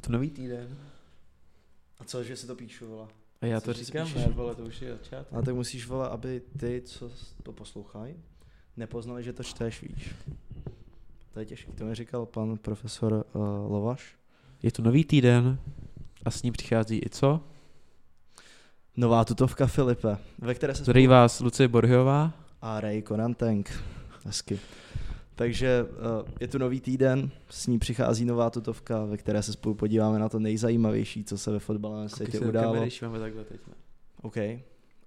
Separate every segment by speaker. Speaker 1: to nový týden.
Speaker 2: A co, že si to píšu, vole?
Speaker 1: A já
Speaker 2: Co,
Speaker 1: to
Speaker 2: že si
Speaker 1: říkám,
Speaker 2: píšeš?
Speaker 1: ne, vole, to už je začátek.
Speaker 2: A tak musíš, vole, aby ty, co s- to poslouchají, nepoznali, že to čteš, víš. To je těžké. To mi říkal pan profesor uh, Lovaš.
Speaker 1: Je to nový týden a s ním přichází i co?
Speaker 2: Nová tutovka Filipe, ve které se
Speaker 1: Zdraví vás Lucie Borhiová.
Speaker 2: a Ray Conan Tank. Hezky. Takže eh, je tu nový týden, s ní přichází nová tutovka, ve které se spolu podíváme na to nejzajímavější, co se ve fotbalovém světě událo.
Speaker 1: máme takhle teď.
Speaker 2: OK.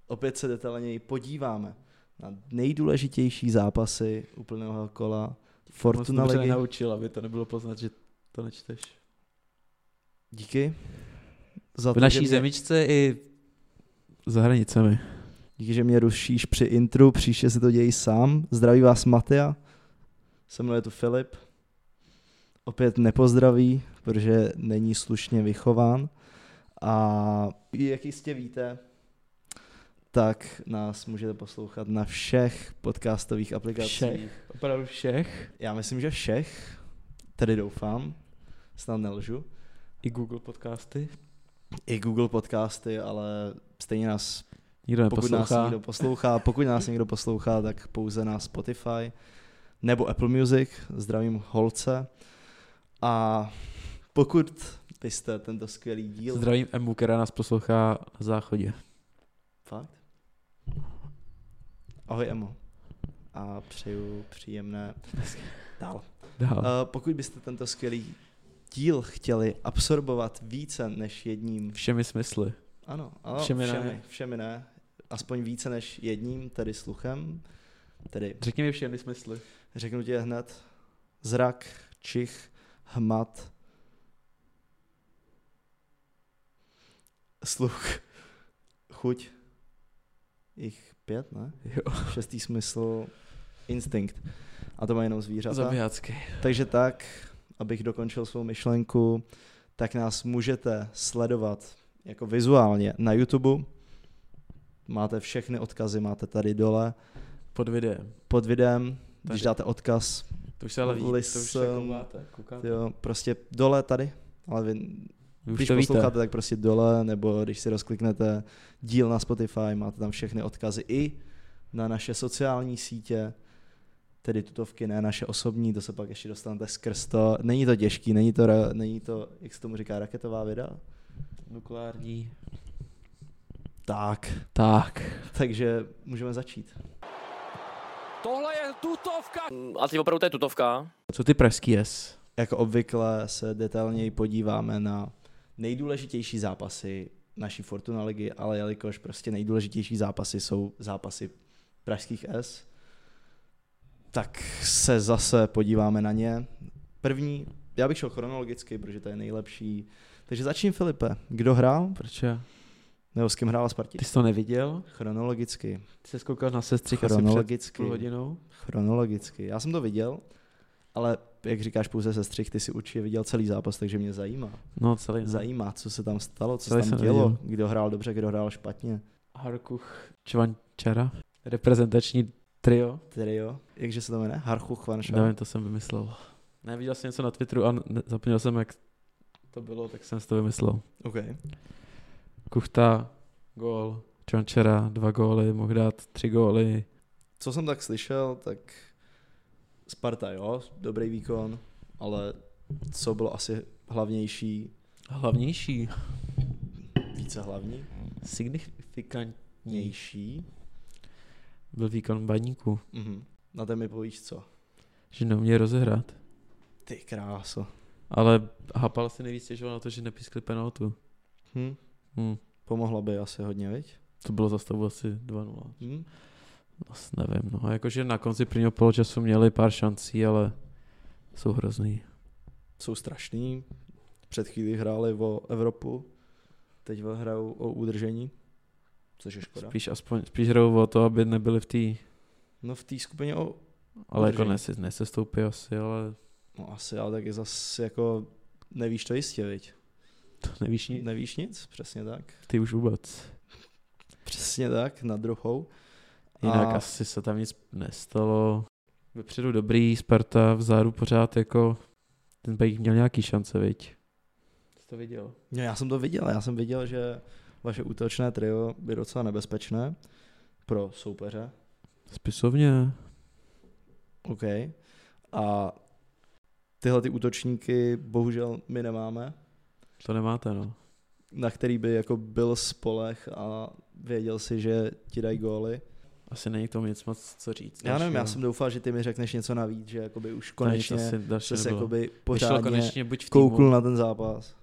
Speaker 2: Opět se detailněji podíváme na nejdůležitější zápasy úplného kola Fortuna
Speaker 1: Moc
Speaker 2: Ligy.
Speaker 1: naučil, aby to nebylo poznat, že to nečteš.
Speaker 2: Díky. Za
Speaker 1: V naší
Speaker 2: že mě,
Speaker 1: zemičce i za hranicemi.
Speaker 2: Díky, že mě rušíš při intru, příště se to dějí sám. Zdraví vás Matea, se mnou je tu Filip. Opět nepozdraví, protože není slušně vychován. A jak jistě víte, tak nás můžete poslouchat na všech podcastových aplikacích.
Speaker 1: Všech. Opravdu všech.
Speaker 2: Já myslím, že všech, tedy doufám, snad nelžu.
Speaker 1: I Google podcasty.
Speaker 2: I Google podcasty, ale stejně nás
Speaker 1: Nikdo
Speaker 2: Pokud nás
Speaker 1: neposlouchá.
Speaker 2: někdo poslouchá, pokud nás někdo poslouchá, tak pouze na Spotify nebo Apple Music. Zdravím holce. A pokud byste tento skvělý díl...
Speaker 1: Zdravím Emu, která nás poslouchá na záchodě.
Speaker 2: Fakt? Ahoj Emo. A přeju příjemné... Dál.
Speaker 1: Dál.
Speaker 2: Eh, Pokud byste tento skvělý díl chtěli absorbovat více než jedním...
Speaker 1: Všemi smysly.
Speaker 2: Ano, ano
Speaker 1: Všemi
Speaker 2: všemi,
Speaker 1: ne.
Speaker 2: všemi, všemi ne. Aspoň více než jedním, tedy sluchem, tedy
Speaker 1: Řekni mi všemi smysly.
Speaker 2: Řeknu ti je hned. Zrak, čich, hmat, sluch, chuť. Jich pět, ne?
Speaker 1: Jo.
Speaker 2: Šestý smysl, instinkt. A to má jenom zvířata.
Speaker 1: Zabijácky.
Speaker 2: Takže tak, abych dokončil svou myšlenku, tak nás můžete sledovat jako vizuálně na YouTube. Máte všechny odkazy, máte tady dole
Speaker 1: Pod videem.
Speaker 2: pod videem, když
Speaker 1: Tady. dáte
Speaker 2: dáte odkaz,
Speaker 1: To už se ale ví. To už
Speaker 2: Listen.
Speaker 1: se koukáte. koukáte.
Speaker 2: Jo, prostě dole tady, ale vy,
Speaker 1: Vy
Speaker 2: když posloucháte, tak prostě dole, nebo když si rozkliknete díl na Spotify, máte tam všechny odkazy i na naše sociální sítě, tedy tutovky, ne naše osobní, to se pak ještě dostanete skrz to. Není to těžký, není to, ra- není to jak se tomu říká, raketová věda?
Speaker 1: Nukleární.
Speaker 2: Tak,
Speaker 1: Tak.
Speaker 2: takže můžeme začít.
Speaker 3: Tohle je tutovka.
Speaker 4: A ty opravdu to je tutovka.
Speaker 1: Co ty pražský jes?
Speaker 2: Jako obvykle se detailněji podíváme na nejdůležitější zápasy naší Fortuna ligy, ale jelikož prostě nejdůležitější zápasy jsou zápasy pražských S, tak se zase podíváme na ně. První, já bych šel chronologicky, protože to je nejlepší. Takže začni Filipe. Kdo hrál?
Speaker 1: Proč já?
Speaker 2: Nebo s kým hrála Spartě?
Speaker 1: Ty jsi to neviděl?
Speaker 2: Chronologicky.
Speaker 1: Ty jsi koukal na sestřih asi před
Speaker 2: Chronologicky.
Speaker 1: půl hodinou?
Speaker 2: Chronologicky. Já jsem to viděl, ale jak říkáš pouze sestřih, ty si určitě viděl celý zápas, takže mě zajímá.
Speaker 1: No, celý. Zaj-
Speaker 2: zajímá, co se tam stalo, co
Speaker 1: Tady
Speaker 2: se
Speaker 1: jsem
Speaker 2: tam dělo,
Speaker 1: neviděl.
Speaker 2: kdo hrál dobře, kdo hrál špatně.
Speaker 1: Harkuch Čvančara. Reprezentační trio.
Speaker 2: Tedy jo, jakže se to jmenuje? Harchu Chvanša.
Speaker 1: Nevím, to jsem vymyslel. Ne, viděl jsem něco na Twitteru a ne- zapomněl jsem, jak to bylo, tak jsem si to vymyslel.
Speaker 2: OK.
Speaker 1: Kuchta, gól. Čvančara, dva góly, mohl dát tři góly.
Speaker 2: Co jsem tak slyšel, tak Sparta, jo, dobrý výkon, ale co bylo asi hlavnější,
Speaker 1: Hlavnější.
Speaker 2: více
Speaker 1: Signifikantnější.
Speaker 2: hlavnější?
Speaker 1: Byl výkon baníku,
Speaker 2: Mhm. Na té mi povíš co?
Speaker 1: že neuměl rozehrát.
Speaker 2: Ty kráso.
Speaker 1: Ale Hapal si nejvíc stěžoval na to, že nepískli penaltu.
Speaker 2: Hm?
Speaker 1: Hm.
Speaker 2: Pomohla by asi hodně, viď?
Speaker 1: To bylo za stavu asi 2-0.
Speaker 2: Hm?
Speaker 1: Asi nevím, no. Jakože na konci prvního poločasu měli pár šancí, ale jsou hrozný.
Speaker 2: Jsou strašný, před chvílí hráli o Evropu, teď hrajou o udržení, což je škoda.
Speaker 1: Spíš, aspoň, spíš hrajou o to, aby nebyli v té...
Speaker 2: No v té skupině o...
Speaker 1: Ale jako
Speaker 2: Udržení.
Speaker 1: nese, nesestoupí asi, ale
Speaker 2: No asi, ale taky zase jako nevíš to jistě, viď?
Speaker 1: to nevíš ni-
Speaker 2: Nevíš nic, přesně tak.
Speaker 1: ty už vůbec.
Speaker 2: Přesně tak, na druhou.
Speaker 1: Jinak
Speaker 2: A-
Speaker 1: asi se tam nic nestalo. Vepředu dobrý, Sparta, vzadu pořád jako... Ten Bajík měl nějaký šance, viď? to viděl.
Speaker 2: No, já jsem to viděl, já jsem viděl, že vaše útočné trio by docela nebezpečné pro soupeře.
Speaker 1: Spisovně.
Speaker 2: OK. A tyhle ty útočníky bohužel my nemáme,
Speaker 1: To nemáte, no.
Speaker 2: na který by jako byl spoleh a věděl si, že ti dají góly.
Speaker 1: Asi není k tomu nic moc co říct.
Speaker 2: Já nevím, já
Speaker 1: dalšího.
Speaker 2: jsem doufal, že ty mi řekneš něco navíc, že jakoby už konečně
Speaker 1: Tady asi další
Speaker 2: se se
Speaker 1: nebylo.
Speaker 2: jakoby
Speaker 1: Vyšlo
Speaker 2: pořádně
Speaker 1: konečně buď v týmu,
Speaker 2: koukl na ten zápas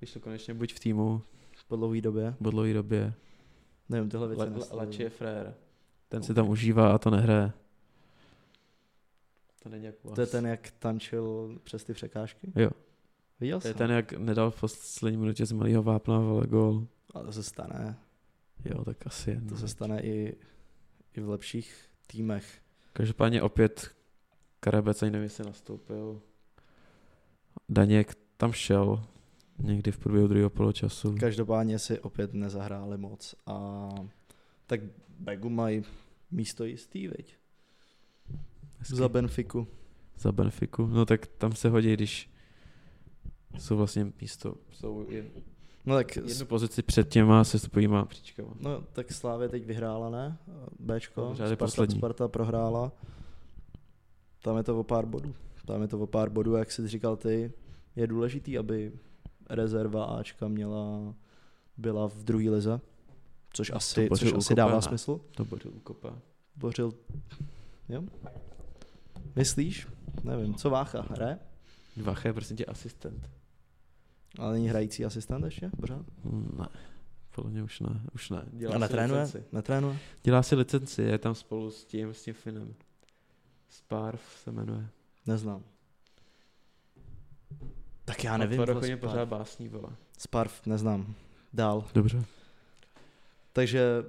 Speaker 1: vyšlo konečně buď v týmu,
Speaker 2: po dlouhé době.
Speaker 1: v dlouhé době.
Speaker 2: Nevím, tyhle věci
Speaker 1: Le-
Speaker 2: nesleduju.
Speaker 1: Lači je frér. Ten si tam užívá a to nehraje. To není jak u vás.
Speaker 2: To je ten, jak tančil přes ty překážky?
Speaker 1: Jo.
Speaker 2: Viděl
Speaker 1: to je
Speaker 2: jsem.
Speaker 1: ten, jak nedal v poslední minutě z malého vápna vole gol.
Speaker 2: Ale to se stane.
Speaker 1: Jo, tak asi jedno.
Speaker 2: To se stane i, i v lepších týmech.
Speaker 1: Každopádně opět Karabec ani nevím, jestli nastoupil. Daněk tam šel někdy v průběhu druhého poločasu.
Speaker 2: Každopádně si opět nezahráli moc a tak Begu mají místo jistý, viď?
Speaker 1: Hezky.
Speaker 2: Za Benfiku.
Speaker 1: za Benfiku. No tak tam se hodí, když jsou vlastně místo, jsou jen,
Speaker 2: No tak,
Speaker 1: jednu pozici před těma sestupujíma příčkama.
Speaker 2: no, tak Slávě teď vyhrála, ne? Bčko.
Speaker 1: Pořád je
Speaker 2: Sparta,
Speaker 1: No, poslední.
Speaker 2: Sparta prohrála. Tam je to o pár bodů. Tam je to o pár bodů, jak jsi říkal ty. Je důležitý, aby rezerva Ačka měla, byla v druhé lize. Což asi,
Speaker 1: bořil
Speaker 2: což asi
Speaker 1: ukopená.
Speaker 2: dává smysl.
Speaker 1: To bude ukopa.
Speaker 2: Bořil. Jo? Myslíš? Nevím, co Vácha hraje?
Speaker 1: Vacha je prostě tě asistent.
Speaker 2: Ale není hrající asistent ještě? Pořád?
Speaker 1: Ne, podle mě už ne, už ne.
Speaker 2: A
Speaker 1: si
Speaker 2: netrénuje?
Speaker 1: licenci.
Speaker 2: Netrénuje?
Speaker 1: Dělá si licenci, je tam spolu s tím, s tím Finem. Sparf se jmenuje.
Speaker 2: Neznám. Tak já nevím. vole,
Speaker 1: chodně
Speaker 2: Sparf.
Speaker 1: pořád básní byla.
Speaker 2: Sparf, neznám. Dál.
Speaker 1: Dobře.
Speaker 2: Takže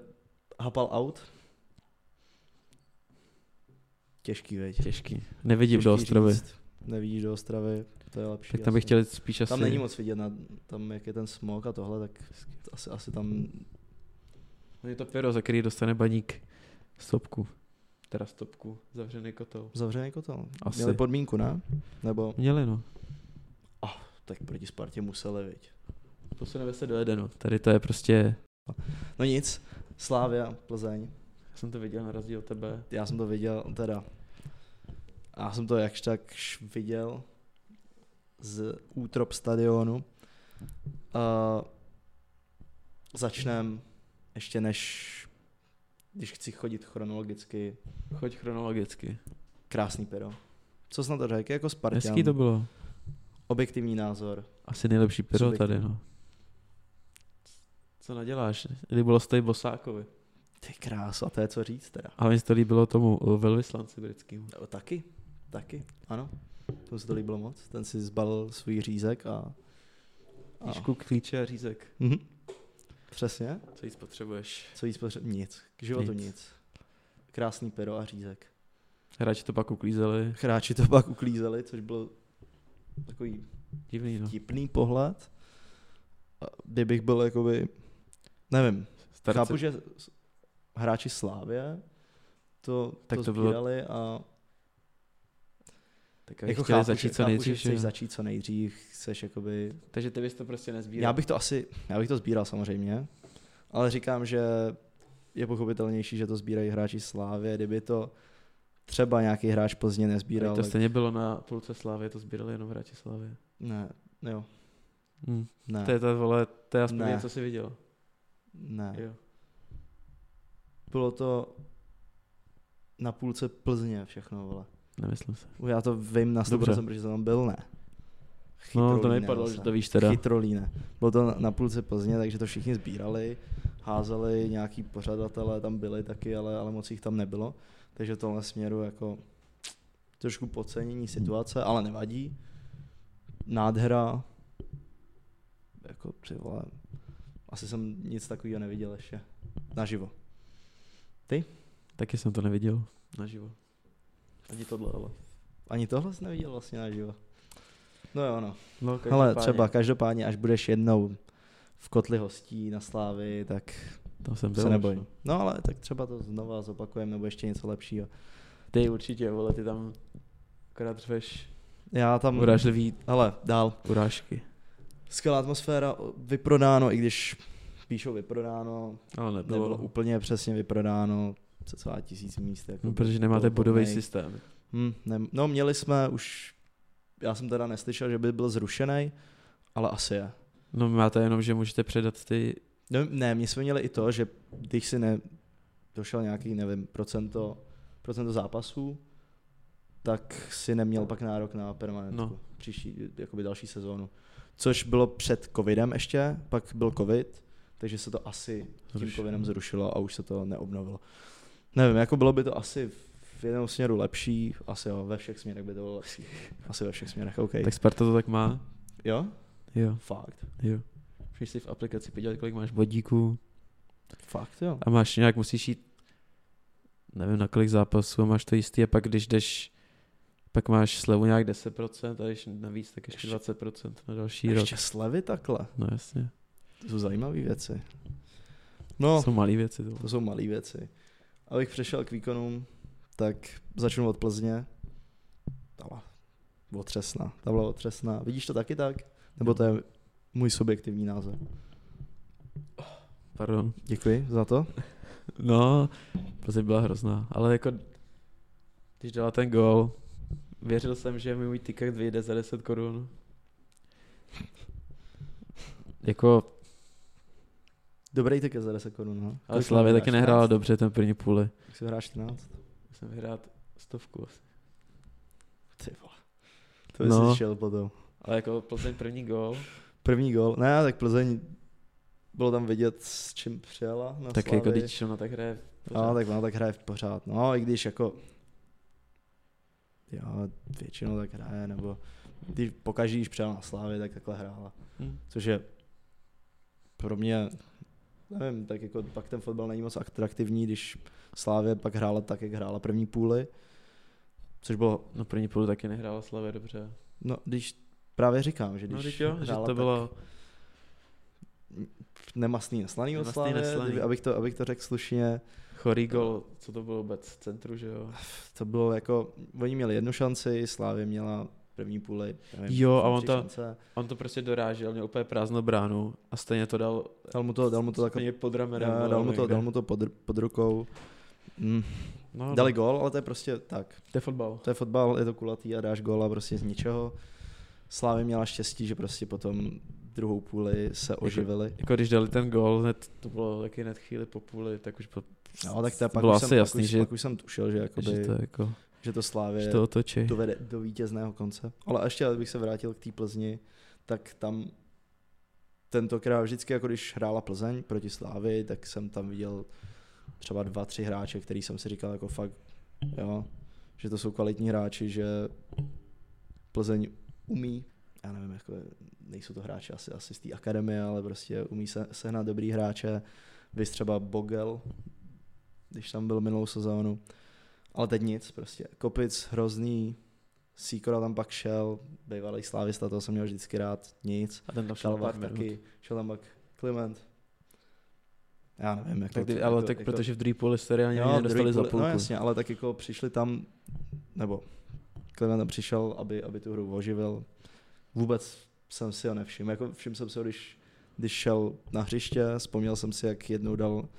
Speaker 2: Hapal out. Těžký, veď.
Speaker 1: Těžký. Nevidím
Speaker 2: Těžký
Speaker 1: do Ostrovy.
Speaker 2: říct. Nevidíš do Ostravy, to je lepší.
Speaker 1: Tak tam
Speaker 2: asi.
Speaker 1: bych chtěl spíš asi...
Speaker 2: Tam není moc vidět, na, tam jak je ten smog a tohle, tak asi, asi tam
Speaker 1: Je to pyro, za který dostane baník stopku. Teda stopku, zavřený kotel.
Speaker 2: zavřený kotel.
Speaker 1: Asi.
Speaker 2: Měli podmínku, ne? Nebo
Speaker 1: Měli no.
Speaker 2: tak proti Spartě museli, viď.
Speaker 1: Posuneme se do jedenu. Tady to je prostě...
Speaker 2: No nic, Slávia, Plzeň,
Speaker 1: Já jsem to viděl na rozdíl od tebe.
Speaker 2: já jsem to viděl, teda, já jsem to jakž tak viděl z útrop stadionu. Uh, začnem ještě než, když chci chodit chronologicky,
Speaker 1: Choď chronologicky.
Speaker 2: krásný pero. Co jsi na to řekl, jako Spartan,
Speaker 1: Hezký to bylo.
Speaker 2: objektivní názor.
Speaker 1: Asi nejlepší pyro
Speaker 2: Subjektivní.
Speaker 1: tady no. Co naděláš? Líbilo se tady Bosákovi.
Speaker 2: Ty krás, a to je co říct teda.
Speaker 1: A mi se to líbilo tomu uh, velvyslanci britskému.
Speaker 2: Jo, taky, taky, ano. To se to líbilo moc. Ten si zbalil svůj řízek a... a...
Speaker 1: Tíšku klíče a řízek.
Speaker 2: Mhm. Přesně.
Speaker 1: Co jíst potřebuješ?
Speaker 2: Co jíst potřebuje? Nic. K životu nic.
Speaker 1: Nic.
Speaker 2: nic. Krásný pero a řízek.
Speaker 1: Hráči to pak uklízeli.
Speaker 2: Hráči to pak uklízeli, což byl takový
Speaker 1: Divný no.
Speaker 2: tipný pohled. A Kdybych byl jakoby... Nevím,
Speaker 1: Starci.
Speaker 2: chápu, že s- hráči Slávě to, tak
Speaker 1: Tak
Speaker 2: to,
Speaker 1: to
Speaker 2: to
Speaker 1: bylo-
Speaker 2: sbírali a
Speaker 1: Tak jako chtěli začít
Speaker 2: že,
Speaker 1: co
Speaker 2: chápu, že
Speaker 1: nejdřív. že
Speaker 2: chceš
Speaker 1: jo.
Speaker 2: začít co nejdřív, chceš jakoby
Speaker 1: Takže ty bys to prostě nezbíral.
Speaker 2: Já bych to asi, já bych to sbíral samozřejmě, ale říkám, že je pochopitelnější, že to sbírají hráči Slávě, kdyby to třeba nějaký hráč Plzně
Speaker 1: Tady
Speaker 2: nezbíral.
Speaker 1: to
Speaker 2: tak-
Speaker 1: stejně bylo na půlce Slávy, to sbírali jenom hráči Slávy.
Speaker 2: Ne, jo,
Speaker 1: Hmm.
Speaker 2: ne,
Speaker 1: To je ta vole, to je aspoň
Speaker 2: Ne.
Speaker 1: něco si viděl.
Speaker 2: ne.
Speaker 1: Jo.
Speaker 2: Bylo to na půlce Plzně všechno, vole.
Speaker 1: Nemyslím se.
Speaker 2: U- Já to vím na 100%,
Speaker 1: Dobře.
Speaker 2: protože jsem tam byl, ne.
Speaker 1: No, to
Speaker 2: Chytrolíne
Speaker 1: nevypadalo,
Speaker 2: zase.
Speaker 1: že to víš teda.
Speaker 2: Chytrolíne. Bylo to na- na půlce Plzně, takže to všichni sbírali, házeli, nějaký pořadatelé tam byli taky, ale, ale moc jich tam nebylo. Takže v tomhle směru jako trošku podcenění situace, ale nevadí. Nádhera, jako ty vole, asi jsem nic takového neviděl ještě. Naživo.
Speaker 1: Taky jsem to neviděl naživo. Ani tohle, ale.
Speaker 2: Ani tohle jsem neviděl vlastně naživo. No jo, no.
Speaker 1: No,
Speaker 2: Hele, třeba každopádně, až budeš jednou v kotli hostí na Slávy, tak
Speaker 1: Tam jsem byl.
Speaker 2: se
Speaker 1: už,
Speaker 2: neboj.
Speaker 1: no.
Speaker 2: No ale tak třeba to znova zopakujeme, nebo ještě něco lepšího.
Speaker 1: Ty určitě, vole, ty tam akorát řveš
Speaker 2: Já tam...
Speaker 1: urážlivý
Speaker 2: Hele, dál.
Speaker 1: urážky.
Speaker 2: Skvělá atmosféra, vyprodáno, i když píšou vyprodáno,
Speaker 1: Ale No, nebylo.
Speaker 2: nebylo úplně přesně vyprodáno, cca tisíc míst. Jako
Speaker 1: No, protože nemáte
Speaker 2: bylo
Speaker 1: bodový
Speaker 2: plnej.
Speaker 1: systém.
Speaker 2: Hm, ne, no měli jsme už, já jsem teda neslyšel, že by byl zrušený, ale asi je.
Speaker 1: No máte jenom, že můžete předat ty...
Speaker 2: No, ne, my jsme měli i to, že když si ne, došel nějaký, nevím, procento, procento zápasů, tak si neměl pak nárok na permanentku
Speaker 1: No.
Speaker 2: no. příští, jakoby další sezónu. Což bylo před covidem ještě, pak byl covid, takže se to asi tím
Speaker 1: Zrušilo.
Speaker 2: covidem zrušilo a už se to neobnovilo. Nevím, jako bylo by to asi v jednom směru lepší, asi jo, ve všech směrech by to bylo lepší. Asi ve všech směrech, OK.
Speaker 1: Tak Sparta to tak má.
Speaker 2: Jo?
Speaker 1: Jo,
Speaker 2: Fakt.
Speaker 1: jo. Můžeš si v aplikaci podívat, kolik máš bodíků
Speaker 2: Fakt, jo.
Speaker 1: a máš nějak, musíš jít nevím na kolik zápasů a máš to jistý a pak když jdeš pak máš slevu nějak 10% a když navíc, tak ještě
Speaker 2: Ještě-
Speaker 1: 20% na další rok.
Speaker 2: Ještě slevy takhle.
Speaker 1: No jasně,
Speaker 2: To jsou zajímavé věci. No,
Speaker 1: jsou malé věci. To.
Speaker 2: to jsou malé věci. Abych přešel k výkonům, tak začnu od Plzně. Ta byla otřesná, ta byla otřesná. Vidíš to taky tak? Nebo to je můj subjektivní názor.
Speaker 1: Pardon.
Speaker 2: Děkuji za to.
Speaker 1: No, Plzeň byla hrozná, ale jako když dala ten gol, věřil jsem, že mi můj ticket vyjde za 10 korun. Jako,
Speaker 2: Dobrý tiket za 10 korun, no.
Speaker 1: ale Slavě taky nehrála dobře ten první půli.
Speaker 2: Jak si hrá 14?
Speaker 1: Jsem vyhrát stovku asi.
Speaker 2: Ty vole. To bys
Speaker 1: No.
Speaker 2: no. šel potom.
Speaker 1: Ale jako Plzeň první gol.
Speaker 2: První gol. Ne, tak Plzeň bylo tam vidět, s čím přijela na
Speaker 1: tak
Speaker 2: Slavii.
Speaker 1: jako když ona tak hraje.
Speaker 2: No, tak ona tak hraje pořád. No, i když jako... Jo, většinou tak hraje, nebo když pokaždý, když přijela na Slávě, tak takhle hrála.
Speaker 1: Hm.
Speaker 2: Což je pro mě, nevím, tak jako pak ten fotbal není moc atraktivní, když Slávě pak hrála tak, jak hrála první půli. Což bylo,
Speaker 1: No první půl taky nehrála Slavě dobře.
Speaker 2: no když právě říkám, že když
Speaker 1: no teď jo, že
Speaker 2: hrála
Speaker 1: to
Speaker 2: tak
Speaker 1: bylo,
Speaker 2: nemastný neslaný od
Speaker 1: Nemastný,
Speaker 2: Slávě,
Speaker 1: neslaný.
Speaker 2: kdyby- abych to, abych to řekl slušně,
Speaker 1: chorý gol, co to bylo vůbec, centru, že jo.
Speaker 2: To bylo jako, oni měli jednu šanci, Slávě měla první půli, nevím,
Speaker 1: Jo, a
Speaker 2: tři
Speaker 1: on to-
Speaker 2: šance.
Speaker 1: On to prostě dorážel, měl úplně prázdnou bránu a stejně to dal
Speaker 2: Dal mu to, dal mu to takhle,
Speaker 1: Mě pod ramenem.
Speaker 2: dal, dal mu to, dal mu to pod, pod rukou. Mm.
Speaker 1: no,
Speaker 2: Dali gól, ale to je prostě tak.
Speaker 1: To je fotbal.
Speaker 2: To je fotbal, je to kulatý a dáš góla prostě z ničeho. Slávě měla štěstí, že prostě potom druhou půli se oživili.
Speaker 1: Jako když dali ten gól, hned, to bylo taky hned chvíli po půli, tak už po,
Speaker 2: No, tak to je pak
Speaker 1: Jako- bylo
Speaker 2: už
Speaker 1: asi
Speaker 2: jsem,
Speaker 1: jasný,
Speaker 2: pak už,
Speaker 1: že-
Speaker 2: pak už jsem tušil, že, jakoby,
Speaker 1: že to, jako,
Speaker 2: že to Slávě
Speaker 1: že to otočí.
Speaker 2: dovede do vítězného konce. Ale ještě, abych se vrátil k té Plzni, tak tam tentokrát vždycky, jako když hrála Plzeň proti Slávy, tak jsem tam viděl třeba dva, tři hráče, který jsem si říkal jako fakt, jo, že to jsou kvalitní hráči, že Plzeň umí, já nevím, jako nejsou to hráči asi, asi z té akademie, ale prostě umí se, sehnat dobrý hráče, vys třeba Bogel, když tam byl minulou sezónu, ale teď nic prostě. Kopic hrozný, Sikora tam pak šel, bývalý slávista, toho jsem měl vždycky rád, nic.
Speaker 1: A ten tam šel
Speaker 2: Šalvach
Speaker 1: pár minut.
Speaker 2: taky, šel tam pak Clement. Já nevím, jak
Speaker 1: Tak,
Speaker 2: to,
Speaker 1: ty,
Speaker 2: jak
Speaker 1: ale
Speaker 2: to-
Speaker 1: tak
Speaker 2: jak to-
Speaker 1: protože v druhý půli seriálně
Speaker 2: Jo,
Speaker 1: no,
Speaker 2: druhý
Speaker 1: dostali za
Speaker 2: půl-
Speaker 1: půlku.
Speaker 2: No jasně, ale tak jako přišli tam, nebo Clement tam přišel, aby, aby tu hru oživil. Vůbec jsem si ho nevšiml. Jako všiml jsem si ho, když, když šel na hřiště, vzpomněl jsem si, jak jednou dal,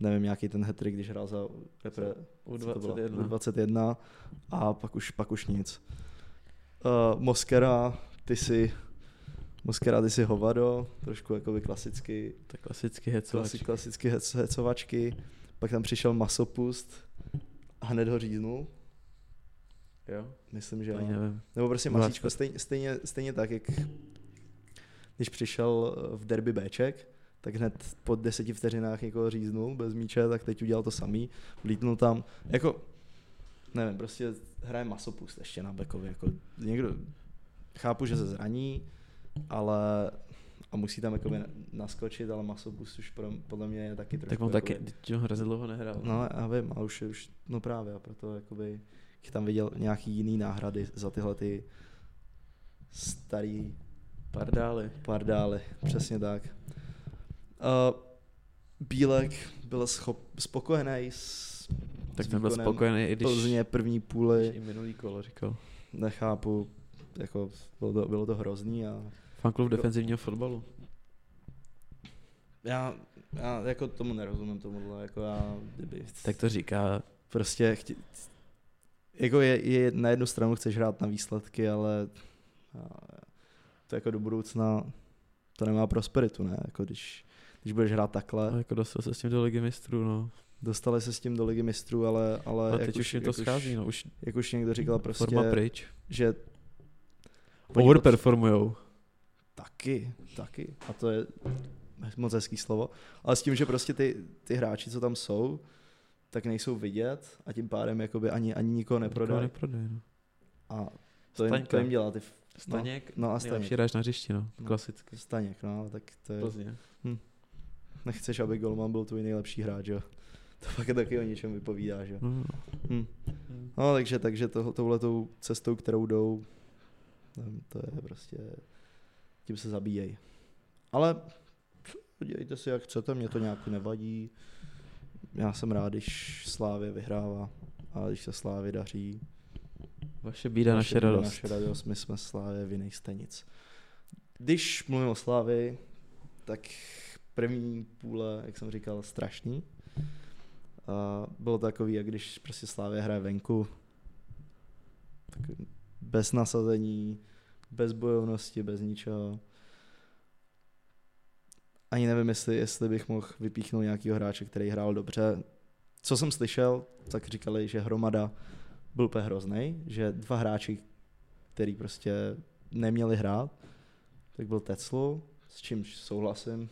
Speaker 2: nevím, nějaký ten hat když hrál za repre,
Speaker 1: U
Speaker 2: co to bylo?
Speaker 1: 21.
Speaker 2: U21 a pak už, pak už nic. Uh, Moskera, ty si Moskera, ty si hovado, trošku jakoby klasicky,
Speaker 1: Tak klasicky
Speaker 2: klasi,
Speaker 1: hecovač.
Speaker 2: klasicky hec- hecovačky. Pak tam přišel masopust a hned ho říznul.
Speaker 1: Jo,
Speaker 2: Myslím, že
Speaker 1: že
Speaker 2: jo.
Speaker 1: nevím.
Speaker 2: Nebo prostě
Speaker 1: Vláčka.
Speaker 2: masíčko, stejně, stejně, stejně tak, jak když přišel eh, v derby Bček, tak hned po deseti vteřinách někoho říznul bez míče, tak teď udělal to samý, vlítnul tam, jako, nevím, prostě hraje masopust ještě na bekovi, jako někdo, chápu, že se zraní, ale a musí tam jakoby naskočit, ale masopust už pro, podle mě je taky trošku
Speaker 1: Tak on
Speaker 2: jakoby-
Speaker 1: taky, teď on hrozně dlouho nehrál.
Speaker 2: No, já vím, ale už, už no právě, a proto jakoby bych tam viděl nějaký jiný náhrady za tyhle ty starý
Speaker 1: Pardáli.
Speaker 2: pardály, přesně tak. Uh, Bílek byl schop, spokojený s
Speaker 1: Tak
Speaker 2: s
Speaker 1: ten byl
Speaker 2: výkonem
Speaker 1: spokojený, i když,
Speaker 2: Plzně první
Speaker 1: když
Speaker 2: půli,
Speaker 1: No. i minulý kolo říkal.
Speaker 2: nechápu, jako bylo to, bylo to hrozný a
Speaker 1: Fanklub defenzivního fotbalu.
Speaker 2: Já, já jako tomu nerozumím tomuhle, jako já, kdyby...
Speaker 1: Tak to říká.
Speaker 2: Prostě, chtě, jako je, je, na jednu stranu chceš hrát na výsledky, ale a, to jako do budoucna to nemá prosperitu, ne? Jako když, když budeš hrát
Speaker 1: A
Speaker 2: takhle.
Speaker 1: jako dostal se s tím do ligy mistrů, no.
Speaker 2: Dostali se s tím do ligy mistrů, ale, ale
Speaker 1: Ale teď už jim to
Speaker 2: jak
Speaker 1: schází,
Speaker 2: Už,
Speaker 1: no. Už
Speaker 2: jak už někdo říkal prostě,
Speaker 1: forma pryč.
Speaker 2: že Oni
Speaker 1: Overperformujou.
Speaker 2: Taky, taky. A to je moc hezký slovo. Ale s tím, že prostě ty, ty hráči, co tam jsou, tak nejsou vidět a tím pádem jakoby ani, ani nikoho neprodají.
Speaker 1: Neprodej, no.
Speaker 2: A to jim,
Speaker 1: Staňka.
Speaker 2: to jim dělá ty... f-
Speaker 1: Staněk,
Speaker 2: No a
Speaker 1: no, nejlepší
Speaker 2: Staněk.
Speaker 1: hráč na hřišti, no.
Speaker 2: No.
Speaker 1: Klasicky.
Speaker 2: Staněk, no, ale tak to je...
Speaker 1: Plzně.
Speaker 2: Nechceš, aby Golman byl tvůj nejlepší hráč, jo. To pak taky o něčem vypovídá, že jo.
Speaker 1: No, no.
Speaker 2: Hm. No, takže, takže to, touhletou cestou, kterou jdou, nevím, to je prostě, tím se zabíjejí. Ale dělejte si, jak chcete, mě to nějak nevadí. Já jsem rád, když Slávě vyhrává a když se Slávě daří.
Speaker 1: Vaše bída, naše,
Speaker 2: bída,
Speaker 1: radost.
Speaker 2: Naše radost, my jsme Slávě, vy nejste nic. Když mluvím o Slávě, tak první půle, jak jsem říkal, strašný. A bylo to takový, jak když prostě Slávě hraje venku, tak bez nasazení, bez bojovnosti, bez ničeho. Ani nevím, jestli, jestli bych mohl vypíchnout nějakého hráče, který hrál dobře. Co jsem slyšel, tak říkali, že Hromada byl úplně hrozný, že dva hráči, který prostě neměli hrát, tak byl Teclu, s čímž souhlasím,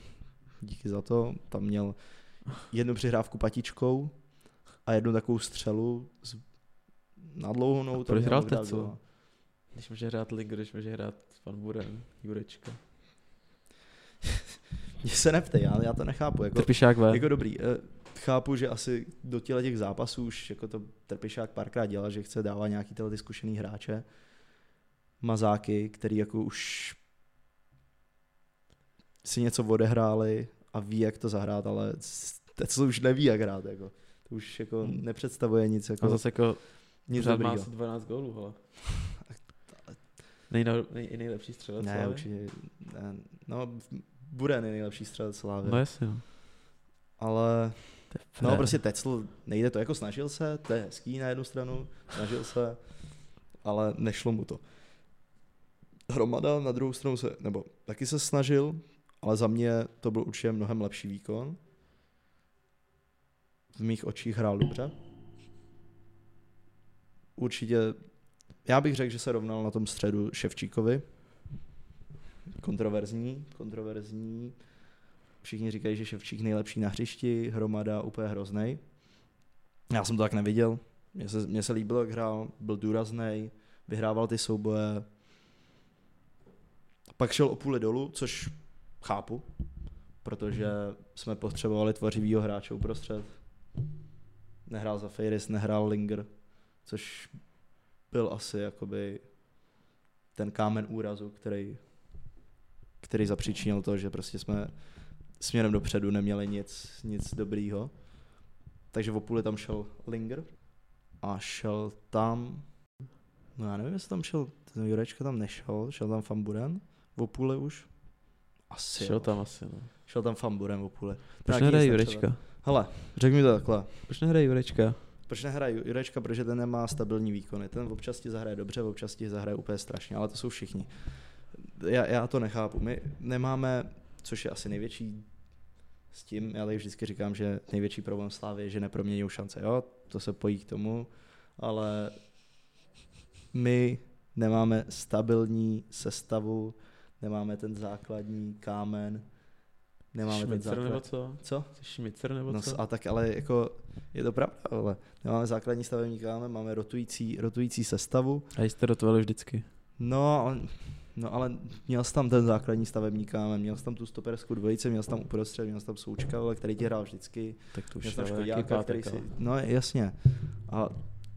Speaker 2: díky za to. Tam měl jednu přihrávku patičkou a jednu takovou střelu s nadlouhou.
Speaker 1: proč hrál Teclu? Když může hrát Ligu, když může hrát Van Buren, Jurečka.
Speaker 2: Mě se neptej, já, já to nechápu. Jako,
Speaker 1: Trpišák ve.
Speaker 2: jako dobrý, eh, chápu, že asi do těle těch zápasů už jako to Trpišák párkrát dělal, že chce dávat nějaký tyhle ty zkušený hráče, mazáky, který jako už si něco odehráli a ví, jak to zahrát, ale s- Teclu už neví, jak hrát. Jako. To už jako
Speaker 1: Hmm.
Speaker 2: nepředstavuje nic, jako,
Speaker 1: A zase jako
Speaker 2: nic
Speaker 1: pořád má
Speaker 2: dobrýho.
Speaker 1: asi 12 gólů, hele. Nejna, nej, nejlepší střelec.
Speaker 2: Ne,
Speaker 1: Slávy.
Speaker 2: určitě. Ne, no, Buren je nejlepší střelec Slávy.
Speaker 1: No jasně, no.
Speaker 2: Ale
Speaker 1: To je
Speaker 2: no,
Speaker 1: fér.
Speaker 2: prostě Tecl, nejde to, jako snažil se, to je hezký na jednu stranu, snažil se, ale nešlo mu to. Hromada na druhou stranu se, nebo taky se snažil, ale za mě to byl určitě mnohem lepší výkon. V mých očích hrál dobře. Určitě, já bych řekl, že se rovnal na tom středu Ševčíkovi. Kontroverzní, kontroverzní. Všichni říkají, že Ševčík nejlepší na hřišti, Hromada úplně hroznej. Já jsem to tak neviděl. Mně se, mně se líbilo, jak hrál, byl důrazný, vyhrával ty souboje. Pak šel o půli dolů, což chápu, protože jsme potřebovali tvořivýho hráče uprostřed. Nehrál za Feiris, nehrál Linger, což byl asi jakoby ten kámen úrazu, který, který zapříčinil to, že prostě jsme směrem dopředu neměli nic, nic dobrýho. Takže v opůli tam šel Linger a šel tam, no já nevím, jestli tam šel, ten Jurečka tam nešel, šel tam Famburen v opůli už. Asi
Speaker 1: Šel
Speaker 2: jo.
Speaker 1: tam asi, no.
Speaker 2: Šel tam Famburem v opůli.
Speaker 1: Proč
Speaker 2: Nějaký
Speaker 1: nehraje
Speaker 2: nic
Speaker 1: Jurečka?
Speaker 2: Hele, řekl mi to takhle.
Speaker 1: Proč nehraje Jurečka?
Speaker 2: Proč nehraje Ju- Jurečka? Protože ten nemá stabilní výkony. Ten v občas ti zahraje dobře, v občas ti zahraje úplně strašně, ale to jsou všichni. Já, já to nechápu. My nemáme, což je asi největší s tím, já tady vždycky říkám, že největší problém Slávy je, že neproměňují šance. Jo, to se pojí k tomu, ale my nemáme stabilní sestavu, nemáme ten základní kámen, nemáme ten
Speaker 1: Šmicer nebo
Speaker 2: základ.
Speaker 1: co?
Speaker 2: Co?
Speaker 1: Jsi Šmicer nebo
Speaker 2: No,
Speaker 1: co?
Speaker 2: a tak ale jako je to pravda, ale nemáme základní stavební kámen, máme rotující, rotující sestavu.
Speaker 1: A jste rotovali vždycky.
Speaker 2: No, ale- no ale měl jsi tam ten základní stavební kámen, měl jsi tam tu stoperskou dvojici, měl jsi tam uprostřed, měl jsi tam Součka, vole, který ti hrál vždycky.
Speaker 1: Tak to
Speaker 2: Měl jsi
Speaker 1: už
Speaker 2: tam
Speaker 1: ale nějaký
Speaker 2: Škodňáka, který
Speaker 1: pátek,
Speaker 2: si...
Speaker 1: ale.
Speaker 2: No jasně. A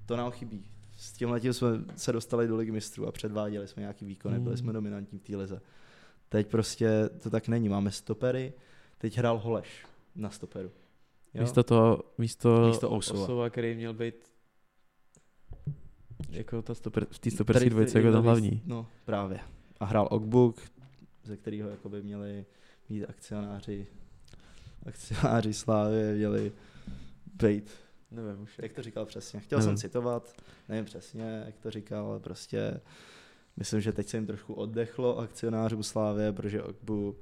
Speaker 2: to nám chybí. S tímhle tím jsme se dostali do Ligy mistrů a předváděli jsme nějaký výkony,
Speaker 1: Mm.
Speaker 2: byli jsme dominantní v té lize. Teď prostě to tak není. Máme stopery, teď hrál Holeš na stoperu. Jo?
Speaker 1: Místo toho, místo,
Speaker 2: Místo Ousova.
Speaker 1: Ousova, který měl být jako ta stoper, v té
Speaker 2: Tady
Speaker 1: stoperské
Speaker 2: ty-
Speaker 1: dvojice jako
Speaker 2: tady
Speaker 1: ten
Speaker 2: ty-
Speaker 1: hlavní.
Speaker 2: No, právě. A hrál Ogbuk, ze kterého jakoby měli mít akcionáři, akcionáři Slávy, měli být.
Speaker 1: Nevím už.
Speaker 2: Jak to říkal přesně? Chtěl
Speaker 1: Nevím.
Speaker 2: jsem citovat, nevím přesně, jak to říkal, ale prostě myslím, že teď se jim trošku oddechlo akcionářům Slávě, protože Okbu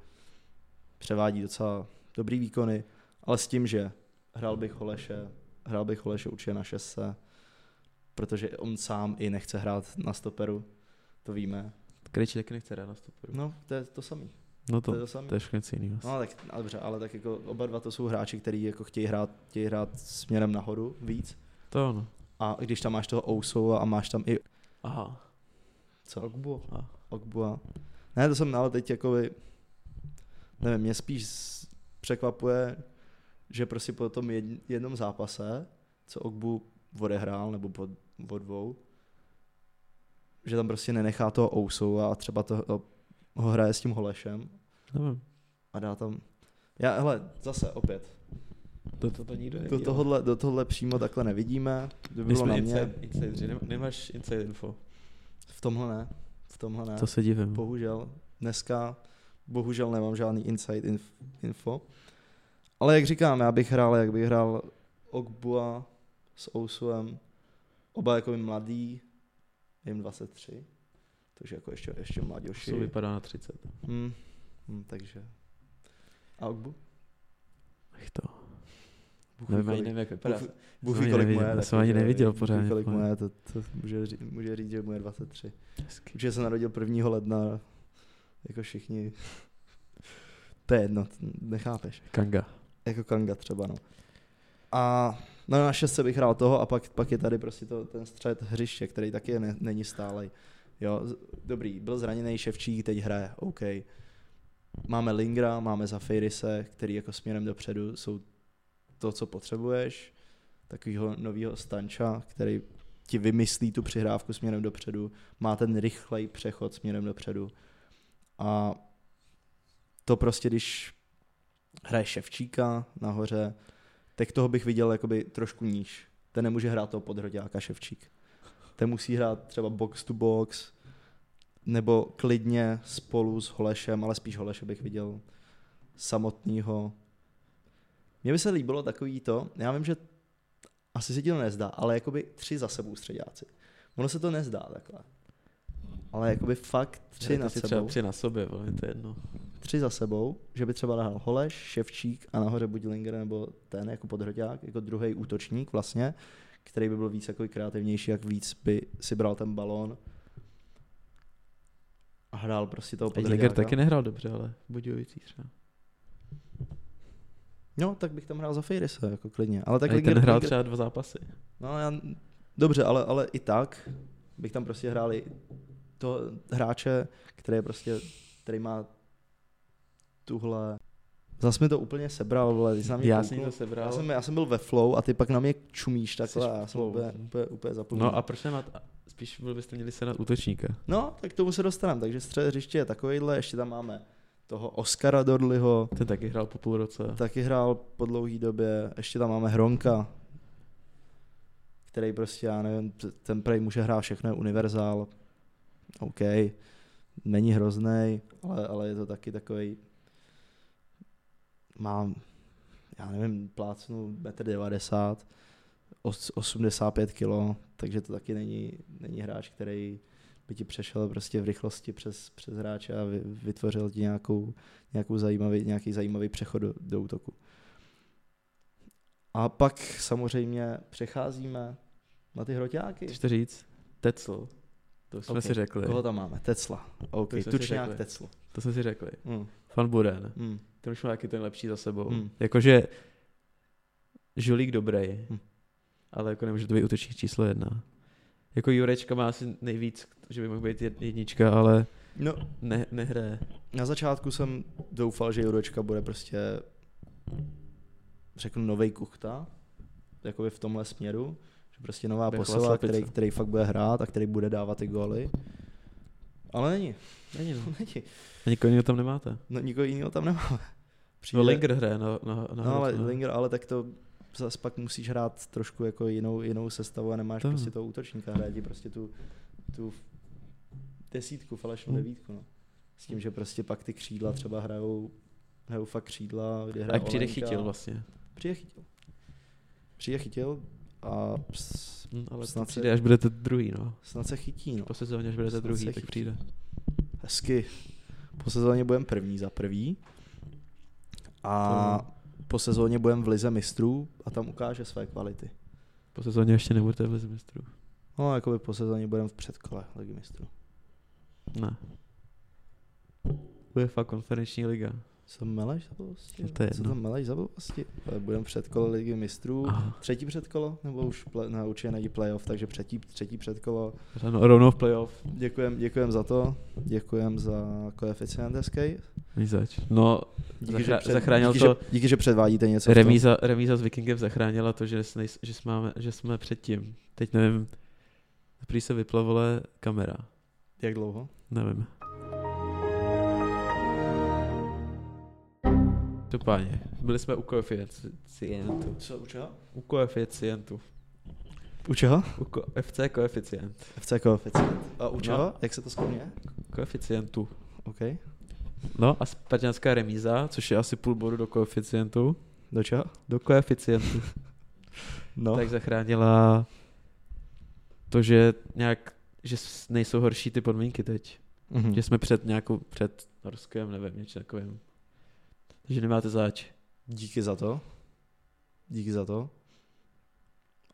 Speaker 2: převádí docela dobrý výkony, ale s tím, že hrál bych Holeše, hrál bych Holeše určitě na šesse, protože on sám i nechce hrát na stoperu, to víme.
Speaker 1: Krejčí taky nechce rád na stoperu.
Speaker 2: No, to je to samý.
Speaker 1: No
Speaker 2: To,
Speaker 1: to,
Speaker 2: to je to samý.
Speaker 1: to je všechno něco jiného.
Speaker 2: No tak, ale dobře, ale tak jako oba dva to jsou hráči, kteří jako chtějí hrát, chtějí hrát směrem nahoru víc.
Speaker 1: To ono.
Speaker 2: A když tam máš toho Ousova a máš tam i
Speaker 1: Aha.
Speaker 2: co? Ogbu.
Speaker 1: A.
Speaker 2: Ogbua. Ne, to jsem ale teď jako nevím, mě spíš s- překvapuje, že prostě po tom jed- jednom zápase, co Ogbu odehrál, nebo po, po dvou, že tam prostě nenechá toho Ousova a třeba to, ho hraje s tím Holešem
Speaker 1: Nevím.
Speaker 2: a dá tam... Já, hele, zase opět,
Speaker 1: To, to, to nikdo
Speaker 2: Do tohohle, do tohohle přímo takhle nevidíme. To
Speaker 1: My
Speaker 2: bylo na
Speaker 1: jsme
Speaker 2: mě.
Speaker 1: inside, insideři, Nem- nemáš inside info.
Speaker 2: V tomhle ne. V tomhle ne.
Speaker 1: To se divím.
Speaker 2: Bohužel. Dneska bohužel nemám žádný inside inf- info. Ale jak říkám, já bych hrál, jak bych hrál Ogbua s Ousuem. Oba jako mladý. Jim 23. Takže jako ještě, ještě
Speaker 1: To
Speaker 2: mladější.
Speaker 1: vypadá na 30.
Speaker 2: Hmm. Hmm, takže. A Ogbu?
Speaker 1: Ach to.
Speaker 2: Bůh ví,
Speaker 1: Nevím, ani
Speaker 2: kolik-
Speaker 1: nevím, jak vypadá.
Speaker 2: Bůh- Bůh
Speaker 1: jsem
Speaker 2: ví,
Speaker 1: ani
Speaker 2: kolik mu
Speaker 1: neviděl,
Speaker 2: je.
Speaker 1: to
Speaker 2: tak
Speaker 1: jsem ani
Speaker 2: takže
Speaker 1: neviděl
Speaker 2: Bůh ví,
Speaker 1: pořádně,
Speaker 2: Kolik mu
Speaker 1: pane.
Speaker 2: je, to, to může, říct, může říct, že mu je 23.
Speaker 1: Hezky.
Speaker 2: Určitě se narodil 1. ledna, jako všichni. To je jedno, t- nechápeš.
Speaker 1: Kanga.
Speaker 2: Jako Kanga třeba, no. A no, na šestce bych hrál toho a pak, pak je tady prostě to, ten střed hřiště, který taky ne, není stálej. Jo, z- dobrý, byl zraněný Ševčík, teď hraje, OK. Máme Lingra, máme Zafirise, který jako směrem dopředu jsou to, co potřebuješ. Takovýho novýho stanča, který ti vymyslí tu přihrávku směrem dopředu, má ten rychlej přechod směrem dopředu. A to prostě, když hraje Ševčíka nahoře, tak toho bych viděl jakoby trošku níž. Ten nemůže hrát toho podhroďáka Ševčík. Ten musí hrát třeba box to box, nebo klidně spolu s Holešem, ale spíš Holeše bych viděl samotného. Mně by se líbilo takový to, já vím, že asi se ti to nezdá, ale jakoby tři za sebou středáci. Ono se to nezdá takhle. Ale jakoby fakt tři
Speaker 1: Já
Speaker 2: na
Speaker 1: teď si Třeba
Speaker 2: sebou
Speaker 1: tři na sobě, vole, to je jedno.
Speaker 2: tři za sebou, že by třeba hrál Holeš, Ševčík a nahoře buď Linger nebo ten jako podhroťák, jako druhý útočník vlastně, který by byl víc jako kreativnější, jak víc by si bral ten balón a hrál prostě toho
Speaker 1: Teď Liger
Speaker 2: podhroťáka.
Speaker 1: taky nehrál No, dobře, ale v Budějovicích třeba.
Speaker 2: No, tak bych tam hrál za Fejrise, jako klidně. Ale tak
Speaker 1: Tak ten hrál třeba dva zápasy.
Speaker 2: No, já, dobře, ale, ale i tak bych tam prostě hrál i to hráče, který je prostě, který má tuhle... Zase mi to úplně sebral, vole, ty jsi na mě
Speaker 1: Já
Speaker 2: kouknul.
Speaker 1: jsem jí to
Speaker 2: Já
Speaker 1: sebral.
Speaker 2: jsem, já jsem byl ve flow a ty pak na mě čumíš takhle
Speaker 1: Jsi
Speaker 2: a já
Speaker 1: v
Speaker 2: jsem
Speaker 1: flow.
Speaker 2: úplně, úplně, úplně zapomněl.
Speaker 1: No a proč nemá, spíš byl byste měli se na útočníka.
Speaker 2: no, tak k tomu se dostaneme. Takže střed hřiště je takovejhle, ještě tam máme toho Oscara Dorliho,
Speaker 1: Ten taky hrál po půl roce.
Speaker 2: taky hrál po dlouhý době, ještě tam máme Hronka, který prostě, já nevím, t- ten prej může hrát všechno, je univerzál, OK, není hrozný, ale, ale je to taky takový, mám, já nevím, plácnu 1,90 m, 85 kg, takže to taky není, není hráč, který by ti přešel prostě v rychlosti přes, přes hráče a vy, vytvořil ti nějakou, nějakou zajímavý, nějaký zajímavý přechod do, do útoku. A pak samozřejmě přecházíme na ty hroťáky.
Speaker 1: Chceš to říct? Tecl. To jsme
Speaker 2: Ok,
Speaker 1: si řekli.
Speaker 2: Koho tam máme? Tecla. OK,
Speaker 1: To jsme si
Speaker 2: tučňák
Speaker 1: řekli.
Speaker 2: Teclu.
Speaker 1: To jsme si řekli.
Speaker 2: Mm.
Speaker 1: Fan Buren.
Speaker 2: Mm.
Speaker 1: Ten už má taky ten lepší za sebou.
Speaker 2: Hmm.
Speaker 1: Jakože Žulík dobrý,
Speaker 2: Hmm.
Speaker 1: ale jako nemůže to být útočník číslo jedna. Jako Jurečka má asi nejvíc, že by mohl být jed- jednička, ale
Speaker 2: No,
Speaker 1: ne, nehraje.
Speaker 2: na začátku jsem doufal, že Jurečka bude prostě řeknu novej kuchta, jakoby v tomhle směru, že prostě nová
Speaker 1: Bude
Speaker 2: posila,
Speaker 1: chlaslapice.
Speaker 2: který, který fakt bude hrát a který bude dávat ty góly. Ale není,
Speaker 1: Není no.
Speaker 2: není.
Speaker 1: A nikoho jiného tam nemáte.
Speaker 2: No, nikoho jiného tam nemáme.
Speaker 1: No Linger hraje na, na, na
Speaker 2: No, ale
Speaker 1: hrotu,
Speaker 2: Linger, ale tak to zase pak musíš hrát trošku jako jinou, jinou sestavu a nemáš
Speaker 1: To.
Speaker 2: to. prostě toho útočníka, hraje ti prostě tu, tu desítku, falešnou
Speaker 5: Hm.
Speaker 1: Hmm.
Speaker 2: devítku, no. S tím, že prostě pak ty křídla třeba hrajou, hrajou fakt křídla, kde
Speaker 5: A
Speaker 2: hraje
Speaker 5: jak přijde
Speaker 2: Olenka.
Speaker 5: chytil vlastně.
Speaker 2: Přijde chytil. Přijde chytil a ps,
Speaker 5: Hm, ale
Speaker 2: Snad
Speaker 5: snad
Speaker 2: se-
Speaker 5: přijde, až budete druhý, no.
Speaker 2: snad se chytí, no.
Speaker 5: Po sezóně, až budete
Speaker 2: Snad se
Speaker 5: druhý, tak
Speaker 2: chytí.
Speaker 5: přijde.
Speaker 2: Hezky. Po sezóně budeme první za prvý. A po sezóně budeme v Lize mistrů a tam ukáže své kvality.
Speaker 5: Po sezóně ještě nebudete v Lize mistrů.
Speaker 2: No, jakoby po sezóně budeme v předkole Ligy mistrů.
Speaker 5: Ne. UEFA konferenční liga.
Speaker 2: Co meleš za blbosti?
Speaker 5: No to je
Speaker 2: Co
Speaker 5: jedno.
Speaker 2: tam meleš za blbosti? Ale Budeme předkolo Ligy mistrů.
Speaker 5: Aha.
Speaker 2: Třetí předkolo? Nebo už ple, ne, určitě není playoff, takže třetí, třetí předkolo.
Speaker 5: Rovnou, rovnou v playoff.
Speaker 2: Děkujem, děkujem za to. Děkujem za koeficient hezký.
Speaker 5: Nic zač. No,
Speaker 2: Díky,
Speaker 5: Zachra- zachránil
Speaker 2: díky,
Speaker 5: to-
Speaker 2: Že, díky, že předvádíte něco. v tom.
Speaker 5: remíza, remíza s Vikingem zachránila to, že, s- nejs, že, jsme, máme, že jsme předtím. Teď nevím, prý se vypla, vole, kamera.
Speaker 2: Jak dlouho?
Speaker 5: Nevím. Každopádně, byli jsme u koeficientu.
Speaker 2: Co, u čeho?
Speaker 5: U koeficientu.
Speaker 2: U čeho?
Speaker 5: U ko- FC koeficient.
Speaker 2: FC koeficient. A u čeho?
Speaker 5: No.
Speaker 2: Jak se to skloně?
Speaker 5: Koeficientu.
Speaker 2: OK.
Speaker 5: No a spartanská remíza, což je asi půl bodu do koeficientu.
Speaker 2: Do čeho?
Speaker 5: Do koeficientu.
Speaker 2: No.
Speaker 5: Tak zachránila to, že nějak, že s- nejsou horší ty podmínky teď.
Speaker 2: Mhm.
Speaker 5: Že jsme před nějakou, před Norskem, nevím, něčím takovým. Takže nemáte záč.
Speaker 2: Díky za to. Díky za to.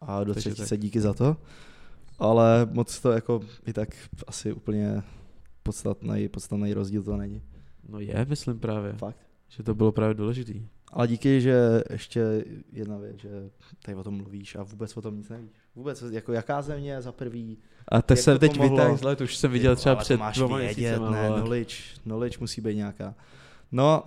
Speaker 2: A do
Speaker 5: Takže
Speaker 2: třetí
Speaker 5: tak.
Speaker 2: se díky za to. Ale moc to jako i tak asi úplně podstatný, podstatný rozdíl to není.
Speaker 5: No je, myslím právě.
Speaker 2: Fakt.
Speaker 5: Že to bylo právě důležitý.
Speaker 2: Ale díky, že ještě jedna věc, že tady o tom mluvíš a vůbec o tom nic nevíš. Vůbec, jako jaká země za prvý,
Speaker 5: A tak
Speaker 2: Jak
Speaker 5: jsem
Speaker 2: to
Speaker 5: teď
Speaker 2: pomohlo?
Speaker 5: vytáhl z letu, už jsem viděl
Speaker 2: Jo,
Speaker 5: třeba
Speaker 2: ale to
Speaker 5: před
Speaker 2: máš
Speaker 5: dvěma
Speaker 2: vědět,
Speaker 5: měsícema.
Speaker 2: Ne,
Speaker 5: vole.
Speaker 2: knowledge, knowledge musí být nějaká. No,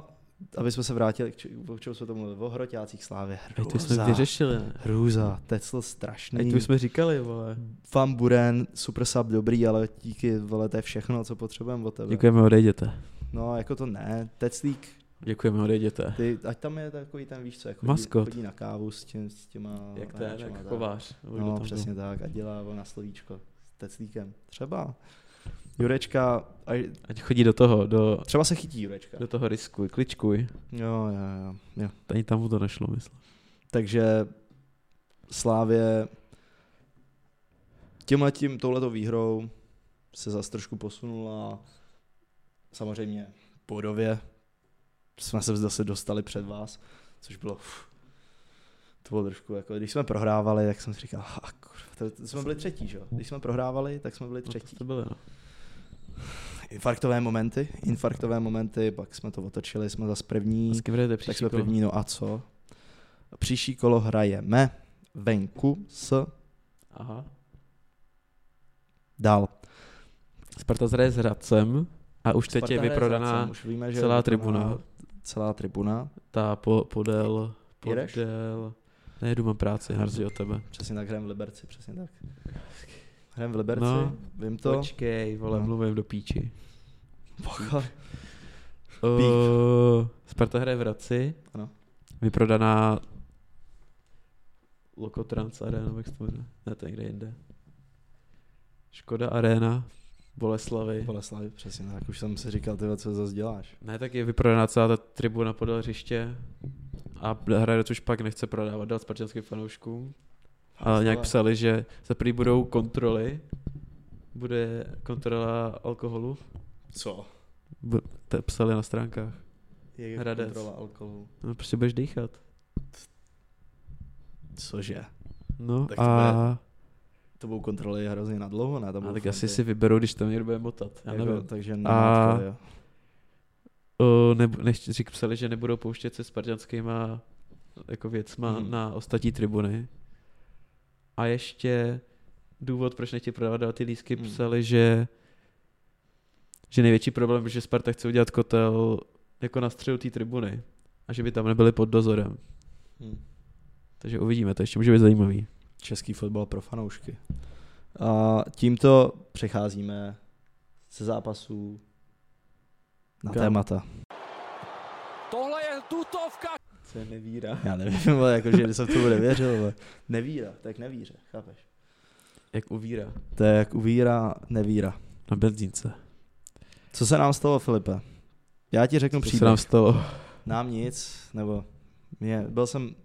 Speaker 2: aby jsme se vrátili, k či- o čem jsme to mluvili, o hroťácích slávy.
Speaker 5: Ej, to jsme
Speaker 2: Hrůza,
Speaker 5: vyřešili, ne?
Speaker 2: hrůza, tecl
Speaker 5: Ej,
Speaker 2: strašný.
Speaker 5: to jsme říkali, vole.
Speaker 2: Van Buren, super sub, dobrý, ale díky, vole, to je všechno, co potřebujeme od tebe.
Speaker 5: Děkujeme, odejděte.
Speaker 2: No, jako to ne, teclík,
Speaker 5: Děkujeme, odejděte.
Speaker 2: ty, ať tam je takový ten, víš co, jako chodí,
Speaker 5: Maskot.
Speaker 2: chodí na kávu s, tím, s těma...
Speaker 5: Jak to je,
Speaker 2: hráčema,
Speaker 5: tak
Speaker 2: tak.
Speaker 5: kovář. nebo kdo
Speaker 2: No,
Speaker 5: tam
Speaker 2: přesně tak, a dělá on na slovíčko s teclíkem. Třeba. Jurečka, až,
Speaker 5: byl. Ať chodí do toho, do,
Speaker 2: třeba se chytí Jurečka.
Speaker 5: do toho riskuj, kličkuj. No,
Speaker 2: Jo, jo, jo, jo.
Speaker 5: Ani tam mu to nešlo, myslím.
Speaker 2: Takže Slávě tímhle tím, touhletou výhrou se zase trošku posunula. Samozřejmě bodově jsme se zase dostali před vás, což bylo uf, to bylo trošku jako, když jsme prohrávali, tak jsem si říkal, a kurva, to, to jsme byli třetí, že? jo? Když jsme prohrávali, tak jsme byli
Speaker 5: No,
Speaker 2: třetí.
Speaker 5: to, to bylo, no.
Speaker 2: Infarktové momenty, infarktové momenty, pak jsme to otočili, jsme zase první.
Speaker 5: A S kým jdete
Speaker 2: Tak
Speaker 5: příští
Speaker 2: jsme
Speaker 5: kolo?
Speaker 2: první, no a co? Příští kolo hrajeme venku s
Speaker 5: Aha.
Speaker 2: dál.
Speaker 5: Sparta zraje s Hradcem a už teď
Speaker 2: Sparta
Speaker 5: je
Speaker 2: hraje s Hradcem,
Speaker 5: vyprodaná
Speaker 2: už víme, je
Speaker 5: celá
Speaker 2: vyprodaná
Speaker 5: tribuna.
Speaker 2: Celá tribuna,
Speaker 5: ta po, podél,
Speaker 2: Jedeš?
Speaker 5: podél. Nejedu, mám práci, harzy od tebe.
Speaker 2: přesně tak hrajeme v Liberci, přesně tak. Hrajeme v Liberci,
Speaker 5: No,
Speaker 2: vím to.
Speaker 5: Počkej, vole,
Speaker 2: No.
Speaker 5: mluvím do píči.
Speaker 2: Pochal.
Speaker 5: Uh, Sparta hraje v Hradci.
Speaker 2: Ano.
Speaker 5: Vyprodaná Lokotrans Arena, nebo jak se to jmenuje. Ne, to je někde jinde. Škoda Arena, Boleslavy.
Speaker 2: Boleslavy, přesně tak, už jsem si říkal, tyhle, co zase děláš.
Speaker 5: Ne, tak je vyprodaná celá ta tribuna podél hřiště. A Hradec už pak nechce prodávat dál spartanským fanouškům. Ale nějak psali, že za prý budou kontroly. Bude kontrola alkoholu.
Speaker 2: Co?
Speaker 5: Bu- to psali na stránkách.
Speaker 2: Jak je
Speaker 5: Hradec.
Speaker 2: kontrola alkoholu.
Speaker 5: No, prostě budeš dýchat.
Speaker 2: Cože?
Speaker 5: No
Speaker 2: Tak to
Speaker 5: a...
Speaker 2: To budou kontroly hrozně nadlouho, ne? Tam
Speaker 5: A
Speaker 2: budou
Speaker 5: tak
Speaker 2: fronty.
Speaker 5: asi si vyberou, když tam někdo bude motat. Já
Speaker 2: Jako,
Speaker 5: nevím.
Speaker 2: Takže
Speaker 5: A-
Speaker 2: nemátko, jo.
Speaker 5: O, ne, než řík, psali, že nebudou pouštět se spartanskýma jako věcma
Speaker 2: Mhm.
Speaker 5: hmm. na ostatní tribuny. A ještě důvod, proč nechtějí prodávat dál ty lísky,
Speaker 2: Mhm.
Speaker 5: hmm. psali, že že největší problém, že Sparta chce udělat kotel jako na středu té tribuny a že by tam nebyli pod dozorem.
Speaker 2: Hm.
Speaker 5: Takže uvidíme, to ještě může být zajímavý.
Speaker 2: Český fotbal pro fanoušky. A tímto přecházíme ze zápasů na
Speaker 5: Kam?
Speaker 2: témata.
Speaker 6: Tohle je tutovka.
Speaker 5: Co je nevíra.
Speaker 2: Já nevím, jako, ale jakože jsem tomu nevěřil. Ale. Nevíra, tak nevíře, chápeš?
Speaker 5: Jak uvíra.
Speaker 2: To je jak uvíra, nevíra.
Speaker 5: Na benzínce.
Speaker 2: Co se nám stalo, Filipe? Já ti řeknu
Speaker 1: Co se
Speaker 2: příběh.
Speaker 1: nám stalo?
Speaker 2: Nám nic, nebo mě, byl jsem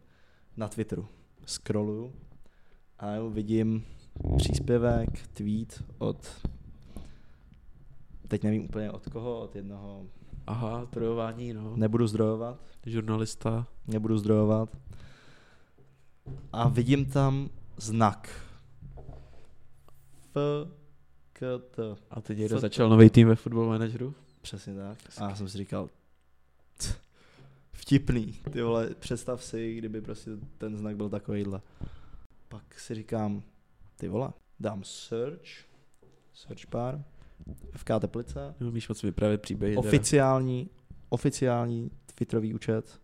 Speaker 2: na Twitteru, scrolluju a jo, vidím příspěvek, tweet od, teď nevím úplně od koho, od jednoho,
Speaker 1: Aha, trojování, no. Ne.
Speaker 2: Jako? nebudu zdrojovat,
Speaker 1: Žurnalista.
Speaker 2: nebudu zdrojovat. A vidím tam znak. F, k, t.
Speaker 1: A teď
Speaker 2: někdo
Speaker 1: někdo
Speaker 2: začal
Speaker 1: začal nový tým ve Football Manageru.
Speaker 2: Přesně tak. A já jsem si říkal, "Tch, vtipný, ty vole, představ si, kdyby prostě ten znak byl takovýhle. Pak si říkám, ty vole, dám search, search bar, FK Teplice,
Speaker 1: Neumíš moc vypravit příběhy. teda.
Speaker 2: oficiální, oficiální Twitterový účet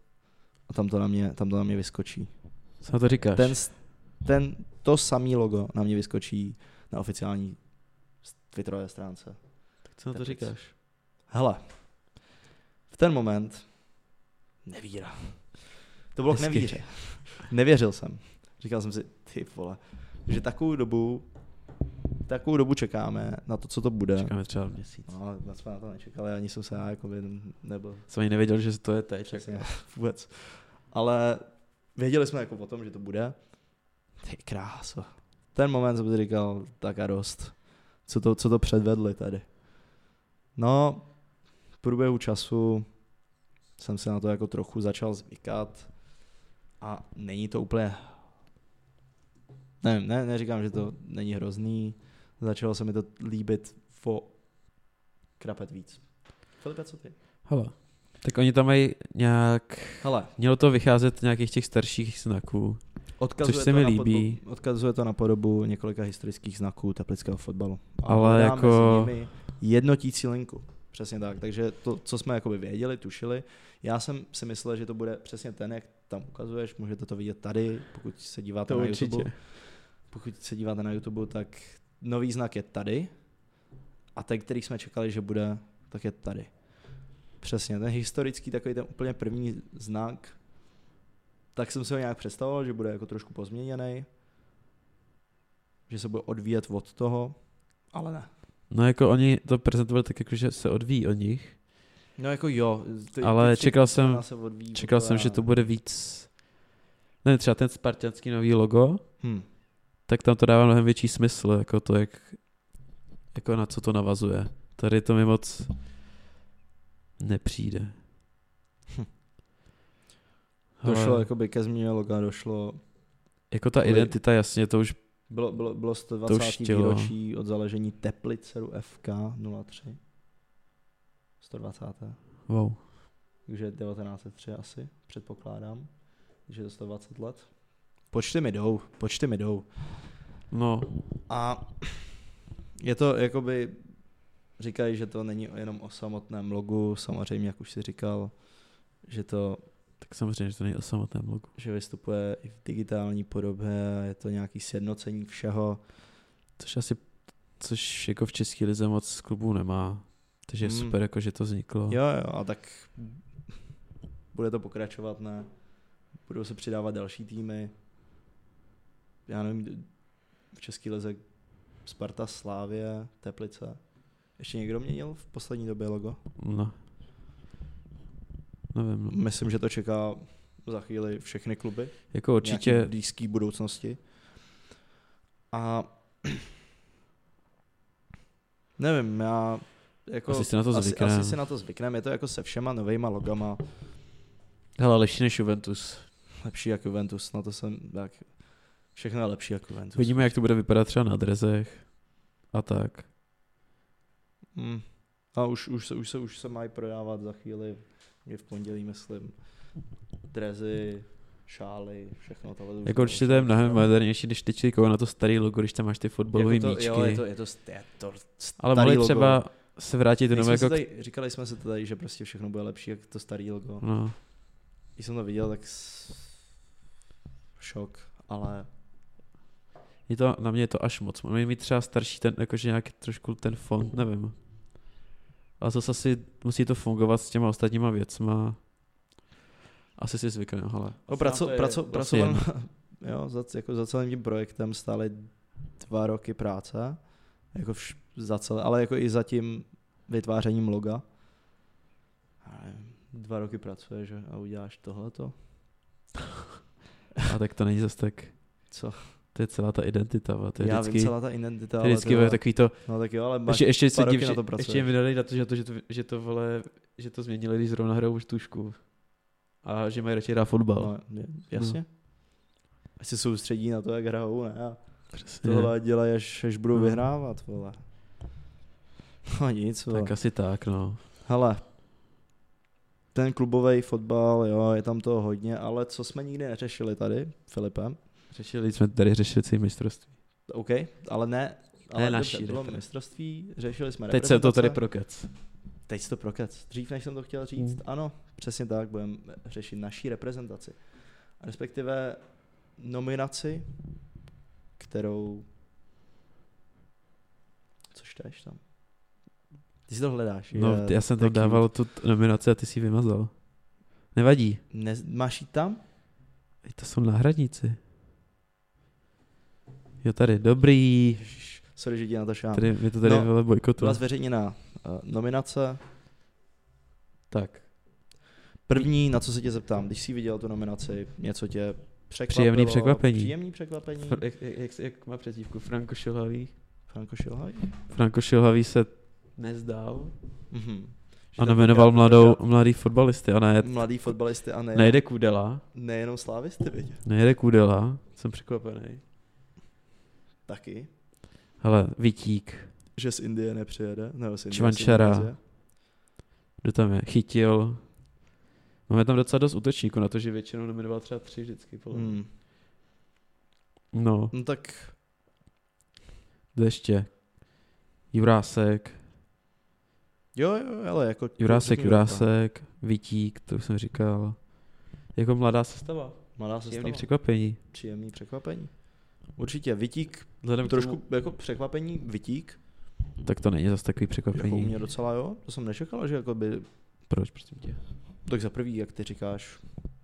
Speaker 2: a tam to na mě, tam to na mě vyskočí.
Speaker 1: Co na to říkáš?
Speaker 2: Ten, s- ten, to samý logo na mě vyskočí na oficiální s- Twitterové stránce.
Speaker 1: Co na to
Speaker 2: Teplic.
Speaker 1: říkáš?
Speaker 2: Hele, v ten moment nevíra. To bylo k
Speaker 1: Hezky.
Speaker 2: nevíře. Nevěřil jsem. Říkal jsem si, ty vole, že takovou dobu, takovou dobu čekáme na to, co to bude.
Speaker 1: Čekáme třeba měsíc.
Speaker 2: No, ale na jsme na to nečekali, ani jsem se já jako nebyl
Speaker 1: Jsem ani nevěděl, že to je teď.
Speaker 2: Přesně,
Speaker 1: jako.
Speaker 2: vůbec. Ale věděli jsme jako o tom, že to bude. Ty kráso. Ten moment jsem si říkal, tak a dost. Co to, co to předvedli tady? No, v průběhu času jsem se na to jako trochu začal zvykat a není to úplně... Ne, ne, neříkám, že to není hrozný. Začalo se mi to líbit o krapet víc. Filipe, co ty?
Speaker 1: Hele. Tak oni tam mají nějak...
Speaker 2: Hele,
Speaker 1: Mělo to vycházet nějakých těch starších znaků.
Speaker 2: Odkazuje
Speaker 1: Což se
Speaker 2: to
Speaker 1: mi
Speaker 2: na
Speaker 1: líbí.
Speaker 2: Podobu, odkazuje to na podobu několika historických znaků teplického fotbalu.
Speaker 1: Ale
Speaker 2: hledáme
Speaker 1: jako-
Speaker 2: s nimi jednotící linku. Přesně tak. Takže to, co jsme jakoby věděli, tušili. Já jsem si myslel, že to bude přesně ten, jak tam ukazuješ. Můžete to vidět tady, pokud se díváte na YouTube. Pokud se díváte na YouTube, tak nový znak je tady. A ten, který jsme čekali, že bude, tak je tady. Přesně, ten historický, takový ten úplně první znak, tak jsem si ho nějak představoval, že bude jako trošku pozměněný, že se bude odvíjet od toho, ale ne.
Speaker 1: No jako oni to prezentovali tak jako, že se odvíjí od nich.
Speaker 2: No jako jo. Ty,
Speaker 1: Ale
Speaker 2: tři
Speaker 1: čekal jsem-
Speaker 2: písmena se odvíjí
Speaker 1: Čekal
Speaker 2: od toho,
Speaker 1: jsem, že
Speaker 2: ale
Speaker 1: to
Speaker 2: ne.
Speaker 1: bude víc... Ne, třeba ten spartianský nový logo,
Speaker 2: Hm.
Speaker 1: tak tam to dává mnohem větší smysl, jako to, jak, jako na co to navazuje. Tady to mi moc nepřijde.
Speaker 2: Hm. jako
Speaker 1: Hele,
Speaker 2: Došlo jakoby ke změně loga, došlo,
Speaker 1: jako ta
Speaker 2: ale-
Speaker 1: identita, jasně, to už
Speaker 2: bylo, bylo, bylo
Speaker 1: už
Speaker 2: 120.
Speaker 1: chtělo.
Speaker 2: výročí od založení Tepliceru FK 03. 120.
Speaker 1: wow.
Speaker 2: Takže 1903 asi, předpokládám. Takže je to 120 let. Počty mi jdou, počty mi jdou.
Speaker 1: No,
Speaker 2: A je to jakoby, říkají, že to není jenom o samotném logu, samozřejmě, jak už si říkal, že to,
Speaker 1: tak samozřejmě, že to není o samotném logu.
Speaker 2: že vystupuje i v digitální podobě, je to nějaký sjednocení všeho.
Speaker 1: Což asi, což jako v České lize moc klubů nemá. Takže je
Speaker 2: Hmm.
Speaker 1: super, jako, že to vzniklo.
Speaker 2: Jo, jo, a tak bude to pokračovat, ne? Budou se přidávat další týmy. Já nevím, v České lize Sparta, Slávě, Teplice. Ještě někdo měnil v poslední době logo?
Speaker 1: No. Nevím, no.
Speaker 2: Myslím, že to čeká za chvíli všechny kluby.
Speaker 1: Jako určitě,
Speaker 2: blízké budoucnosti. A nevím, já jako,
Speaker 1: Asi si na to
Speaker 2: asi,
Speaker 1: zvyknem.
Speaker 2: asi si na to zvyknem. Je to jako se všema novejma logama
Speaker 1: hele, lepší než Juventus.
Speaker 2: lepší jak Juventus, na to jsem tak všechno je lepší jak Juventus.
Speaker 1: Vidíme, jak to bude vypadat třeba na drezech a tak.
Speaker 2: Mm. A už, už, se, už, se, už se mají prodávat za chvíli, je v pondělí, myslím, drezy, šály, všechno tohle. už
Speaker 1: Jako určitě to je mnohem modernější, když ty čili na to starý logo, když tam máš ty fotbalové
Speaker 2: Jako to,
Speaker 1: míčky.
Speaker 2: Jo, je to, je to, st- je to
Speaker 1: Ale
Speaker 2: starý
Speaker 1: mohli
Speaker 2: logo.
Speaker 1: třeba se vrátit
Speaker 2: Nejsme
Speaker 1: jenom
Speaker 2: si
Speaker 1: jako... Tady...
Speaker 2: tady, říkali jsme si to tady, že prostě všechno bude lepší, jak to starý logo.
Speaker 1: No,
Speaker 2: Když jsem to viděl, tak s... šok, ale
Speaker 1: je to, na mě je to až moc. Mají mít třeba starší ten, jakože nějaký trošku ten fond, nevím. Ale zase asi musí to fungovat s těma ostatníma věcma. Asi si zvykne, ale
Speaker 2: no, praco,
Speaker 4: to je
Speaker 2: praco,
Speaker 4: vlastně
Speaker 2: pracoval, jo, za, jako za celým tím projektem stály dva roky práce, jako vš, za celé, ale jako i za tím vytvářením loga. Já nevím, Dva roky pracuješ že? a uděláš tohleto.
Speaker 1: A tak to není zas tak...
Speaker 2: Co?
Speaker 1: To je celá ta identita, va, to je
Speaker 2: Já
Speaker 1: vždycky...
Speaker 2: vím, celá ta identita,
Speaker 1: to je vždycky
Speaker 2: ale
Speaker 1: vole,
Speaker 2: tak...
Speaker 1: takový to,
Speaker 2: No tak jo, ale máš
Speaker 1: ještě, ještě, se
Speaker 2: pár roky
Speaker 1: div,
Speaker 2: na to
Speaker 1: že,
Speaker 2: pracuješ.
Speaker 1: ještě jim vydali na to, že to, že to, že to vole, že to změnili, když zrovna hrajou už tušku. A že mají radši hrát fotbal.
Speaker 2: No, je- jasně. No. Ať se soustředí na to, jak hrajou, ne? A
Speaker 1: Přesně.
Speaker 2: tohle dělají, až, až budou
Speaker 1: No.
Speaker 2: vyhrávat, vole. No nic, vole.
Speaker 1: Tak asi tak, no.
Speaker 2: Hele, ten klubový fotbal, jo, je tam toho hodně, ale co jsme nikdy neřešili tady, Filipe,
Speaker 1: Řešili jsme tady řešili mistrovství.
Speaker 2: OK, ale ne, ale
Speaker 1: naší
Speaker 2: dobře, bylo
Speaker 1: reprezentace.
Speaker 2: mistrovství, řešili jsme
Speaker 1: Teď se to tady
Speaker 2: reprezentace.
Speaker 1: prokec.
Speaker 2: Teď jsi to prokec. Dřív, než jsem to chtěl říct,
Speaker 1: Mm.
Speaker 2: ano, přesně tak, budeme řešit naší reprezentaci. Respektive nominaci, kterou... Co čteš tam? Ty si to hledáš.
Speaker 1: No,
Speaker 2: je-
Speaker 1: já jsem
Speaker 2: to je
Speaker 1: tam
Speaker 2: cute.
Speaker 1: dával tu t- nominaci a ty si ji vymazal. Nevadí,
Speaker 2: Ne, máš jít tam?
Speaker 1: to jsou náhradníci. Jo, tady, dobrý.
Speaker 2: Ježiš, sorry, že ti na to šám.
Speaker 1: Tady, my to tady
Speaker 2: No,
Speaker 1: no,
Speaker 2: Byla
Speaker 1: bojkotu.
Speaker 2: zveřejněná eh, nominace.
Speaker 1: Tak,
Speaker 2: První, na co se tě zeptám, když jsi viděl tu nominaci, něco tě překvapilo.
Speaker 1: Příjemný překvapení.
Speaker 2: Příjemný překvapení.
Speaker 1: Fr- jak, jak, jak, jak má přezdívku? Franko Šilhavý?
Speaker 2: Franko Šilhaj?
Speaker 1: Franko Šilhavý se nezdál
Speaker 2: Mhm. Že
Speaker 1: a
Speaker 2: tam
Speaker 1: nominoval
Speaker 2: tenkrát
Speaker 1: mladou, mladý fotbalisty a ne,
Speaker 2: Mladý fotbalisty a ne,
Speaker 1: nejde Kudela,
Speaker 2: nejenom slávisty, vidět.
Speaker 1: nejde Kudela, jsem překvapený.
Speaker 2: Taky,
Speaker 1: Hele, Vitík,
Speaker 2: že z Indie nepřijede. Nebo z Indie,
Speaker 1: Čvančara.
Speaker 2: z Indonésie.
Speaker 1: kdo tam je, chytil. Máme tam docela dost útočníků na to, že většinou nominoval třeba tři vždycky. Podle. mě.
Speaker 2: Hmm.
Speaker 1: No,
Speaker 2: No tak
Speaker 1: jde ještě. Jurásek,
Speaker 2: jo, jo, ale jako...
Speaker 1: Jurásek,
Speaker 2: řekni mi
Speaker 1: Jurásek, Vitík, to už jsem říkal. Jako mladá sestava,
Speaker 2: to. Mladá se
Speaker 1: příjemný
Speaker 2: stala.
Speaker 1: překvapení.
Speaker 2: Příjemný překvapení. Určitě, Vitík,
Speaker 1: Vzhledem k
Speaker 2: trošku
Speaker 1: tomu,
Speaker 2: jako překvapení, Vitík,
Speaker 1: tak to není zase takový
Speaker 2: jako u
Speaker 1: překvapení.
Speaker 2: mě docela jo, to jsem nečekal, že jako by
Speaker 1: Proč, prosím tě?
Speaker 2: Tak za prvý, jak ty říkáš,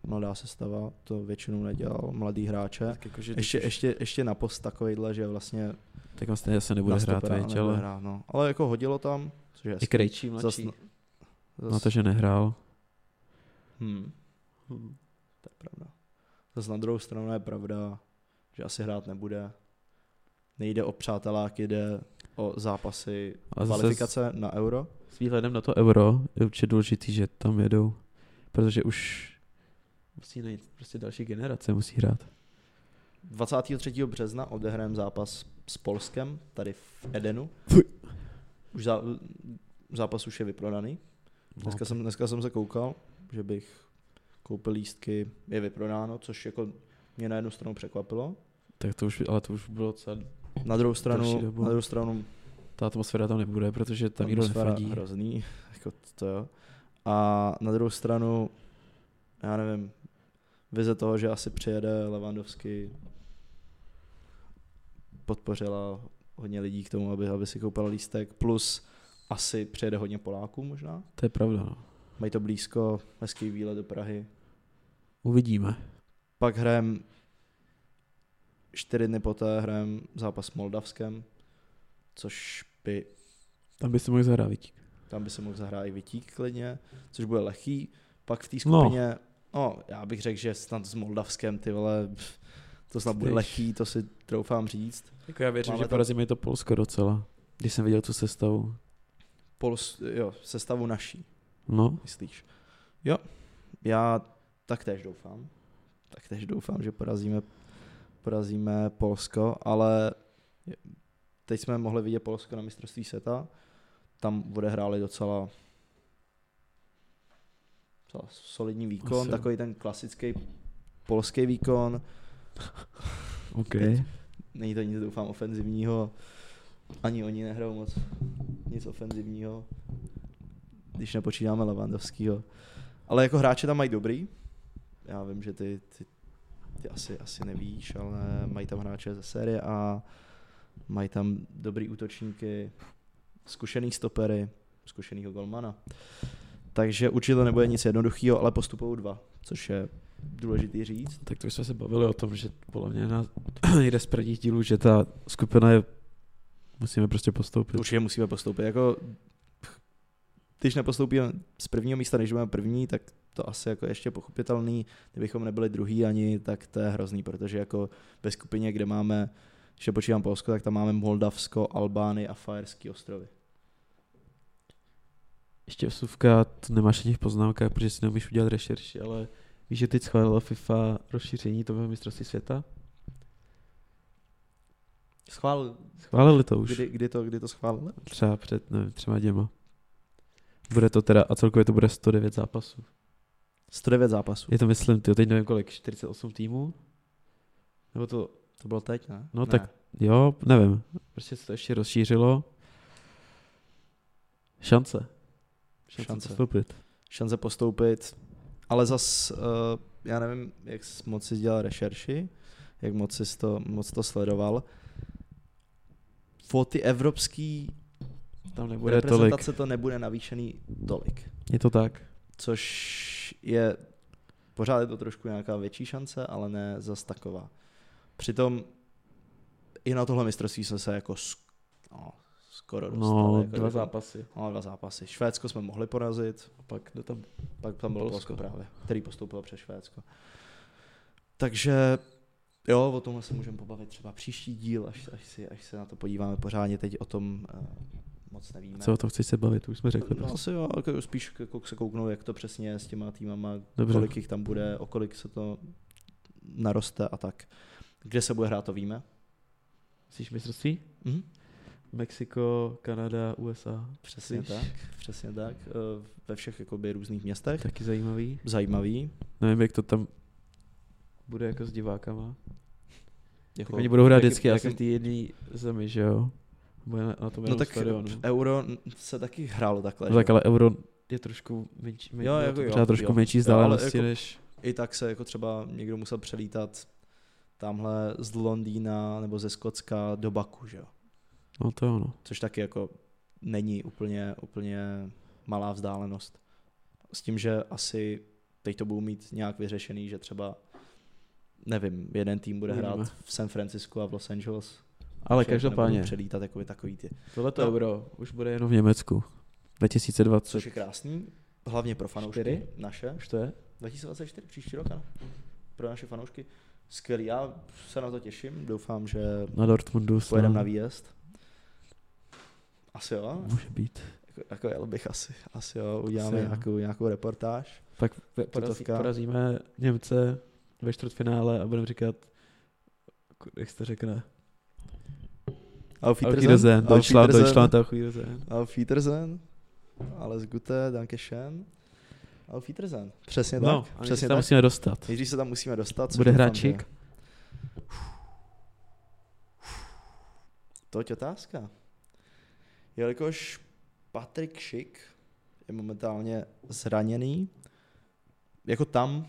Speaker 2: mladá sestava, to většinou nedělal mladý hráče.
Speaker 1: Tak jakože,
Speaker 2: Ještě, ještě, ještě na post takovejhle, že vlastně
Speaker 1: Tak on stejně se nebude
Speaker 2: na
Speaker 1: hrát,
Speaker 2: stopera
Speaker 1: věď,
Speaker 2: nebude
Speaker 1: ale...
Speaker 2: hrát, no. ale jako hodilo tam, což je
Speaker 1: I
Speaker 2: hezký.
Speaker 1: Krejčí
Speaker 2: Zas-
Speaker 1: mladší.
Speaker 2: Zas,
Speaker 1: Na to, že nehrál.
Speaker 2: hmm, to je pravda. Zase na druhou stranu je pravda, že asi hrát nebude. Nejde o přáteláky, jde o zápasy
Speaker 1: A zase
Speaker 2: kvalifikace na euro.
Speaker 1: S výhledem na to euro je určitě důležitý, že tam jedou, protože už musí najít prostě další generace, musí hrát.
Speaker 2: 23. března odehrajeme zápas s Polskem, tady v Edenu.
Speaker 1: Fuj.
Speaker 2: Už zá, zápas už je vyprodaný.
Speaker 1: No.
Speaker 2: Dneska, jsem, dneska jsem se koukal, že bych koupil lístky, je vyprodáno, což jako mě na jednu stranu překvapilo.
Speaker 1: Tak to už, ale to už bylo docela,
Speaker 2: Na druhou stranu,
Speaker 1: Další dobu.
Speaker 2: na druhou stranu
Speaker 1: ta atmosféra tam nebude, protože tam nikdo
Speaker 2: atmosféra
Speaker 1: nefandí.
Speaker 2: hrozný, jako to jo. A na druhou stranu, já nevím, vize toho, že asi přijede Levandovský, podpořila hodně lidí k tomu, aby, aby si koupil lístek, plus asi přijede hodně Poláků možná.
Speaker 1: To je pravda, no.
Speaker 2: Mají to blízko, hezký výlet do Prahy.
Speaker 1: Uvidíme.
Speaker 2: Pak hrajem čtyři dny poté hrajem zápas s Moldavskem, což by
Speaker 1: Tam by se mohl zahrát Vítík.
Speaker 2: Tam by se mohl zahrát i Vitík klidně, což bude lehký. Pak v té skupině, no. no. já bych řekl, že snad s Moldavskem, ty vole, pff, to snad bude
Speaker 1: Tyž.
Speaker 2: lehký, to si troufám říct.
Speaker 1: Jako já věřím,
Speaker 2: Máme
Speaker 1: že
Speaker 2: tam-
Speaker 1: porazíme i to Polsko docela, když jsem viděl tu sestavu.
Speaker 2: Pols, jo, sestavu naší,
Speaker 1: No,
Speaker 2: myslíš? Jo, já taktéž doufám. Taktéž doufám, že porazíme, porazíme Polsko, ale teď jsme mohli vidět Polsko na mistrovství světa. Tam odehráli docela, docela solidní výkon,
Speaker 1: Asi
Speaker 2: Asi.
Speaker 1: jo.
Speaker 2: takový ten klasický polský výkon.
Speaker 1: OK.
Speaker 2: Není to nic, doufám, ofenzivního. Ani oni nehrajou moc nic ofenzivního, když nepočítáme Levandovského. Ale jako hráče tam mají dobrý. Já vím, že ty, ty, ty asi, asi nevíš, ale mají tam hráče ze série a mají tam dobrý útočníky, zkušený stopery, zkušenýho golmana. Takže určitě to nebude nic jednoduchého, ale postupují dva, což je důležitý říct.
Speaker 1: Tak to už jsme se bavili o tom, že podle mě na jde z prvních dílů, že ta skupina je musíme prostě postoupit.
Speaker 2: Určitě musíme postoupit. Jako když nepostoupíme z prvního místa, než budeme první, tak to asi jako ještě pochopitelný. Kdybychom nebyli druhý ani, tak to je hrozný, protože jako ve skupině, kde máme, když je počítám Polsko, tak tam máme Moldavsko, Albány a Fajerské ostrovy.
Speaker 1: Ještě osuvka, to nemáš ani v poznámkách, protože si neumíš udělat rešerši, ale víš, že teď schválila FIFA rozšíření toho mistrovství světa?
Speaker 2: Schvál,
Speaker 1: Schválili to už,
Speaker 2: kdy, kdy, to, kdy to schválili?
Speaker 1: třeba před nevím, třema děma. Bude to teda, a celkově to bude 109 zápasů.
Speaker 2: 109 zápasů.
Speaker 1: Je to myslím, ty teď nevím kolik, 48 týmů? Nebo to,
Speaker 2: To bylo teď, ne?
Speaker 1: No
Speaker 2: ne.
Speaker 1: tak- jo, nevím, prostě se to ještě rozšířilo. Šance. Šance,
Speaker 2: Šance.
Speaker 1: postoupit.
Speaker 2: šance postoupit, ale zas, uh, já nevím, jak jsi moc si dělal rešerši, jak moc jsi to, moc to sledoval. O ty evropský
Speaker 1: Tam nebude
Speaker 2: bude
Speaker 1: tolik.
Speaker 2: reprezentace tolik. to nebude navýšený tolik,
Speaker 1: Je to tak.
Speaker 2: což je pořád je to trošku nějaká větší šance, ale ne zas taková. Přitom i na tohle mistrovství jsme se jako sk- no, skoro dostali.
Speaker 1: No,
Speaker 2: jako
Speaker 1: dva
Speaker 2: do-
Speaker 1: zápasy.
Speaker 2: No, dva zápasy. Švédsko jsme mohli porazit,
Speaker 1: A pak jde tam
Speaker 2: Pak tam bylo
Speaker 1: Polsko.
Speaker 2: Polsko, právě, který postoupil přes Švédsko. Takže jo, o tomhle se můžeme pobavit třeba příští díl, až, až, si, až se na to podíváme pořádně. Teď o tom uh, moc nevíme.
Speaker 1: Co o tom chceš se bavit, už jsme řekli.
Speaker 2: No,
Speaker 1: No.
Speaker 2: asi jo, jako spíš jako se kouknou, jak to přesně je s těma týmama,
Speaker 1: Dobře.
Speaker 2: Dobře. kolik jich tam bude, o kolik se to naroste a tak. Kde se bude hrát, to víme.
Speaker 1: Myslíš mistrovství?
Speaker 2: Mhm.
Speaker 1: Mexiko, Kanada, USA.
Speaker 2: Přesně
Speaker 1: Myslíš?
Speaker 2: tak, přesně tak. eh, Ve všech jakoby, různých městech.
Speaker 1: Taky zajímavý.
Speaker 2: Zajímavý.
Speaker 1: Nevím, jak to tam bude jako s divákama.
Speaker 2: Jako,
Speaker 1: Tak oni budou hrát
Speaker 2: jaký-
Speaker 1: vždycky asi
Speaker 2: jaký-
Speaker 1: v té jedné zemi, že jo? Bude na, na tom
Speaker 2: No
Speaker 1: jednom
Speaker 2: tak
Speaker 1: stadionu.
Speaker 2: euro se taky hrálo takhle.
Speaker 1: No
Speaker 2: že
Speaker 1: tak
Speaker 2: jo?
Speaker 1: ale euro je trošku menší, menší
Speaker 2: Jo,
Speaker 1: jo,
Speaker 2: jako
Speaker 1: jako
Speaker 2: jo,
Speaker 1: jo, trošku jo,
Speaker 2: jo.
Speaker 1: menší
Speaker 2: Jo,
Speaker 1: vzdálenosti,
Speaker 2: ale jako-
Speaker 1: než
Speaker 2: I tak se jako třeba někdo musel přelítat tamhle z Londýna nebo ze Skotska do Baku, že jo?
Speaker 1: no to ono.
Speaker 2: Což taky jako není úplně, úplně malá vzdálenost. S tím, že asi teď to budou mít nějak vyřešený, že třeba nevím, jeden tým bude
Speaker 1: Uvidíme.
Speaker 2: hrát v San Francisco a v Los Angeles.
Speaker 1: Ale
Speaker 2: že nebudou
Speaker 1: každopádně,
Speaker 2: přelítat jako takový ty.
Speaker 1: tohle
Speaker 2: No.
Speaker 1: euro už bude jenom v Německu. 2020.
Speaker 2: Což je krásný, hlavně pro fanoušky
Speaker 1: Čtyři?
Speaker 2: naše.
Speaker 1: Už to je?
Speaker 2: 2024, příští rok, ano. Pro naše fanoušky. Skvělý, já se na to těším, doufám, že
Speaker 1: Na Dortmundu snad.
Speaker 2: pojedeme na výjezd. Asi jo,
Speaker 1: Může být.
Speaker 2: jako, jako jel bych asi, asi jo, uděláme
Speaker 1: Asi jo.
Speaker 2: nějakou, nějakou reportáž.
Speaker 1: Pak ve- porazí,
Speaker 2: Tutovka.
Speaker 1: porazíme Němce ve čtvrtfinále a budeme říkat, ku- jak se to řekne,
Speaker 2: Auf
Speaker 1: Auf Wiedersehen,
Speaker 2: Auf
Speaker 1: Deutschland,
Speaker 2: Wiedersehen,
Speaker 1: Deutschland, Auf Wiedersehen.
Speaker 2: Auf Wiedersehen, alles Gute, danke schön. Auf Wiedersehen. Přesně
Speaker 1: No,
Speaker 2: tak,
Speaker 1: ale
Speaker 2: přesně
Speaker 1: přesně tam
Speaker 2: tak.
Speaker 1: musíme dostat.
Speaker 2: Nejdřív se tam musíme dostat. což
Speaker 1: Bude
Speaker 2: doufám,
Speaker 1: hrát
Speaker 2: že-
Speaker 1: Čik?
Speaker 2: To je otázka. Jelikož Patrik Šik je momentálně zraněný, jako tam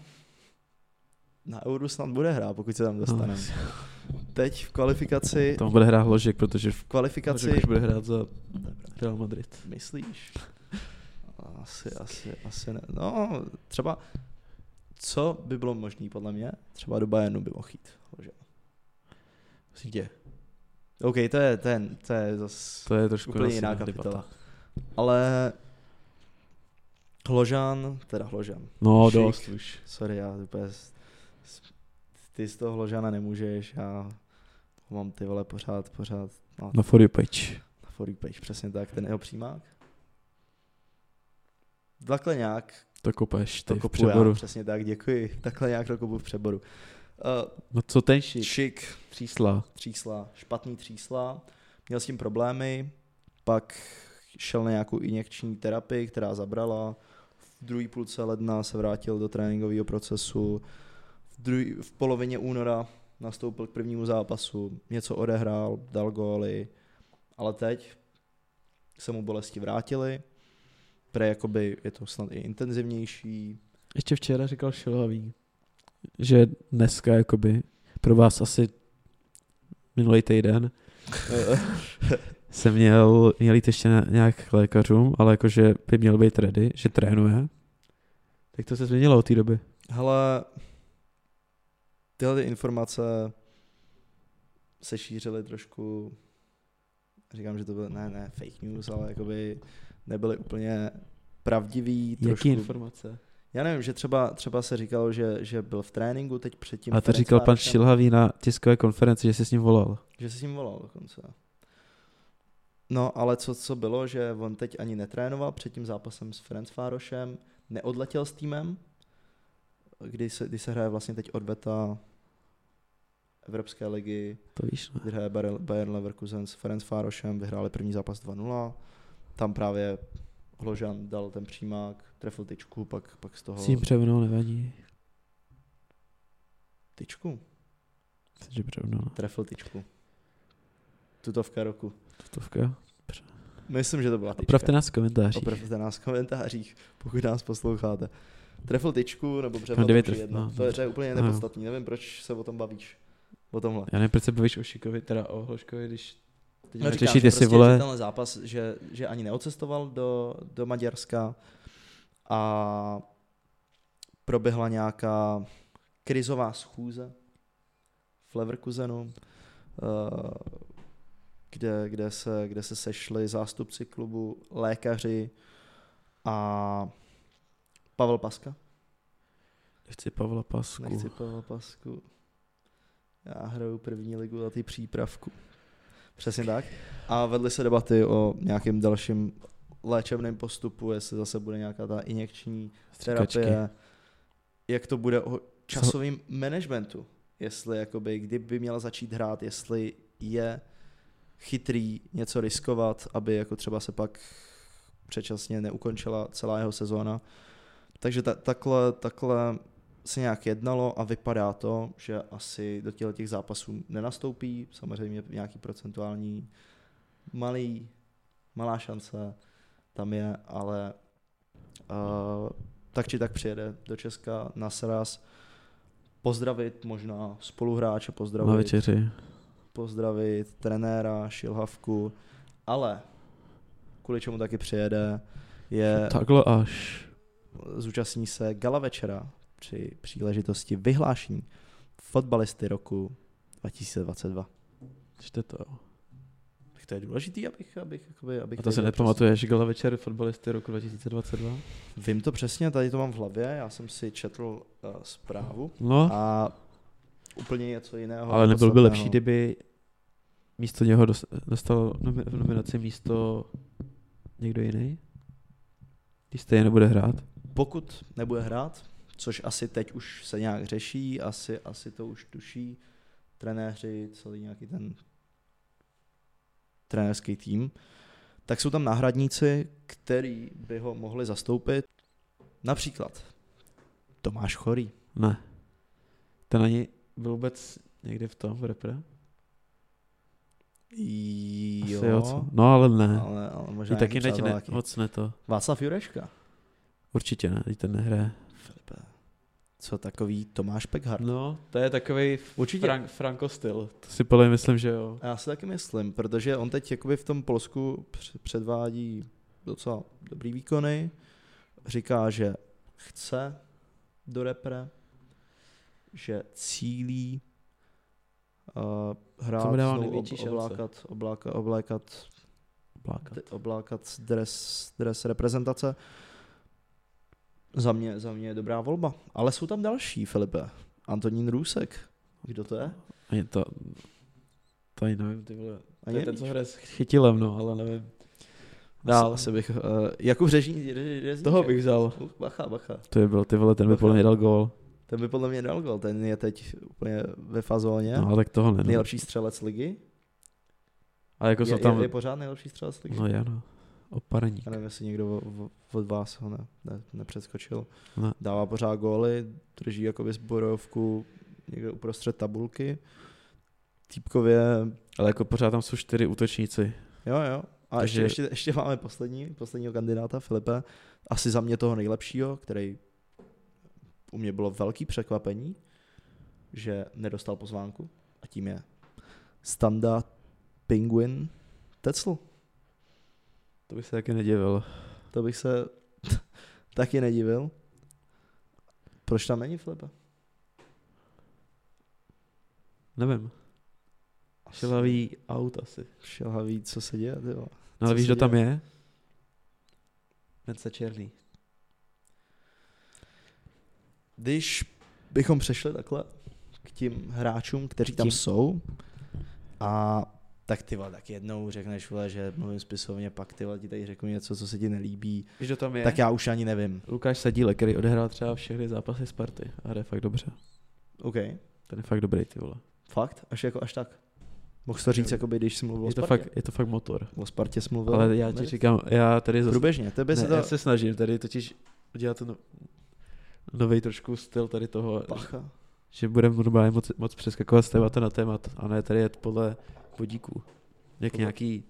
Speaker 2: na Euro snad bude hrát, pokud se tam dostane.
Speaker 1: asi.
Speaker 2: Teď v kvalifikaci,
Speaker 1: Tam bude hrát Hložek, protože v
Speaker 2: v kvalifikaci,
Speaker 1: Hložek už bude hrát za Real Madrid.
Speaker 2: myslíš? Asi, asi, asi ne. No, třeba, co by bylo možné podle mě? Třeba do Bayernu by mohl jít. Hložek.
Speaker 1: Určitě.
Speaker 2: OK, to je, to je, to je zase...
Speaker 1: To je trošku
Speaker 2: Úplně
Speaker 1: asi
Speaker 2: jiná
Speaker 1: jiná
Speaker 2: kapitola.
Speaker 1: debata.
Speaker 2: Ale Hložan, teda Hložan,
Speaker 1: No,
Speaker 2: Šik.
Speaker 1: dost už.
Speaker 2: sorry, já úplně, s- s- ty z toho Hložana nemůžeš, já ho mám ty vole pořád, pořád
Speaker 1: Na for you page.
Speaker 2: na for you page, přesně tak, ten jeho přímák. Takhle nějak
Speaker 1: To kopeš,
Speaker 2: to
Speaker 1: ty v
Speaker 2: kopu
Speaker 1: přeboru.
Speaker 2: já, přesně tak, děkuji, takhle nějak to kopu v přeboru.
Speaker 1: No co ten
Speaker 2: Uh,
Speaker 1: šik?
Speaker 2: šik,
Speaker 1: Třísla.
Speaker 2: třísla, špatný třísla, měl s tím problémy, pak šel na nějakou injekční terapii, která zabrala. V druhé půlce ledna se vrátil do tréninkového procesu. V, druhý, v polovině února nastoupil k prvnímu zápasu, něco odehrál, dal góly, ale teď se mu bolesti vrátily. Pre jakoby je to snad i intenzivnější.
Speaker 1: Ještě včera říkal Šilavý, že dneska jakoby pro vás asi minulý týden jsem měl, měl jít ještě na- nějak k lékařům, ale jakože by měl být ready, že trénuje. Tak to se změnilo od té doby.
Speaker 2: Hele, tyhle ty informace se šířily trošku, říkám, že to byly, ne, ne, fake news, ale jakoby nebyly úplně pravdivý
Speaker 1: Jaký
Speaker 2: trošku.
Speaker 1: informace?
Speaker 2: Já nevím, že třeba, třeba se říkalo, že, že byl v tréninku teď předtím.
Speaker 1: A to
Speaker 2: Ferenc
Speaker 1: říkal pan
Speaker 2: Várešem,
Speaker 1: Šilhavý na tiskové konferenci, že se s ním volal.
Speaker 2: Že se s ním volal dokonce. No, ale co, co bylo, že on teď ani netrénoval před tím zápasem s Ferenc Fárošem, neodletěl s týmem, kdy se, kdy se hraje vlastně teď odveta Evropské ligy,
Speaker 1: To víš, no.
Speaker 2: kdy hraje Bayer- Bayern Leverkusen s Ferenc Fárošem, vyhráli první zápas 2-0, tam právě Hložan dal ten přímák, trefil tyčku, pak, pak z toho...
Speaker 1: S ním převnou nevadí.
Speaker 2: Tyčku?
Speaker 1: Myslím, že převnou, no.
Speaker 2: Trefil tyčku. Tutovka roku.
Speaker 1: Tutovka.
Speaker 2: Myslím, že to byla tyčka.
Speaker 1: Opravte nás v komentářích.
Speaker 2: Opravte nás v komentářích, pokud nás posloucháte. Trefil tyčku nebo
Speaker 1: No,
Speaker 2: břevno,
Speaker 1: kdyby
Speaker 2: to už je
Speaker 1: tref-
Speaker 2: jedno.
Speaker 1: no.
Speaker 2: To je, to je úplně
Speaker 1: Ano.
Speaker 2: nepodstatný. Nevím, proč se o tom bavíš. O tomhle.
Speaker 1: Já nevím, proč se bavíš o Šikovi, teda o Hloškovi, když teď
Speaker 2: No,
Speaker 1: no,
Speaker 2: říkám,
Speaker 1: řešit,
Speaker 2: že
Speaker 1: jestli
Speaker 2: prostě,
Speaker 1: vole...
Speaker 2: že tenhle zápas, že, že ani neocestoval do, do Maďarska a proběhla nějaká krizová schůze v Leverkusenu, eh, kde, kde, se, kde se sešli zástupci klubu, lékaři a Pavel Paska.
Speaker 1: Nechci Pavla Pasku.
Speaker 2: Nechci Pavla Pasku. Já hraju první ligu za ty přípravku. Přesně tak. A vedly se debaty o nějakém dalším léčebném postupu, jestli zase bude nějaká ta injekční
Speaker 1: Stříkačky.
Speaker 2: terapie, jak to bude o časovém managementu, jestli jakoby, kdyby měl začít hrát, jestli je chytrý něco riskovat, aby jako třeba se pak předčasně neukončila celá jeho sezóna. Takže ta, takhle, takhle se nějak jednalo a vypadá to, že asi do těchto těch zápasů nenastoupí, samozřejmě nějaký procentuální malý, malá šance tam je, ale uh, tak či tak přijede do Česka na sraz pozdravit možná spoluhráče,
Speaker 1: Na
Speaker 2: pozdravit
Speaker 1: večeři.
Speaker 2: pozdravit trenéra, šilhavku, ale kvůli čemu taky přijede, je
Speaker 1: Takhle až.
Speaker 2: zúčastní se gala večera při příležitosti vyhlášení fotbalisty roku 2022.
Speaker 1: Čte to.
Speaker 2: Tak to je důležitý, abych, abych, jakoby, abych
Speaker 1: A to se
Speaker 2: věděl
Speaker 1: nepamatuješ, gala večer fotbalisty roku 2022?
Speaker 2: přesně. Vím to přesně, tady to mám v hlavě, já jsem si četl uh, zprávu
Speaker 1: No,
Speaker 2: a úplně něco jiného.
Speaker 1: ale nebyl by
Speaker 2: podstatného.
Speaker 1: lepší, kdyby místo něho dos- dostal nomi- v nominaci místo někdo jiný? Když stejně nebude hrát?
Speaker 2: Pokud nebude hrát, což asi teď už se nějak řeší, asi, asi to už tuší trenéři, celý nějaký ten trenérský tým, tak jsou tam náhradníci, který by ho mohli zastoupit. Například Tomáš Chorý.
Speaker 1: Ne. Ten ani byl vůbec někdy v tom, v repre? Asi
Speaker 2: Jo,
Speaker 1: co? No ale ne. Ale
Speaker 2: ale, ale možná
Speaker 1: I taky
Speaker 2: nějaký
Speaker 1: ne, ne,
Speaker 2: přáteláky.
Speaker 1: moc ne to.
Speaker 2: Václav Jureška.
Speaker 1: Určitě ne, teď ten nehraje.
Speaker 2: Filipe, co takový Tomáš Pekhart?
Speaker 1: No, to je takový
Speaker 2: Určitě.
Speaker 1: Frank, Franco styl. To si podle mě myslím, že jo.
Speaker 2: A Já si taky myslím, protože on teď jakoby v tom Polsku př- předvádí docela dobrý výkony. Říká, že chce do repre, že cílí uh,
Speaker 1: To
Speaker 2: hrát,
Speaker 1: mu dává
Speaker 2: znovu
Speaker 1: největší šance.
Speaker 2: oblákat, obláka, oblékat,
Speaker 1: Blákat.
Speaker 2: oblákat dres, dres reprezentace. Za mě, za mě je dobrá volba. Ale jsou tam další, Filipe. Antonín Růsek. Kdo to
Speaker 1: No,
Speaker 2: je?
Speaker 1: Ani to... To ani nevím, ty vole. To
Speaker 2: Ani
Speaker 1: je ten,
Speaker 2: nevíš.
Speaker 1: co hraje s chytilem, no, ale nevím.
Speaker 2: Dál.
Speaker 1: Dál. eh,
Speaker 2: Asi, asi bych, uh, Jakub Řežní, Řežní, Řežní,
Speaker 1: Toho bych vzal.
Speaker 2: Uh, Bacha, bacha.
Speaker 1: To je byl, ty vole, ten by podle mě dal gól.
Speaker 2: Ten by podle mě dal gol, ten je teď úplně ve fazóně.
Speaker 1: No, ale tak toho ne. No.
Speaker 2: nejlepší střelec ligy.
Speaker 1: Ale jako
Speaker 2: je,
Speaker 1: jsou tam...
Speaker 2: je, je pořád nejlepší střelec ligy.
Speaker 1: No já no. Opareník.
Speaker 2: Já nevím, jestli někdo o- o- od vás ho ne, ne, nepřeskočil.
Speaker 1: Ne.
Speaker 2: Dává pořád góly, drží jakoby zborojovku někde uprostřed tabulky. Týpkově,
Speaker 1: Ale jako pořád tam jsou čtyři útočníci.
Speaker 2: jo, jo. A
Speaker 1: Takže-
Speaker 2: ještě, ještě, ještě máme poslední, posledního kandidáta, Filipe. Asi za mě toho nejlepšího, který u mě bylo velký překvapení, že nedostal pozvánku a tím je Standa Penguin Tecl.
Speaker 1: To bych se taky nedivil.
Speaker 2: To bych se taky nedivil. Proč tam není Filipe?
Speaker 1: Nevím. Šelavý aut asi.
Speaker 2: Šelhavý, co se děje, ty vole.
Speaker 1: No ale
Speaker 2: Co
Speaker 1: víš,
Speaker 2: se
Speaker 1: kdo tam je? Vence Černý.
Speaker 2: Když bychom přešli takhle k tím hráčům, kteří tam
Speaker 1: tím.
Speaker 2: jsou, a tak ty vole, tak jednou řekneš, vole, že mluvím spisovně, pak ty vole, ti tady řeknu něco, co se ti nelíbí,
Speaker 1: Když to tam je.
Speaker 2: tak já už ani nevím.
Speaker 1: Lukáš Sadílek, který odehrál třeba všechny zápasy Sparty a hraje fakt dobře.
Speaker 2: OK,
Speaker 1: Ten je fakt dobrý, ty vole.
Speaker 2: fakt? Až jako až tak? Mohl jsi to říct, jakoby, když jsi mluvil o
Speaker 1: Je to,
Speaker 2: Spartě?
Speaker 1: fakt, je to fakt motor.
Speaker 2: O Spartě jsi mluvil.
Speaker 1: Ale já ti
Speaker 2: Ne?
Speaker 1: říkám, já tady zase
Speaker 2: Průběžně, tebe se
Speaker 1: ne,
Speaker 2: to...
Speaker 1: já se snažím tady totiž dělat ten nový trošku styl tady toho,
Speaker 2: Pacha.
Speaker 1: že budeme normálně moc, moc přeskakovat z témata na témat a ne tady jet podle vodíků. Jak
Speaker 2: Podle
Speaker 1: nějaký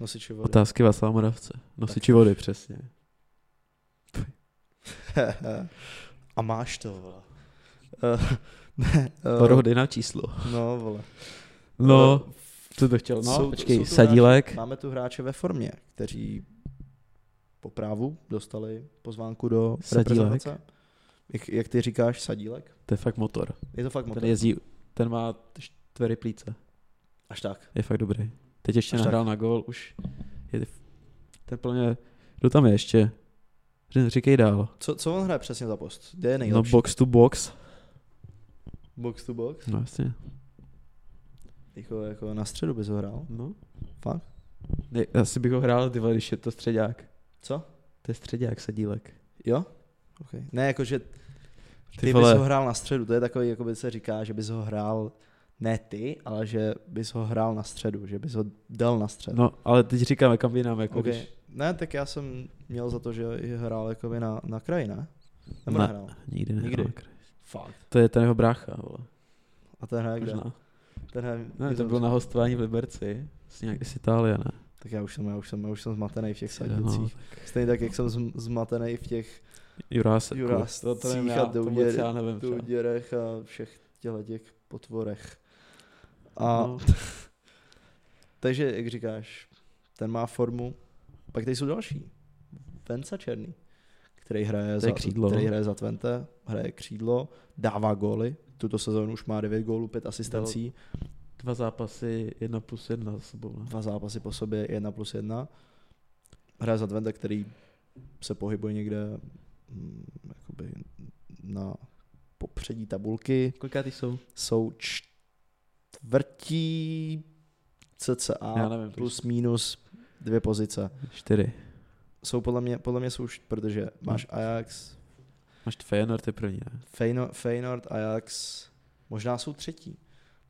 Speaker 2: Nosiči vody.
Speaker 1: otázky Václava Moravce. Nosiči vody, přesně.
Speaker 2: a máš to, vole. Eh, ne, eh,
Speaker 1: Rohdy na číslo.
Speaker 2: no, vole.
Speaker 1: No, co to chtěl? No,
Speaker 2: Jsou-
Speaker 1: počkej,
Speaker 2: jsou tu
Speaker 1: Sadílek.
Speaker 2: Hráče, máme tu hráče ve formě, kteří po právu dostali pozvánku do
Speaker 1: Sadílek.
Speaker 2: reprezentace. Jak, jak ty říkáš, sadílek?
Speaker 1: To je fakt motor.
Speaker 2: Je to fakt motor.
Speaker 1: Ten jezdí, ten má čtvery plíce.
Speaker 2: Až tak.
Speaker 1: Je fakt dobrý. Teď ještě
Speaker 2: Až tak.
Speaker 1: nahrál na gol, už je ten plně, kdo tam je ještě? Ř- Říkej dál.
Speaker 2: Co, co on hraje přesně za post? Kde je
Speaker 1: No
Speaker 2: nejlepší?
Speaker 1: box to box.
Speaker 2: box to box?
Speaker 1: No jasně.
Speaker 2: Jako, jako na středu bys ho hrál?
Speaker 1: No.
Speaker 2: Fakt?
Speaker 1: Ne, asi bych ho hrál, ty vole, když je to středák.
Speaker 2: Co?
Speaker 1: To je středák, sedílek.
Speaker 2: Jo? Okay. Ne, jakože
Speaker 1: Ty,
Speaker 2: Ty
Speaker 1: vole,
Speaker 2: bys ho hrál na středu, to je takový, jako by se říká, že bys ho hrál ne ty, ale že bys ho hrál na středu, že bys ho dal na středu.
Speaker 1: No, ale teď říkáme, kam jinam, jako
Speaker 2: okay.
Speaker 1: když...
Speaker 2: Ne, tak já jsem měl za to, že je hrál jako by na, na kraji, ne? Nebo
Speaker 1: Ne.
Speaker 2: nehrál?
Speaker 1: Nikdy nehrál.
Speaker 2: Nikdy.
Speaker 1: Nikdy.
Speaker 2: Fakt.
Speaker 1: To je ten jeho brácha, vole.
Speaker 2: A ten hraje kde?
Speaker 1: Možná.
Speaker 2: Ten hraje
Speaker 1: Ne, to
Speaker 2: Nizozemsko.
Speaker 1: bylo na hostování v Liberci. Z, nějak, z Itálie, ne?
Speaker 2: Tak já už jsem, já už jsem, já už jsem zmatený v těch
Speaker 1: No,
Speaker 2: sadnicích. Stejně tak, jak jsem zm- zmatený v těch
Speaker 1: Jurásek.
Speaker 2: Juráscích
Speaker 1: To, to nevím,
Speaker 2: a
Speaker 1: já, to
Speaker 2: douděry-
Speaker 1: vůbec já nevím. třeba.
Speaker 2: důděrech a všech těchto těch potvorech. A
Speaker 1: No.
Speaker 2: Takže, jak říkáš, ten má formu. Pak tady jsou další. Venca Černý, který hraje,
Speaker 1: To je
Speaker 2: za,
Speaker 1: křídlo,
Speaker 2: který
Speaker 1: no.
Speaker 2: hraje za Twente, hraje křídlo, dává góly. Tuto sezónu už má 9 gólů, 5 asistencí,
Speaker 1: Dva zápasy, jedna plus jedna za sebou, no. ne?
Speaker 2: dva zápasy po sobě, 1 plus 1. Hraje za Twente, který se pohybuje někde mm, jakoby na popředí tabulky.
Speaker 1: Koliká ty jsou?
Speaker 2: Jsou čtvrtí cca
Speaker 1: Já nevím, prostě
Speaker 2: plus minus dvě pozice.
Speaker 1: Čtyři.
Speaker 2: jsou podle mě, podle mě jsou už, protože máš
Speaker 1: Hmm.
Speaker 2: Ajax,
Speaker 1: Máš Feyenoord je první, ne?
Speaker 2: Feyno, Feyenoord, Ajax, možná jsou třetí,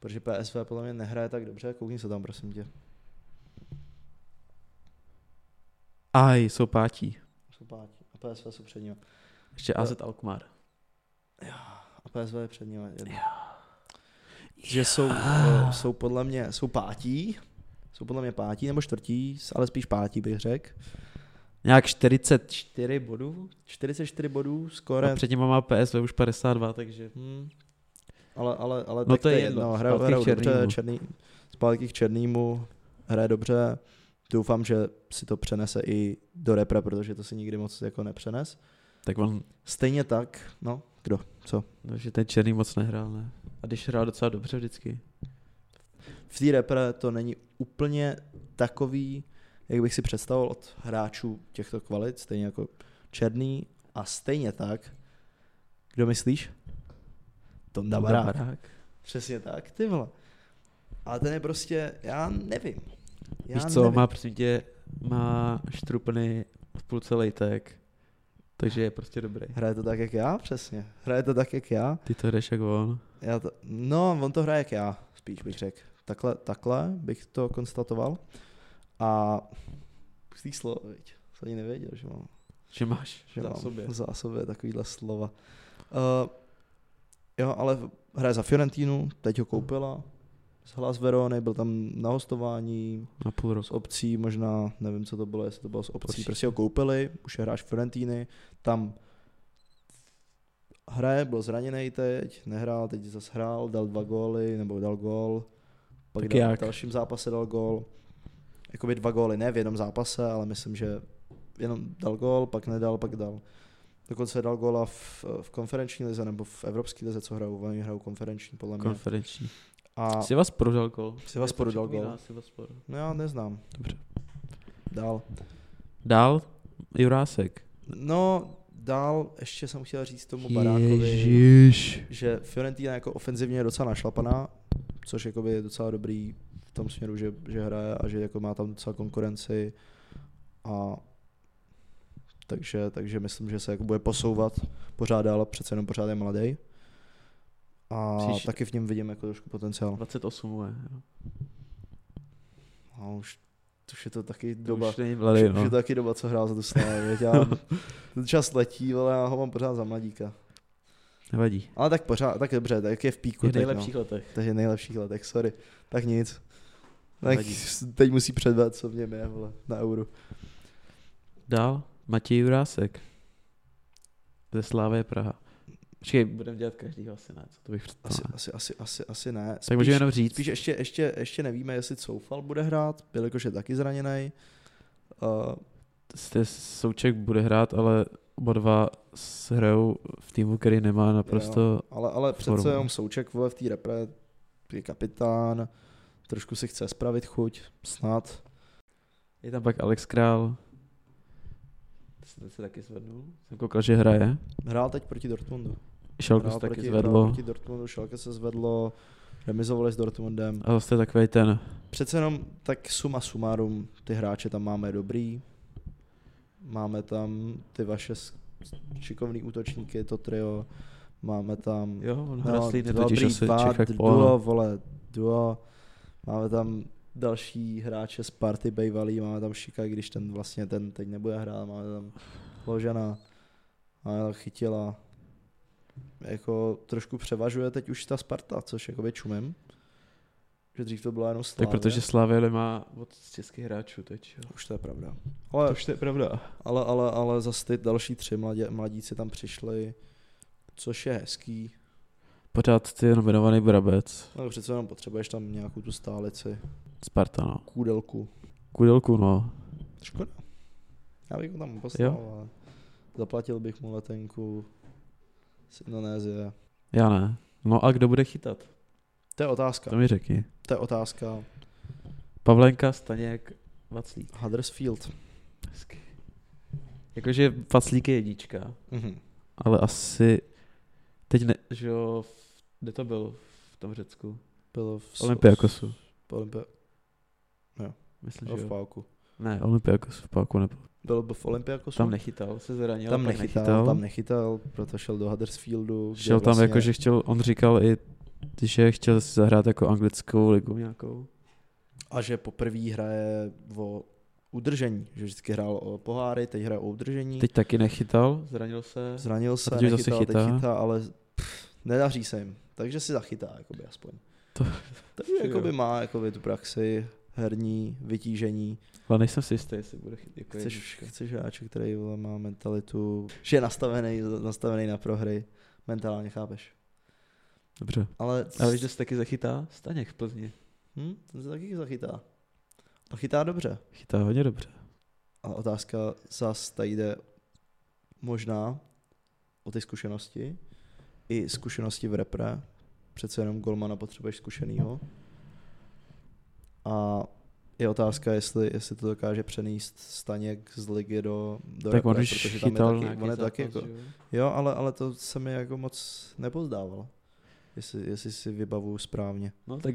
Speaker 2: protože PSV podle mě nehraje tak dobře, koukni se tam, prosím tě.
Speaker 1: Aj, jsou pátí.
Speaker 2: Jsou pátí. A PSV jsou před nimi.
Speaker 1: Ještě AZ Alkmaar.
Speaker 2: A PSV je před nimi. jedno. Že jsou, eh, jsou podle mě, jsou pátí, jsou podle mě pátí nebo čtvrtí, ale spíš pátí bych řekl.
Speaker 1: Nějak 44 bodů?
Speaker 2: 44 bodů,
Speaker 1: A
Speaker 2: skore,
Speaker 1: předtím má PSV už 52, takže...
Speaker 2: Hmm. Ale, ale, ale
Speaker 1: No
Speaker 2: tak
Speaker 1: to je
Speaker 2: je
Speaker 1: jedno,
Speaker 2: jedno.
Speaker 1: zpátky
Speaker 2: Hrajou
Speaker 1: k
Speaker 2: hrajou dobře,
Speaker 1: Černýmu.
Speaker 2: černý, zpátky k Černýmu, hraje dobře. Doufám, že si to přenese i do repre, protože to si nikdy moc jako nepřenes.
Speaker 1: Tak on,
Speaker 2: Stejně tak, no, kdo, co?
Speaker 1: no, že ten černý moc nehrál, ne? A když hrál docela dobře vždycky.
Speaker 2: V té repre to není úplně takový, jak bych si představoval od hráčů těchto kvalit, stejně jako Černý a stejně tak, kdo myslíš? Tonda Barák.
Speaker 1: barák.
Speaker 2: Přesně tak, ty vole. Ale ten je prostě, já nevím. Já
Speaker 1: Víš co,
Speaker 2: nevím.
Speaker 1: má prosím tě, má štrupny v půlce lejtek, takže je prostě dobrý.
Speaker 2: Hraje to tak, jak já, přesně. Hraje to tak, jak já.
Speaker 1: Ty to jdeš jak on.
Speaker 2: já to... No, on to hraje jak já, spíš bych řekl. Takhle, takhle bych to konstatoval. A z těch slov, viď, jsem ani nevěděl, že mám,
Speaker 1: Že máš
Speaker 2: že
Speaker 1: za
Speaker 2: mám
Speaker 1: sobě.
Speaker 2: v zásobě takovýhle slova. Uh, jo, ale hraje za Fiorentinu, teď ho koupila. Z Hlas Verony, byl tam na hostování,
Speaker 1: Na půl
Speaker 2: z
Speaker 1: roku.
Speaker 2: obcí možná, nevím, co to bylo, jestli to bylo z obcí,
Speaker 1: Určitě.
Speaker 2: prostě ho koupili, už je hráč Fiorentíny, tam hraje, byl zraněný teď, nehrál, teď zase hrál, dal dva góly, nebo dal gól, pak
Speaker 1: Tak
Speaker 2: dal,
Speaker 1: jak?
Speaker 2: v dalším zápase dal gól, jakoby dva góly, ne v jednom zápase, ale myslím, že jenom dal gól, pak nedal, pak dal. Dokonce dal góla v, v konferenční lize nebo v evropské lize, co hrajou, oni hrajou konferenční podle mě.
Speaker 1: Konferenční.
Speaker 2: A no
Speaker 1: Jsi vás prodal gol.
Speaker 2: Sivaspor dal gol.
Speaker 1: Sivaspor.
Speaker 2: no já neznám.
Speaker 1: Dobře.
Speaker 2: Dál.
Speaker 1: Dál Jurásek.
Speaker 2: No, dál ještě jsem chtěl říct tomu barákovi,
Speaker 1: Ježíš.
Speaker 2: že Fiorentina jako ofenzivně je docela našlapaná, což jakoby je docela dobrý v tom směru, že, že hraje a že jako má tam docela konkurenci a takže, takže myslím, že se jako bude posouvat pořád dál a přece jenom pořád je mladý. A
Speaker 1: Příště-
Speaker 2: taky v něm vidím jako trošku potenciál.
Speaker 1: 28 mu je. jo.
Speaker 2: A už, už je to taky
Speaker 1: To
Speaker 2: doba,
Speaker 1: Už není mladý,
Speaker 2: Už
Speaker 1: no.
Speaker 2: je to taky doba, co hrál za tu slávu, věď, já, ten čas letí, ale já ho mám pořád za mladíka.
Speaker 1: Nevadí.
Speaker 2: Ale tak pořád, tak dobře, tak je v píku.
Speaker 1: Je v
Speaker 2: teď,
Speaker 1: nejlepších
Speaker 2: no. letech. Takže nejlepších letech, sorry. Tak nic. Tak
Speaker 1: Nevadí.
Speaker 2: teď musí předvést, co v něm je, vole, na euro.
Speaker 1: Dál Matěj Jurásek. Ze Slávy Praha. Počkej, budeme dělat každýho asi ne, co to bych
Speaker 2: Asi,
Speaker 1: představil.
Speaker 2: asi, asi, asi, asi ne. Spíš,
Speaker 1: No. Tak můžeme jenom říct.
Speaker 2: Spíš ještě, ještě, ještě nevíme, jestli Coufal bude hrát, jelikož je taky zraněný. Uh,
Speaker 1: Jste Souček bude hrát, ale oba dva s- hrajou v týmu, který nemá naprosto...
Speaker 2: ale, ale
Speaker 1: Formu.
Speaker 2: přece jenom Souček vole, v té repre je kapitán, trošku si chce spravit chuť, snad.
Speaker 1: Je tam pak Alex Král. Ten se taky zvednul. Jsem koukal, že hraje.
Speaker 2: Hrál teď proti Dortmundu.
Speaker 1: Šalku
Speaker 2: Hrál
Speaker 1: se taky
Speaker 2: proti,
Speaker 1: zvedlo.
Speaker 2: hrál proti Dortmundu, Schalke se zvedlo, remizovali s Dortmundem.
Speaker 1: A zase takový ten...
Speaker 2: Přece jenom tak suma sumárum, ty hráče tam máme dobrý. Máme tam ty vaše s- šikovný útočníky, to trio. Máme tam
Speaker 1: Jo, on
Speaker 2: no,
Speaker 1: Hraslín je totiž
Speaker 2: dobrý
Speaker 1: asi
Speaker 2: dva,
Speaker 1: Čech jak
Speaker 2: d- duo,
Speaker 1: Polák.
Speaker 2: vole, duo. Máme tam další hráče z party bejvalý, máme tam Šika, když ten vlastně ten teď nebude hrát, máme tam Ložana, máme tam Chytila. Jako trošku převažuje teď už ta Sparta, což jakoby čumím. Že dřív to byla jenom
Speaker 1: Tak
Speaker 2: Slávě.
Speaker 1: protože Slávě nemá od českých hráčů teď. Jo.
Speaker 2: Už to je pravda. Ale,
Speaker 1: to je pravda.
Speaker 2: ale, ale, ale zase ty další tři mladě, mladíci tam přišli, což je hezký.
Speaker 1: Pořád ty je nominovaný Brabec.
Speaker 2: Ale přece jenom potřebuješ tam nějakou tu stálici,
Speaker 1: Sparta, no.
Speaker 2: kůdelku.
Speaker 1: Kudelku, no.
Speaker 2: Škoda. Já bych ho tam poslal, ale zaplatil bych mu letenku z Indonésie.
Speaker 1: Já ne. No a kdo bude chytat?
Speaker 2: To je otázka.
Speaker 1: To mi řekni.
Speaker 2: To je otázka.
Speaker 1: Pavlenka, Staněk, Vaclík.
Speaker 2: Huddersfield.
Speaker 1: Hezky. Jakože Vaclík je jednička,
Speaker 2: Mhm.
Speaker 1: ale asi teď ne, že jo, v- kde to byl v tom Řecku?
Speaker 2: Bylo v
Speaker 1: Olympiakosu.
Speaker 2: Olympia... no,
Speaker 1: Myslím, jako že
Speaker 2: v
Speaker 1: jo.
Speaker 2: Páku.
Speaker 1: Ne, Olympiakos v Páku nebyl.
Speaker 2: Bylo by v Olympiakosu?
Speaker 1: Tam nechytal, se zranil,
Speaker 2: tam
Speaker 1: pak
Speaker 2: nechytal, tam nechytal, proto šel do Huddersfieldu. kde vlastně
Speaker 1: Šel tam jako, že chtěl, on říkal i, že chtěl si zahrát jako anglickou ligu nějakou.
Speaker 2: A že poprvé hraje o udržení, že vždycky hrál o poháry, teď hraje o udržení.
Speaker 1: Teď taky nechytal, zranil se.
Speaker 2: Zranil se,
Speaker 1: teď už
Speaker 2: nechytal,
Speaker 1: zase
Speaker 2: teď
Speaker 1: chytá.
Speaker 2: chytá, ale pff, nedaří se jim. Takže si zachytá, jakoby aspoň.
Speaker 1: To-
Speaker 2: Takže jakoby má jakoby, tu praxi herní, vytížení.
Speaker 1: Ale nejsem si jistý, jestli bude chytit jako
Speaker 2: Chceš,
Speaker 1: jednička.
Speaker 2: chceš hráče, který vole, má mentalitu, že je nastavený, nastavený na prohry. Mentálně, chápeš?
Speaker 1: Dobře.
Speaker 2: Ale,
Speaker 1: A víš, že se taky zachytá? Staněk v Plzni.
Speaker 2: hm, ten se taky zachytá. A chytá dobře.
Speaker 1: Chytá hodně dobře.
Speaker 2: A otázka zas tady jde možná o ty zkušenosti. I zkušenosti v repre. Přece jenom golmana potřebuješ zkušenýho. A je otázka, jestli, jestli to dokáže přenést Staněk z ligy do, do
Speaker 1: tak
Speaker 2: repre,
Speaker 1: on už
Speaker 2: protože tam je
Speaker 1: chytal
Speaker 2: taky, on je taky jako, Jo, ale, ale to se mi jako moc nepozdávalo. Jestli, jestli si vybavuju správně.
Speaker 1: No tak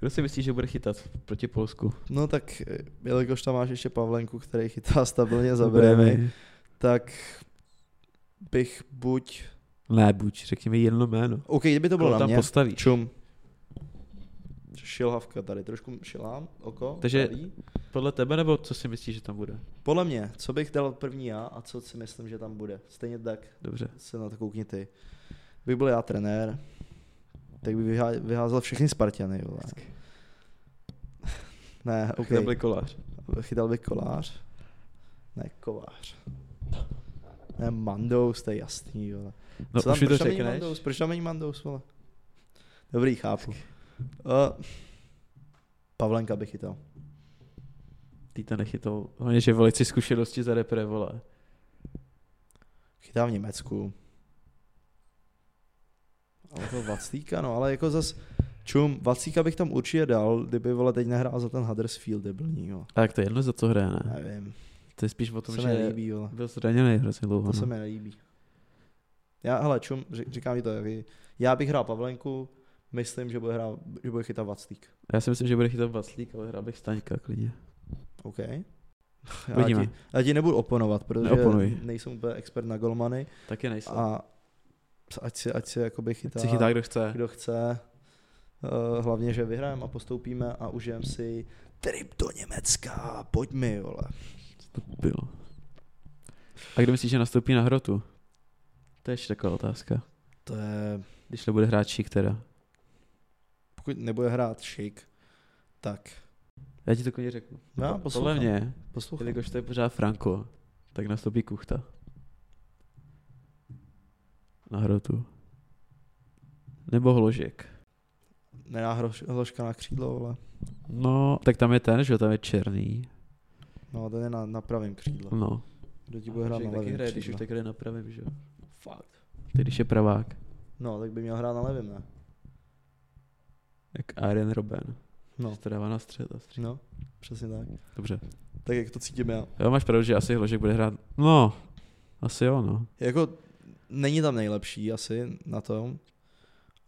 Speaker 1: kdo si myslí, že bude chytat proti Polsku?
Speaker 2: No tak, eh, jelikož tam máš ještě Pavlenku, který chytá stabilně za Brémy, tak bych buď...
Speaker 1: Ne, buď, řekněme jedno jméno.
Speaker 2: OK, kdyby to bylo
Speaker 1: Koho
Speaker 2: na
Speaker 1: tam
Speaker 2: mě.
Speaker 1: postaví?
Speaker 2: Čum. Šilhavka tady, trošku šilám, oko.
Speaker 1: Takže-
Speaker 2: pravý.
Speaker 1: Podle tebe, nebo co si myslíš, že tam bude?
Speaker 2: Podle mě, co bych dal první já a co si myslím, že tam bude. Stejně tak
Speaker 1: Dobře.
Speaker 2: se na to koukni ty. Kdybych byl já trenér, tak bych vyhá- vyházel všechny Spartiany, vole. Ne,
Speaker 1: Okay. Tam
Speaker 2: okay.
Speaker 1: byl kolář.
Speaker 2: Chytal bych kolář. Ne, kovář. Ne, Mandous, to je jasný, vole.
Speaker 1: No
Speaker 2: Co tam,
Speaker 1: už mi to
Speaker 2: proč tam není
Speaker 1: řekneš.
Speaker 2: Mandous? Proč tam není Mandous, vole? Dobrý, chápu. Uh, Pavlenka bych chytal.
Speaker 1: Ty to nechytal. Hlavně, že velice zkušenosti za repre, vole.
Speaker 2: Chytá v Německu. Ale to Vaclíka, no, ale jako zas čum, Vaclíka bych tam určitě dal, kdyby vole teď nehrál za ten Huddersfield debilní, jo.
Speaker 1: A jak to je jedno, za co hraje, ne?
Speaker 2: Nevím.
Speaker 1: To je spíš o
Speaker 2: To
Speaker 1: tom,
Speaker 2: se
Speaker 1: že
Speaker 2: mi nelíbí, vole.
Speaker 1: byl zraněný hrozně dlouho.
Speaker 2: To
Speaker 1: no.
Speaker 2: se mi nelíbí. Já, hele, čum, ři- říkám ti to, taky. já bych hrál Pavlenku, myslím, že bude, hrát, že bude chytat Vaclík.
Speaker 1: Já si myslím, že bude chytat Vaclík, ale hrál bych Staňka klidně.
Speaker 2: OK. Já
Speaker 1: Uvidíme.
Speaker 2: ti, já ti nebudu oponovat, protože
Speaker 1: Neoponuj.
Speaker 2: nejsem úplně expert na golmany
Speaker 1: Taky nejsem. A
Speaker 2: a ať si, ať si jakoby chytá,
Speaker 1: si chytá, kdo chce.
Speaker 2: kdo chce. Eh, Hlavně, že vyhrajeme a postoupíme a užijem si trip do Německa, pojď mi, vole.
Speaker 1: To bylo. A kdo myslíš, že nastoupí na hrotu? To je ještě taková otázka.
Speaker 2: To je,
Speaker 1: Když to bude hrát Šik teda.
Speaker 2: pokud nebude hrát šik, tak No,
Speaker 1: Já ti to klidně řeknu.
Speaker 2: já
Speaker 1: Podle
Speaker 2: poslouchám.
Speaker 1: mě,
Speaker 2: Poslouchám.
Speaker 1: jelikož to je pořád Franko, tak nastoupí Kuchta. Na hrotu. Nebo Hložek.
Speaker 2: Nedá hroš, hložka na křídlo, vole.
Speaker 1: No, tak tam je ten, že jo, tam je černý.
Speaker 2: No, ten je na, na pravém křídle.
Speaker 1: No.
Speaker 2: Kdo ti bude hrát na levém
Speaker 1: hraje,
Speaker 2: křídle?
Speaker 1: když už tak hraje na pravém, že jo.
Speaker 2: Fakt.
Speaker 1: Teď když je pravák,
Speaker 2: No, tak by měl hrát na levém, ne?
Speaker 1: jak Arjen Robben. No.
Speaker 2: No,
Speaker 1: To dává na střed. a střed.
Speaker 2: no, přesně tak.
Speaker 1: Dobře.
Speaker 2: Tak jak to cítím já.
Speaker 1: Jo, máš pravdu, že asi Hložek bude hrát. No, asi jo, no.
Speaker 2: Jako, není tam nejlepší asi na tom,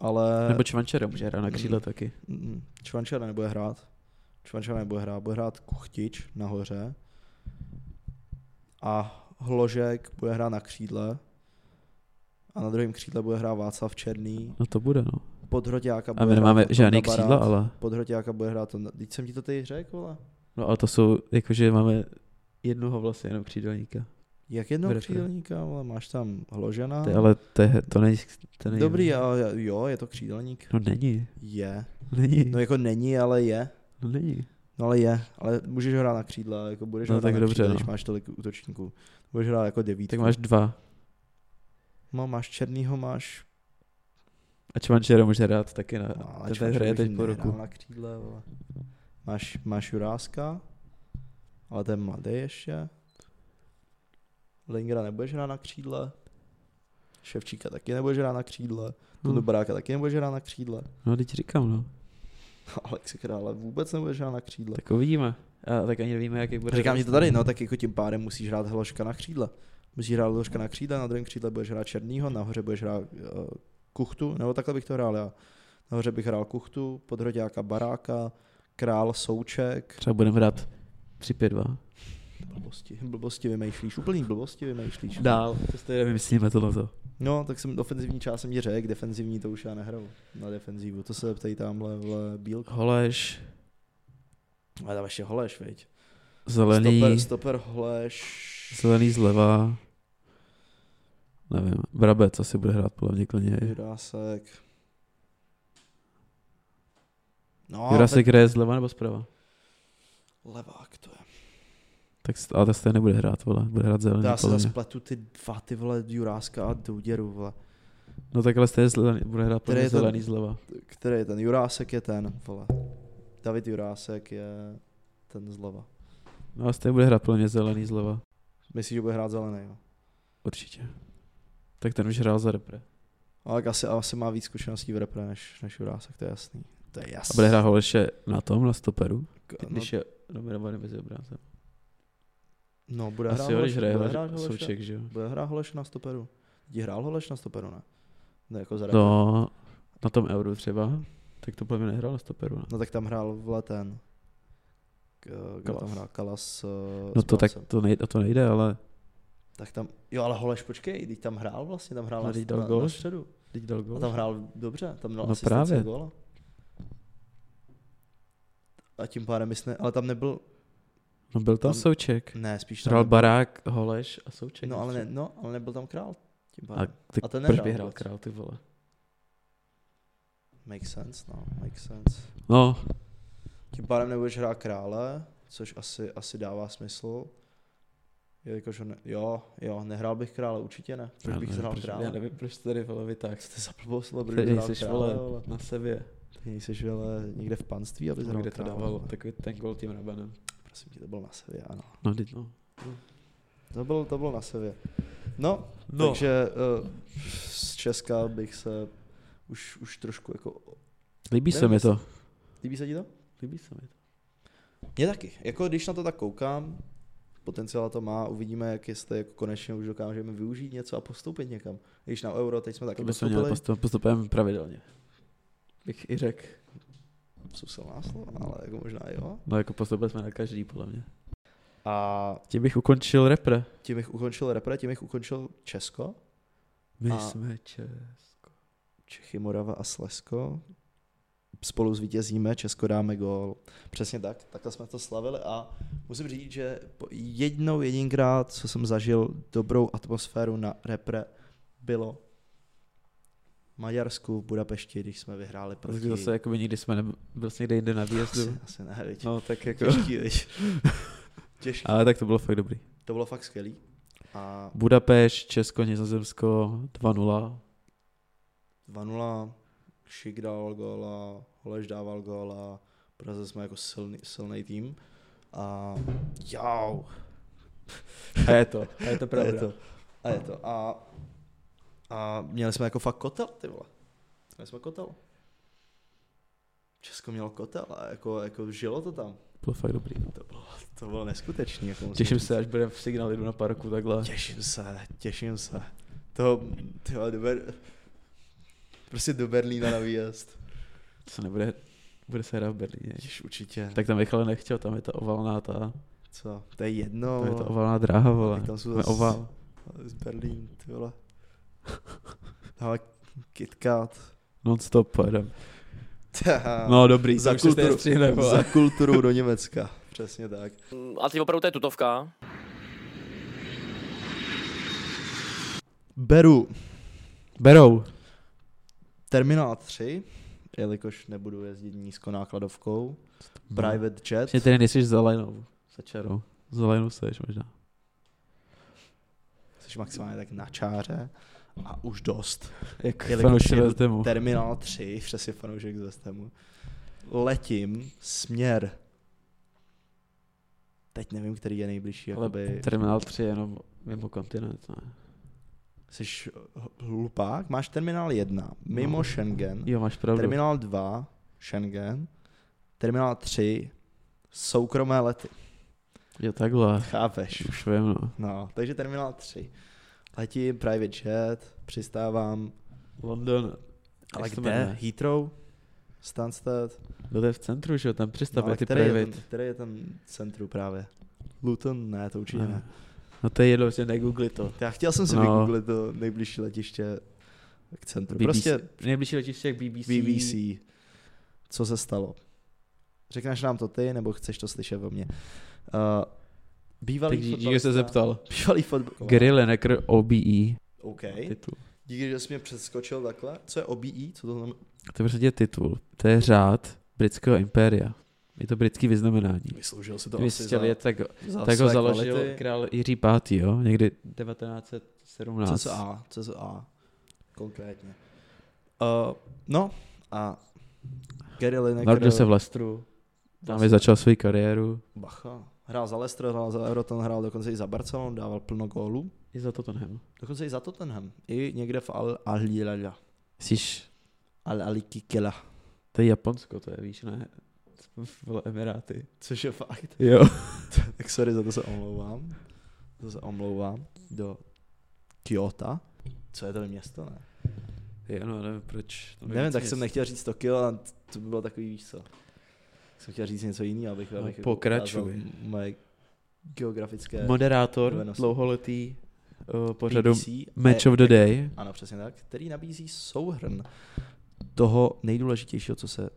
Speaker 2: ale
Speaker 1: Nebo Čvančera může hrát na křídle taky.
Speaker 2: Mm, Čvančara nebude hrát. Čvančara nebude hrát, bude hrát Kuchtič nahoře. A Hložek bude hrát na křídle. A na druhém křídle bude hrát Václav Černý.
Speaker 1: No to bude, no.
Speaker 2: Podhroťáka bude
Speaker 1: A my nemáme
Speaker 2: hrát Tonda
Speaker 1: žádný
Speaker 2: Barát.
Speaker 1: křídla, ale...
Speaker 2: Podhroťáka bude hrát Tonda. Teď jsem ti to teď řekl, vole.
Speaker 1: No ale to jsou, jakože máme jednoho vlastně jenom křídelníka.
Speaker 2: Jak jednoho
Speaker 1: Bude to-
Speaker 2: křídelníka, vole, máš tam Hložena.
Speaker 1: To je, ale to, je, to není... To není
Speaker 2: Dobrý, ale jo, je to křídelník.
Speaker 1: No není,
Speaker 2: Je.
Speaker 1: není,
Speaker 2: No jako není, ale je.
Speaker 1: no není.
Speaker 2: No ale je, ale můžeš hrát na křídla, jako budeš
Speaker 1: No
Speaker 2: hrát
Speaker 1: tak
Speaker 2: na
Speaker 1: dobře,
Speaker 2: křídla,
Speaker 1: no.
Speaker 2: když máš tolik útočníků. Budeš hrát jako devítku.
Speaker 1: Tak máš dva.
Speaker 2: No, máš černýho, máš...
Speaker 1: A Čvančera může hrát taky na...
Speaker 2: No, ale
Speaker 1: ten
Speaker 2: Čvančar
Speaker 1: tady hraje
Speaker 2: bych
Speaker 1: teď po
Speaker 2: nehrál
Speaker 1: roku.
Speaker 2: Na křídle, vole. Máš, máš Juráska, ale ten mladý ještě. Lingra nebudeš hrát na křídle. Ševčíka taky nebudeš hrát na křídle. Tundu
Speaker 1: No,
Speaker 2: Baráka taky nebudeš hrát na křídle.
Speaker 1: no teď říkám, no.
Speaker 2: Alex Krále vůbec nebudeš hrát na křídle.
Speaker 1: Tak uvidíme. A tak ani nevíme, jaký bude.
Speaker 2: Říkám ti to tady, no tak jako tím pádem musíš hrát Hloška na křídle. Musíš hrát Hloška na křídle, na druhém křídle budeš hrát Černýho, nahoře budeš hrát uh, Kuchtu, nebo takhle bych to hrál já. Nahoře bych hrál Kuchtu, podhroďáka Baráka, Král Souček.
Speaker 1: Třeba budeme hrát 3-5-2.
Speaker 2: Blbosti, blbosti vymýšlíš, úplný blbosti vymýšlíš.
Speaker 1: Dál, to stejně vymyslíme tohle. To.
Speaker 2: No, tak jsem ofenzivní část jsem ti řekl, defenzivní to už já nehraju na defenzivu, to se zeptej tamhle v Bílku.
Speaker 1: Holeš,
Speaker 2: Ale tam ještě Holeš, viď?
Speaker 1: zelený,
Speaker 2: Stoper, stoper Holeš.
Speaker 1: zelený zleva. Nevím, Brabec asi bude hrát podle mě klidně.
Speaker 2: Jurásek. No,
Speaker 1: Jurasek hraje zleva nebo zprava?
Speaker 2: tak levák to je.
Speaker 1: Tak, s- ale ta stejně nebude hrát, vole. Bude hrát
Speaker 2: To
Speaker 1: zelený
Speaker 2: já se
Speaker 1: podle mě.
Speaker 2: zase pletu ty dva, ty vole, Juráska a Douděru, vole.
Speaker 1: No takhle stejně zelený, bude hrát podle
Speaker 2: Který
Speaker 1: mě
Speaker 2: je to-
Speaker 1: zelený zleva.
Speaker 2: Který je ten? Jurásek je ten, vole. David Jurásek je ten zleva.
Speaker 1: No a stejně bude hrát podle mě zelený zleva.
Speaker 2: Myslíš, že bude hrát zelený, jo?
Speaker 1: Určitě. Tak ten už hrál za repre.
Speaker 2: Ale tak asi, asi má víc zkušeností v repre než, než Jurásek, to je jasný. To je
Speaker 1: A
Speaker 2: jasný.
Speaker 1: bude hrát Holeše na tom, na stoperu?
Speaker 2: K- no,
Speaker 1: Když je nominovaný mezi obráncem.
Speaker 2: no, bude hrát
Speaker 1: Asi jo,
Speaker 2: Holeš,
Speaker 1: když hraje
Speaker 2: bude hrát
Speaker 1: Hole-
Speaker 2: Holeš,
Speaker 1: Souček, že jo?
Speaker 2: bude hrát Holeš na stoperu. Ti hrál Holeš na stoperu, ne? Ne, jako za repre.
Speaker 1: No, na tom euru třeba, tak to podle mě nehrál na stoperu. Ne?
Speaker 2: No tak tam hrál vole ten. K- Kdo
Speaker 1: Kalas.
Speaker 2: tam hrál? Kalas s,
Speaker 1: No
Speaker 2: s
Speaker 1: to tak
Speaker 2: Kalasem.
Speaker 1: to nejde, to nejde ale
Speaker 2: tak tam, jo ale Holeš, počkej, teď tam hrál vlastně, tam hrál
Speaker 1: No,
Speaker 2: na,
Speaker 1: teď dal
Speaker 2: na,
Speaker 1: gól.
Speaker 2: na středu.
Speaker 1: teď dal gol.
Speaker 2: A tam hrál dobře, tam dal
Speaker 1: No
Speaker 2: no
Speaker 1: právě.
Speaker 2: asistenci góla. A tím pádem my jsme, ale tam nebyl,
Speaker 1: No byl tam,
Speaker 2: tam-
Speaker 1: Souček.
Speaker 2: ne, spíš tam
Speaker 1: Hrál
Speaker 2: nebyl-
Speaker 1: Barák, Holeš a Souček.
Speaker 2: No ale, ne, no ale nebyl tam král. Tím
Speaker 1: A,
Speaker 2: pádem.
Speaker 1: tak
Speaker 2: A ten
Speaker 1: proč
Speaker 2: nehrál
Speaker 1: by hrál
Speaker 2: vůbec.
Speaker 1: král, ty vole.
Speaker 2: Make sense, no, make sense.
Speaker 1: No,
Speaker 2: Tím pádem nebudeš hrát krále, což asi, asi dává smysl. Jelikož ho ne, jo, jo, nehrál bych krále, určitě ne. Proč
Speaker 1: já
Speaker 2: bych
Speaker 1: nevím,
Speaker 2: hrál
Speaker 1: proč-
Speaker 2: krále?
Speaker 1: Já nevím, proč to tady vole vytáhl.
Speaker 2: Co to je za blbost, vole, proč
Speaker 1: Ty
Speaker 2: bych hrál
Speaker 1: nejseš
Speaker 2: krále,
Speaker 1: vole
Speaker 2: vole?
Speaker 1: na sebě.
Speaker 2: Ty nejseš, ale někde v panství, aby
Speaker 1: No,
Speaker 2: hrál
Speaker 1: kde to
Speaker 2: krále,
Speaker 1: dávalo,
Speaker 2: vole.
Speaker 1: takový ten gol tím rabanem.
Speaker 2: Prosím tě, to bylo na sevě, ano.
Speaker 1: No, teď, no.
Speaker 2: To bylo, to bylo na sevě. No,
Speaker 1: No.
Speaker 2: no. takže uh, z Česka bych se už, už trošku jako...
Speaker 1: Líbí se
Speaker 2: Nevím,
Speaker 1: mi
Speaker 2: jestli-
Speaker 1: to.
Speaker 2: Líbí se ti to?
Speaker 1: Líbí se mi to.
Speaker 2: Mně taky. Jako když na to tak koukám, potenciál to má, uvidíme, jak jestli jako konečně už dokážeme využít něco a postoupit někam. Když na euro, teď jsme taky
Speaker 1: To bychom měli
Speaker 2: postoupili,
Speaker 1: postup, postupem pravidelně.
Speaker 2: bych i řekl, jsou silná slova, ale jako možná jo.
Speaker 1: No jako postupili jsme na každý, podle mě.
Speaker 2: A
Speaker 1: Tím bych ukončil repre.
Speaker 2: tím jich ukončil repre, tím jich ukončil Česko,
Speaker 1: My
Speaker 2: A-
Speaker 1: jsme če.
Speaker 2: Čechy, Morava a Slezsko. Spolu zvítězíme, Česko dáme gól. Přesně tak, takhle jsme to slavili a musím říct, že po- jednou jedinkrát, co jsem zažil dobrou atmosféru na repre, bylo v Maďarsku, v Budapešti, když jsme vyhráli proti...
Speaker 1: Proti... Zase jakoby nikdy jsme nebyli vlastně někde jinde na
Speaker 2: asi,
Speaker 1: výjezdu.
Speaker 2: asi ne, viď.
Speaker 1: No tak jako.
Speaker 2: Těžký, viď. Těžký.
Speaker 1: Ale tak to bylo fakt dobrý.
Speaker 2: To bylo fakt skvělý. A
Speaker 1: Budapešť, Česko, Nizozemsko 2-0.
Speaker 2: 2-0, Šik dával góla, Holeš dával góla, Praze jsme jako silný, silný tým. A jau,
Speaker 1: A je to. A je to
Speaker 2: a je to. A je to. A, a měli jsme jako fakt kotel, ty vole. Měli jsme kotel. Česko mělo kotel a jako, jako žilo to tam.
Speaker 1: Bylo fakt dobrý. No.
Speaker 2: To bylo neskutečný. Jako musím
Speaker 1: Těším
Speaker 2: říct.
Speaker 1: se, až budeme v signálu jdu na parku takhle.
Speaker 2: Těším se, těším se. To, ty vole, do Ber... Prostě do Berlína na výjezd.
Speaker 1: Co nebude, bude se hrát v Berlíně.
Speaker 2: Ježiš, určitě.
Speaker 1: Tak tam Michal nechtěl, tam je ta ovalná ta,
Speaker 2: Co? To je jedno.
Speaker 1: tam je ta
Speaker 2: vole.
Speaker 1: ovalná dráha, vole.
Speaker 2: Tak No. tam jsou
Speaker 1: Tam je
Speaker 2: zas-
Speaker 1: oval.
Speaker 2: Z Berlín, ty vole. Ale KitKat.
Speaker 1: Non-stop pojedem. No dobrý,
Speaker 2: za
Speaker 1: to už se
Speaker 2: kulturu,
Speaker 1: stejně střihne, vole.
Speaker 2: za kulturu do Německa. Přesně tak.
Speaker 4: A ty opravdu to je tutovka.
Speaker 2: Beru
Speaker 1: Berou.
Speaker 2: Terminál 3, jelikož nebudu jezdit nízkonákladovkou.
Speaker 1: Mhm.
Speaker 2: Private jet.
Speaker 1: Vlastně tedy nejsi zelenou. Se čarou. Zelenou seš možná.
Speaker 2: Jsi maximálně tak na čáře. A už dost.
Speaker 1: Jak
Speaker 2: Jelikož
Speaker 1: fanoušci
Speaker 2: jedu
Speaker 1: ve Zdemu.
Speaker 2: Terminál 3, přesně fanoušek z Westhamu. Letím směr. Teď nevím, který je nejbližší.
Speaker 1: Ale
Speaker 2: jakoby...
Speaker 1: terminál 3 je jenom mimo kontinent, no. ne?
Speaker 2: Jsi eh, hlupák, máš terminál 1 mimo
Speaker 1: No.
Speaker 2: Schengen,
Speaker 1: Jo, máš pravdu.
Speaker 2: terminál 2 Schengen, terminál 3 soukromé lety,
Speaker 1: Jo, takhle.
Speaker 2: chápeš?
Speaker 1: Už vím, no.
Speaker 2: No, takže terminál 3. Letím private jet, přistávám,
Speaker 1: London.
Speaker 2: ale
Speaker 1: Jak se
Speaker 2: kde?
Speaker 1: jmenuje?
Speaker 2: Heathrow, Stansted,
Speaker 1: No to je v centru, že jo, tam
Speaker 2: no, ale
Speaker 1: přistávají ty
Speaker 2: který, je
Speaker 1: private.
Speaker 2: ten, který je ten centru právě? Luton? Ne, to určitě ne.
Speaker 1: No to je jedno, že negoogli to.
Speaker 2: Já chtěl jsem si
Speaker 1: No.
Speaker 2: vygooglit to nejbližší letiště k centru.
Speaker 1: BBC,
Speaker 2: Prostě
Speaker 1: nejbližší letiště jak BBC.
Speaker 2: BBC. Co se stalo? Řekneš nám to ty, nebo chceš to slyšet o mně? Uh,
Speaker 1: Tak
Speaker 2: bývalý
Speaker 1: dí- díky, že
Speaker 2: fotbalista-
Speaker 1: se zeptal.
Speaker 2: Bývalý fotbal.
Speaker 1: Gary Lineker OBE.
Speaker 2: OK.
Speaker 1: E. Titul.
Speaker 2: Díky, že jsi mě přeskočil takhle. Co je OBE? Co to znamená?
Speaker 1: To je prostě titul. To je řád britského impéria. Je to britský vyznamenání.
Speaker 2: Vysloužil si to
Speaker 1: Kdyby
Speaker 2: asi
Speaker 1: chtěl
Speaker 2: za,
Speaker 1: jet, tak,
Speaker 2: za
Speaker 1: tak ho
Speaker 2: své
Speaker 1: založil
Speaker 2: kvality.
Speaker 1: král Jiří V. Jo? Někdy 1917.
Speaker 2: CCA, CCA. Konkrétně. Uh, no a Gary Lineker.
Speaker 1: Narodil se v Lestru, tam je začal svou kariéru.
Speaker 2: Bacha. Hrál za Leicester, hrál za Everton, hrál dokonce i za Barcelonu, dával plno gólů.
Speaker 1: I za
Speaker 2: no.
Speaker 1: Tottenham.
Speaker 2: Dokonce i za Tottenham. I někde v al Al
Speaker 1: Jsi,
Speaker 2: al ali Kikela.
Speaker 1: to je Japonsko, to je, víš, ne? Vole, Emiráty.
Speaker 2: Což je fakt.
Speaker 1: Jo.
Speaker 2: Tak sorry, za to se omlouvám. Za to se omlouvám. Do Kyoto. Co je to město, ne?
Speaker 1: Jo, no, nevím proč. Tam je
Speaker 2: Nevím,
Speaker 1: víc
Speaker 2: tak
Speaker 1: měst.
Speaker 2: jsem nechtěl říct Tokio, ale to by bylo takový, víš co. Tak Jsem chtěl říct něco jiného, abych,
Speaker 1: No,
Speaker 2: abych jako
Speaker 1: pokračuj.
Speaker 2: ukázal m- moje geografické
Speaker 1: Moderátor,
Speaker 2: dovednosti.
Speaker 1: dlouholetý uh, pořadu
Speaker 2: BBC.
Speaker 1: Match
Speaker 2: Eh,
Speaker 1: of the Day.
Speaker 2: Ano, přesně tak. Který nabízí souhrn toho nejdůležitějšího, co se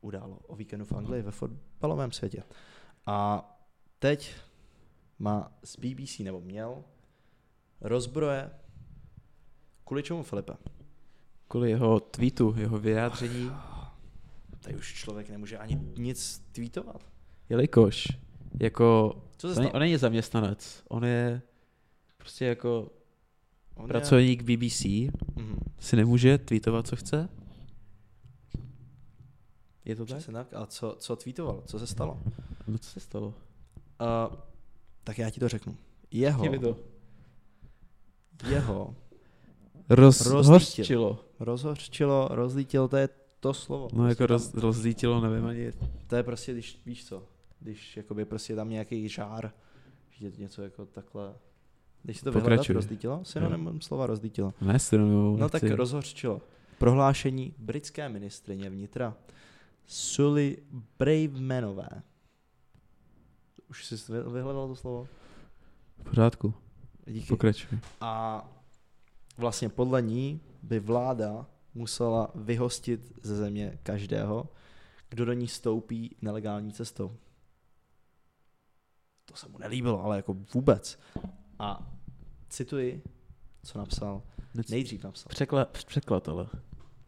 Speaker 2: událo o víkendu v Anglii ve fotbalovém světě. A teď má z BBC, nebo měl, rozbroje kvůli čemu Filipe?
Speaker 1: Kvůli jeho tweetu, jeho vyjádření,
Speaker 2: Tady už člověk nemůže ani nic tweetovat.
Speaker 1: jelikož jako
Speaker 2: Co se
Speaker 1: on,
Speaker 2: stalo?
Speaker 1: on není zaměstnanec, on je prostě jako
Speaker 2: On
Speaker 1: pracovník BBC,
Speaker 2: Je... Mhm.
Speaker 1: si nemůže tweetovat, co chce. Je to tak?
Speaker 2: Přesně tak. A co, co tweetoval? Co se stalo?
Speaker 1: No co se stalo?
Speaker 2: Uh, tak já ti to řeknu. Jeho, jeho
Speaker 1: Roz,
Speaker 2: Rozlítil.
Speaker 1: rozhořčilo.
Speaker 2: rozhořčilo, rozlítil, to je to slovo.
Speaker 1: No jako
Speaker 2: Prostě tam-
Speaker 1: roz, rozlítilo, nevím ani.
Speaker 2: To je prostě, když víš co, když jakoby prostě je tam nějaký žár, že je to něco jako takhle. Když se to
Speaker 1: Pokračuj.
Speaker 2: vyhledat, rozdítilo? Synonymem slova rozdítilo.
Speaker 1: Ne, synonym,
Speaker 2: No tak rozhořčilo. Prohlášení britské ministrině vnitra Sully Bravemanové. Už jsi vy- vyhledal to slovo?
Speaker 1: V pořádku,
Speaker 2: Díky.
Speaker 1: pokračuj.
Speaker 2: A vlastně podle ní by vláda musela vyhostit ze země každého, kdo do ní stoupí nelegální cestou. To se mu nelíbilo, ale jako vůbec. A cituji, co napsal. Nejdřív napsal.
Speaker 1: Překla, překladatele.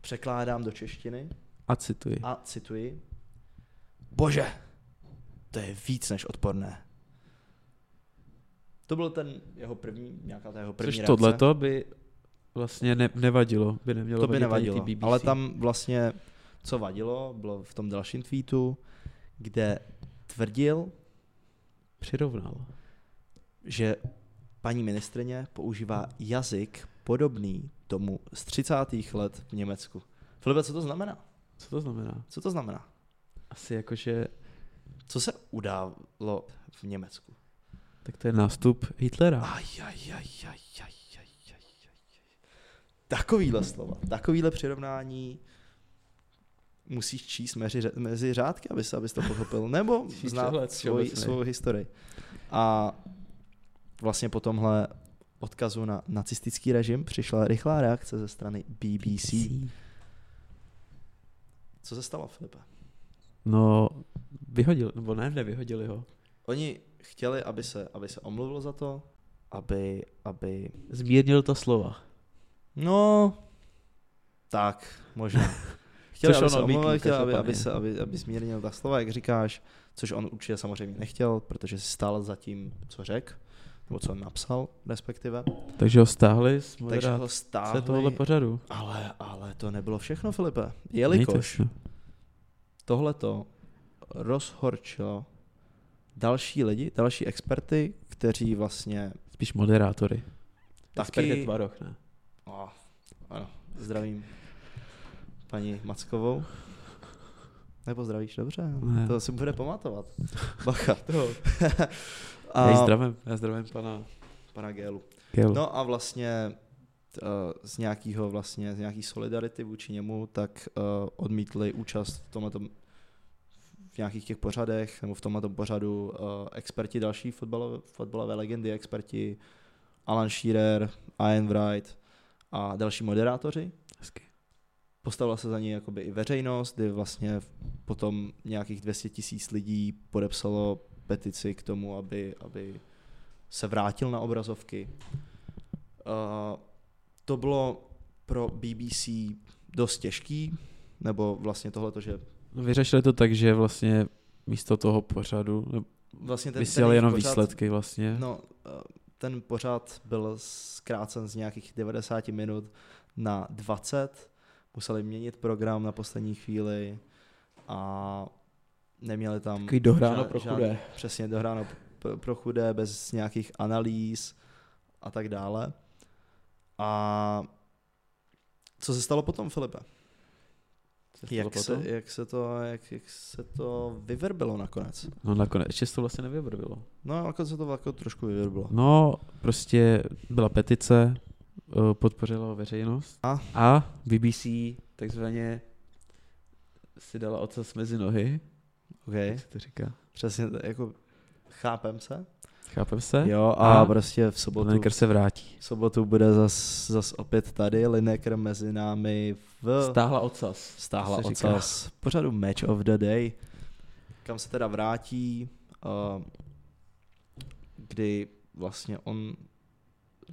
Speaker 2: Překládám do češtiny
Speaker 1: A cituji.
Speaker 2: a cituji. Bože, to je víc než odporné. To byl ten jeho první, nějaká ta jeho první
Speaker 1: Což
Speaker 2: reakce.
Speaker 1: tohleto by vlastně ne, nevadilo, by nemělo
Speaker 2: to by
Speaker 1: vadit ani
Speaker 2: nevadilo.
Speaker 1: té BBC.
Speaker 2: Ale tam vlastně, co vadilo, bylo v tom dalším tweetu, kde tvrdil,
Speaker 1: Přirovnal.
Speaker 2: že paní ministrině používá jazyk podobný tomu z 30. let v Německu. Filipe, co to znamená?
Speaker 1: Co to znamená?
Speaker 2: Co to znamená?
Speaker 1: Asi jakože,
Speaker 2: Co se událo v Německu?
Speaker 1: tak to je nástup Hitlera.
Speaker 2: Aj, aj, aj, aj, aj, aj, aj, aj. Takovýhle slova, takovýhle přirovnání musíš číst mezi, ře- mezi řádky, aby se, abys to pochopil, nebo
Speaker 1: Musíš
Speaker 2: znát
Speaker 1: přehled
Speaker 2: svoji,
Speaker 1: všeobecný.
Speaker 2: svou historii. A vlastně po tomhle odkazu na nacistický režim přišla rychlá reakce ze strany BBC. Co se stalo, Filipe?
Speaker 1: No, vyhodil, nebo ne, nevyhodili ho.
Speaker 2: Oni chtěli, aby se, aby se omluvilo za to, aby, aby...
Speaker 1: Zmírnil ta slova.
Speaker 2: No, tak, možná. Chtěl,
Speaker 1: Což
Speaker 2: aby
Speaker 1: on
Speaker 2: se
Speaker 1: odmítl,
Speaker 2: omluvil, chtěl, aby, aby,
Speaker 1: každopádně.
Speaker 2: se, aby, aby zmírnil ta slova, jak říkáš, což on určitě samozřejmě nechtěl, protože stál za tím, co řekl, nebo co on napsal, respektive.
Speaker 1: Takže ho stáhli z
Speaker 2: Takže
Speaker 1: moderace
Speaker 2: ho stáhli.
Speaker 1: tohohle pořadu.
Speaker 2: Ale, ale to nebylo všechno, Filipe. Jelikož
Speaker 1: Mějte se.
Speaker 2: tohleto rozhorčilo další lidi, další experty, kteří vlastně
Speaker 1: Spíš moderátory. Expert je
Speaker 2: taky...
Speaker 1: Tvaroch, ne?
Speaker 2: Oh, ano, zdravím paní Mackovou. Nebo zdravíš dobře,
Speaker 1: Ne.
Speaker 2: to si bude pamatovat. Bacha. To.
Speaker 1: A... Já
Speaker 2: a,
Speaker 1: zdravím, já zdravím pana
Speaker 2: pana Gélu.
Speaker 1: Kelu.
Speaker 2: No a vlastně t- eh, z nějakého vlastně, z nějaký solidarity vůči němu, tak eh, odmítli účast v tomhle v nějakých těch pořadech, nebo v tomhle pořadu eh, experti další fotbalové, fotbalové legendy, experti Alan Shearer, Ian Wright a další moderátoři.
Speaker 1: Hezky.
Speaker 2: Postavila se za ní jakoby i veřejnost, kdy vlastně potom nějakých 200 tisíc lidí podepsalo petici k tomu, aby, aby se vrátil na obrazovky. Uh, to bylo pro BBC dost těžký, nebo vlastně tohleto, že
Speaker 1: No, vyřešili to tak, že vlastně místo toho pořadu no,
Speaker 2: vlastně ten, ten
Speaker 1: vysílali
Speaker 2: jejich
Speaker 1: jenom
Speaker 2: pořad-
Speaker 1: výsledky vlastně.
Speaker 2: No, eh, ten pořád byl zkrácen z nějakých 90 minut na 20. Museli měnit program na poslední chvíli a neměli tam...
Speaker 1: Takový dohráno pro chudé.
Speaker 2: Přesně, dohráno pro, pro chudé, bez nějakých analýz a tak dále. A co se stalo potom, Filipe?
Speaker 1: Co
Speaker 2: Jak
Speaker 1: to
Speaker 2: se,
Speaker 1: potom?
Speaker 2: jak, se to, jak, jak se to vyvrbilo nakonec?
Speaker 1: No nakonec, ještě se to vlastně nevybrvilo.
Speaker 2: No, nakonec se to jako trošku vyvrbilo.
Speaker 1: No, prostě byla petice, eh, podpořila ho veřejnost
Speaker 2: A?
Speaker 1: a BBC takzvaně si dala ocas mezi nohy,
Speaker 2: Okay.
Speaker 1: jak se to říká.
Speaker 2: Přesně, t- jako chápem se.
Speaker 1: Chápem se?
Speaker 2: Jo,
Speaker 1: a
Speaker 2: a, prostě v sobotu,
Speaker 1: Lineker se vrátí.
Speaker 2: v sobotu bude zas, zas opět tady Lineker mezi námi v
Speaker 1: Stáhla ocas.
Speaker 2: stáhla
Speaker 1: se říká.
Speaker 2: ocas pořadu Match of the Day, kam se teda vrátí, uh, kdy vlastně on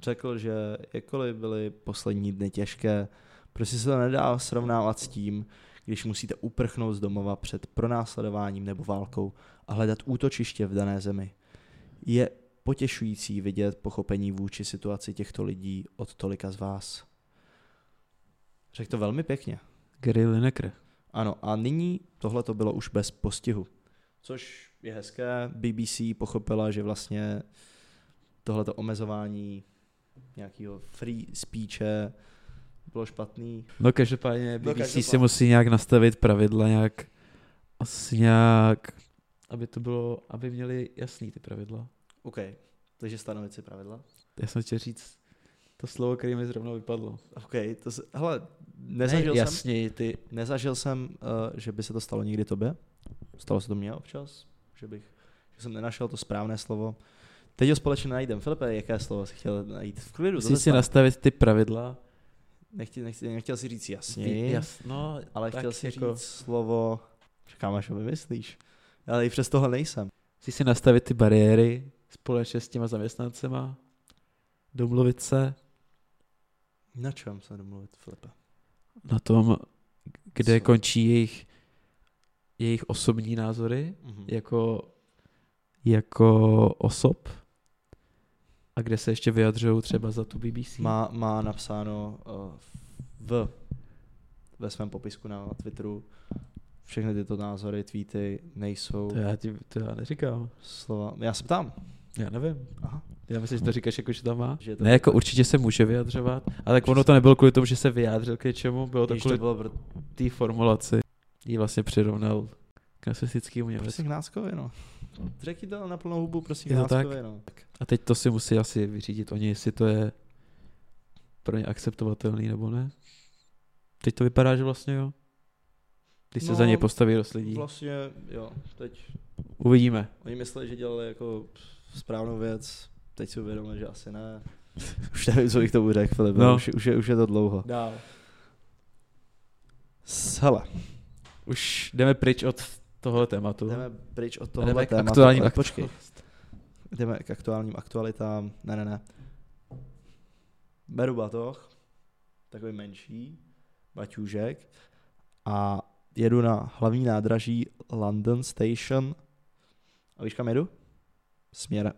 Speaker 2: řekl, že jakkoliv byly poslední dny těžké, prostě se to nedá srovnávat s tím, když musíte uprchnout z domova před pronásledováním nebo válkou a hledat útočiště v dané zemi. Je potěšující vidět pochopení vůči situaci těchto lidí od tolika z vás. Řekl to velmi pěkně.
Speaker 1: Gary
Speaker 2: No,
Speaker 1: Lineker.
Speaker 2: Ano, a nyní tohle to bylo už bez postihu. Což je hezké. BBC pochopila, že vlastně tohleto omezování nějakého free speeche bylo špatný.
Speaker 1: No každopádně BBC
Speaker 2: každopádně.
Speaker 1: si musí nějak nastavit pravidla, nějak
Speaker 2: No,
Speaker 1: asi nějak, aby to bylo, aby měli jasný ty pravidla.
Speaker 2: OK, takže stanovit si pravidla.
Speaker 1: Já jsem chtěl říct to slovo, které mi zrovna vypadlo.
Speaker 2: OK, to se, hele, nezažil jsem,
Speaker 1: jasněji, ty...
Speaker 2: Nezažil jsem, eh, že by se to stalo nikdy tobě. Stalo se to mně občas, že bych, že jsem nenašel to správné slovo. Teď ho společně najdem. Filipe, jaké slovo jsi chtěl najít? V klidu, to
Speaker 1: Musíš
Speaker 2: se
Speaker 1: si
Speaker 2: stane.
Speaker 1: nastavit ty pravidla.
Speaker 2: nechtěl, nechtěl, nechtěl si říct jasně,
Speaker 1: Ví- Jas, no,
Speaker 2: ale
Speaker 1: tak
Speaker 2: chtěl si
Speaker 1: jako-
Speaker 2: říct slovo, čekám, až ho vymyslíš. Ale i přes tohle nejsem.
Speaker 1: Musíš si nastavit ty bariéry společně s těma zaměstnancema, domluvit se
Speaker 2: Na čem se domluvit, Filipe?
Speaker 1: na tom, kde
Speaker 2: Co?
Speaker 1: Co? končí jejich, jejich osobní názory
Speaker 2: Mhm.
Speaker 1: jako, jako osob a kde se ještě vyjadřují třeba za tu BBC.
Speaker 2: Má, má napsáno uh, v, ve svém popisku na Twitteru všechny tyto názory, tweety nejsou
Speaker 1: To já, ti, to já neříkám.
Speaker 2: slova. Já se ptám.
Speaker 1: Já nevím.
Speaker 2: Aha.
Speaker 1: Já myslím, že to říkáš, jako že tam má.
Speaker 2: Že je to
Speaker 1: Ne, jako určitě se může vyjadřovat, ale tak ono to nebylo kvůli tomu, že se vyjádřil k něčemu, bylo to
Speaker 2: Ježiš, to
Speaker 1: kvůli
Speaker 2: bylo br-
Speaker 1: té formulaci. Jí vlastně přirovnal k nasistickému
Speaker 2: prosím
Speaker 1: Německu.
Speaker 2: k náskovi, no. Řekni to na plnou hubu, prosím
Speaker 1: Je
Speaker 2: k
Speaker 1: to tak?
Speaker 2: náskovi, no.
Speaker 1: A teď to si musí asi vyřídit oni, jestli to je pro ně akceptovatelný nebo ne. Teď to vypadá, že vlastně jo. Když se
Speaker 2: No,
Speaker 1: za ně postaví dost lidí.
Speaker 2: Vlastně, jo, teď.
Speaker 1: Uvidíme.
Speaker 2: Oni mysleli, že dělali jako správnou věc, teď si uvědomili, že asi ne. Už nevím, co bych tomu řekl, Filip, no.
Speaker 1: No.
Speaker 2: už, už, je, už je to dlouho.
Speaker 1: Dál.
Speaker 2: Hele,
Speaker 1: Už jdeme pryč od tohle tématu.
Speaker 2: jdeme pryč od
Speaker 1: Jdeme
Speaker 2: tohohle
Speaker 1: k
Speaker 2: tématu.
Speaker 1: aktuálním
Speaker 2: ale
Speaker 1: aktu-
Speaker 2: Počkej, jdeme k aktuálním aktualitám. Ne, ne, ne. Beru batoh, takový menší, baťůžek a jedu na hlavní nádraží London Station. A víš, kam jedu? Směr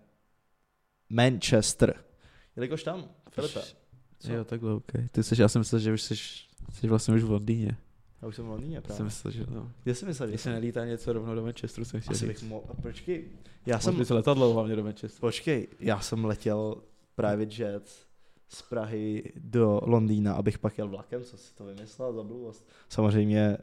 Speaker 2: Manchester. Jelikož tam, Filipe, co?
Speaker 1: Jo, takhle, OK. Ty jsi, já jsem myslel, že už jsi, jsi vlastně už v Londýně.
Speaker 2: já už jsem v Londýně
Speaker 1: Já jsem
Speaker 2: právě.
Speaker 1: myslel, že no.
Speaker 2: Kde jsi myslel? že
Speaker 1: Jestli
Speaker 2: jsem?
Speaker 1: nelítá něco rovnou do Manchesteru, jsem chtěl
Speaker 2: Asi bych
Speaker 1: říct.
Speaker 2: mohl, a počkej, já
Speaker 1: Mohl
Speaker 2: jsem,
Speaker 1: bys letadlo hlavně do Manchesteru.
Speaker 2: Počkej, já jsem letěl private jet z Prahy do Londýna, abych pak jel vlakem, co si to vymyslel za blbost. Samozřejmě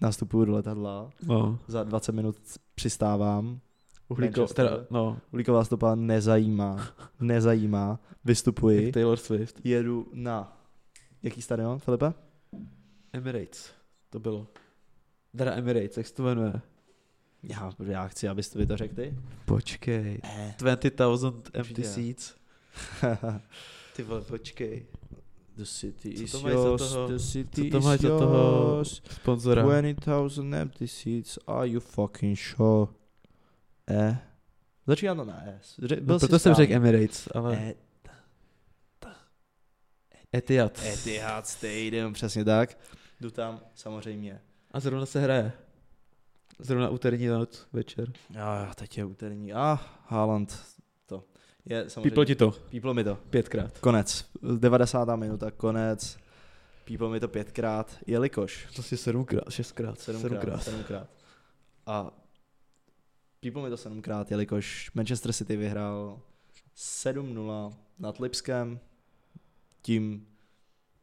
Speaker 2: nastupuju do letadla,
Speaker 1: No,
Speaker 2: za 20 minut přistávám,
Speaker 1: uhlíko,
Speaker 2: Manchester.
Speaker 1: teda, no,
Speaker 2: uhlíková stopa nezajímá, nezajímá, vystupuji,
Speaker 1: jak Taylor Swift.
Speaker 2: jedu na, jaký stadion, Filipe?
Speaker 1: Emirates, to bylo. Teda Emirates, jak se to jmenuje?
Speaker 2: Já, já chci, abys to vy to řekl ty.
Speaker 1: Počkej.
Speaker 2: Ne.
Speaker 1: 20,000
Speaker 2: Určitě.
Speaker 1: empty seats. Ty vole, počkej.
Speaker 2: the city
Speaker 1: Co
Speaker 2: is
Speaker 1: to mají za
Speaker 2: yours,
Speaker 1: toho-
Speaker 2: the city
Speaker 1: co to
Speaker 2: is
Speaker 1: mají za toho
Speaker 2: yours.
Speaker 1: Sponzora.
Speaker 2: 20,000 empty seats, are you fucking sure? E. Začíná to na S. Ře- byl
Speaker 1: No,
Speaker 2: jsi
Speaker 1: proto jsem
Speaker 2: správný.
Speaker 1: řekl Emirates, ale
Speaker 2: E.
Speaker 1: Etihad.
Speaker 2: Etihad Stadium, přesně tak. Jdu tam, samozřejmě.
Speaker 1: A zrovna se hraje. Zrovna úterní noc večer.
Speaker 2: A teď je úterní. A Haaland, to. Je samozřejmě.
Speaker 1: Píplo ti to
Speaker 2: Píplo mi to.
Speaker 1: pětkrát.
Speaker 2: Konec. 90. minuta, konec. Píplo mi to pětkrát, jelikož
Speaker 1: Prostě sedmkrát, šestkrát,
Speaker 2: Sedmkrát. Sedmkrát. A pípl mi to sedmkrát, jelikož Manchester City vyhrál 7-0 nad Lipskem, tím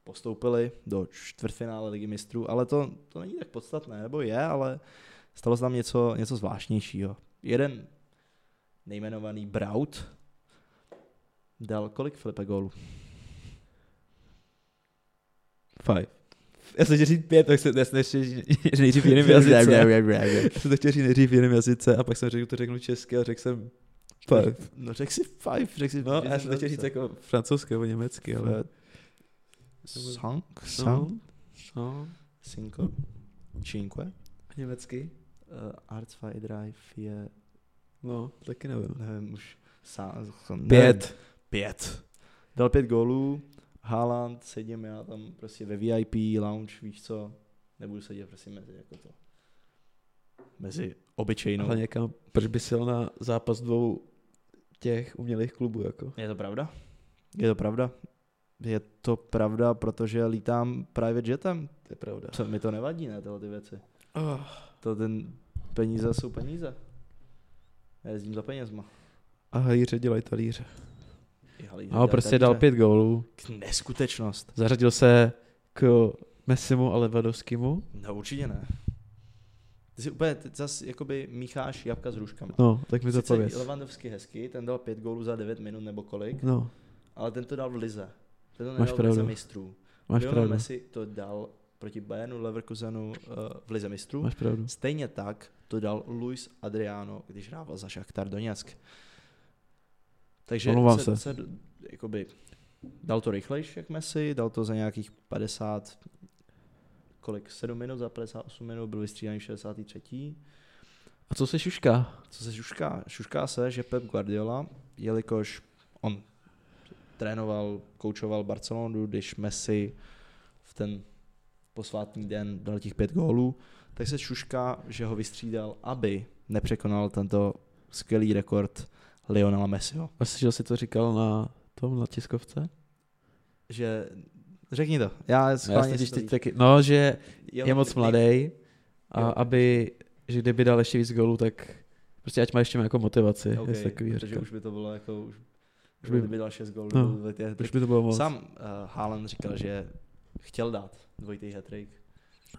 Speaker 2: postoupili do čtvrtfinále ligy mistrů, ale to, to není tak podstatné, nebo je, ale stalo se tam něco, něco zvláštnějšího. Jeden nejmenovaný Braut dal kolik Filipe gólů?
Speaker 1: Five. Já jsem chtěl říct pět, tak jsem, já jsem ještě říct nejdřív v jiném jazyce. Já jsem to chtěl říct nejdřív v jiném jazyce a pak jsem řekl, to řeknu česky a řekl jsem five.
Speaker 2: No řekl si five, řekl si
Speaker 1: No, a já jsem to chtěl říct jako francouzsky nebo německy, ale...
Speaker 2: Song?
Speaker 1: No,
Speaker 2: Song?
Speaker 1: no.
Speaker 2: Cinco? Cinque?
Speaker 1: Německy?
Speaker 2: Uh, R2 Drive je,
Speaker 1: No, taky nevím.
Speaker 2: nevím, už sám,
Speaker 1: Pět.
Speaker 2: Pět. Dal pět gólů, Haaland, sedím já tam prostě ve VIP lounge, víš co, nebudu sedět prostě mezi jako to. Mezi obyčejnou.
Speaker 1: Ale někam, jako, proč by sil na zápas dvou těch umělých klubů, jako?
Speaker 2: Je to pravda? Je to pravda. Je to pravda, protože lítám private jetem.
Speaker 1: To je pravda.
Speaker 2: Co, mi to nevadí, ne, tyhle ty věci.
Speaker 1: Oh,
Speaker 2: To ten peníze jsou peníze. Já jezdím za penězma.
Speaker 1: a halíře dělají talíře.
Speaker 2: Jali,
Speaker 1: A prostě dal pět gólů.
Speaker 2: K neskutečnost.
Speaker 1: Zařadil se k Messimu a Levadovskému.
Speaker 2: No určitě ne. Ty si úplně ty zase jakoby mícháš jabka s hruškama.
Speaker 1: No, tak mi to
Speaker 2: Sice
Speaker 1: pověz.
Speaker 2: Lewandowski hezky, ten dal pět gólů za 9 minut nebo kolik,
Speaker 1: No,
Speaker 2: ale ten to dal v lize. Ten
Speaker 1: Máš
Speaker 2: to nedal v lize
Speaker 1: pravdu.
Speaker 2: mistrů.
Speaker 1: máš
Speaker 2: Lionel
Speaker 1: pravdu.
Speaker 2: Messi to dal proti Bayernu Leverkusenu uh, v lize mistrů.
Speaker 1: Máš pravdu.
Speaker 2: Stejně tak to dal Luis Adriano, když hrával za Šachtar Doněck. Takže
Speaker 1: Omlouvám se.
Speaker 2: se, se d- jakoby, dal to rychlejš jak Messi, dal to za nějakých 50, kolik, 7 minut, za 58 minut byl vystřídaný v 63.
Speaker 1: A co se šušká?
Speaker 2: Co se šušká? Šušká se, že Pep Guardiola, jelikož on trénoval, koučoval Barcelonu, když Messi v ten posvátný den dal těch pět gólů, tak se šušká, že ho vystřídal, aby nepřekonal tento skvělý rekord Lionela Messiho.
Speaker 1: A slyšel jsi, co říkal na tom, na tiskovce?
Speaker 2: Že, řekni to, já
Speaker 1: No, já
Speaker 2: schválně
Speaker 1: jsem
Speaker 2: si
Speaker 1: totiž
Speaker 2: to
Speaker 1: teď
Speaker 2: víš.
Speaker 1: taky, no, že
Speaker 2: Jo,
Speaker 1: je moc
Speaker 2: ty-
Speaker 1: mladý a
Speaker 2: Jo.
Speaker 1: aby, že kdyby dal ještě víc gólů, tak prostě ať má ještě nějakou motivaci.
Speaker 2: Ok,
Speaker 1: Okay, takový,
Speaker 2: protože
Speaker 1: říkal.
Speaker 2: už by to bylo jako, už,
Speaker 1: Už
Speaker 2: už
Speaker 1: by-
Speaker 2: by dal šest gólů,
Speaker 1: No,
Speaker 2: no, je,
Speaker 1: Proč by to bylo moc?
Speaker 2: Sám uh, Haaland říkal, že chtěl dát dvojitý hat-trick.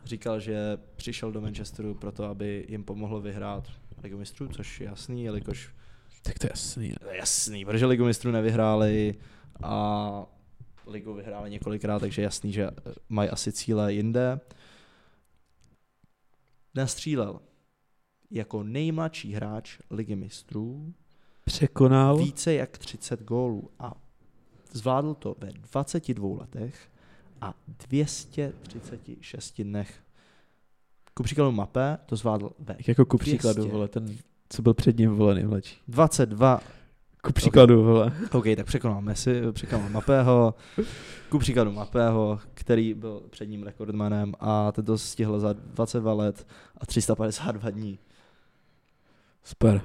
Speaker 2: Říkal, že přišel do Manchesteru proto, aby jim pomohlo vyhrát Ligu mistrů, což je jasný, jelikož
Speaker 1: Tak to je jasný.
Speaker 2: to je jasný, protože Ligu mistrů nevyhráli a Ligu vyhráli několikrát, takže je jasný, že eh, mají asi cíle jinde. Nastřílel jako nejmladší hráč Ligy mistrů
Speaker 1: Překonal.
Speaker 2: více jak 30 gólů a zvládl to ve 22 letech a 236 dnech. Ku příkladu Mapé to zvládl ve
Speaker 1: Jako ku příkladu,
Speaker 2: 200.
Speaker 1: vole, ten, co byl před ním volený mladší.
Speaker 2: 22.
Speaker 1: Ku příkladu, vole.
Speaker 2: OK, tak překonal Messi, překonal Mapého, ku příkladu Mapého, který byl před ním rekordmanem a ten to stihl za 22 let a 352 dní.
Speaker 1: Super.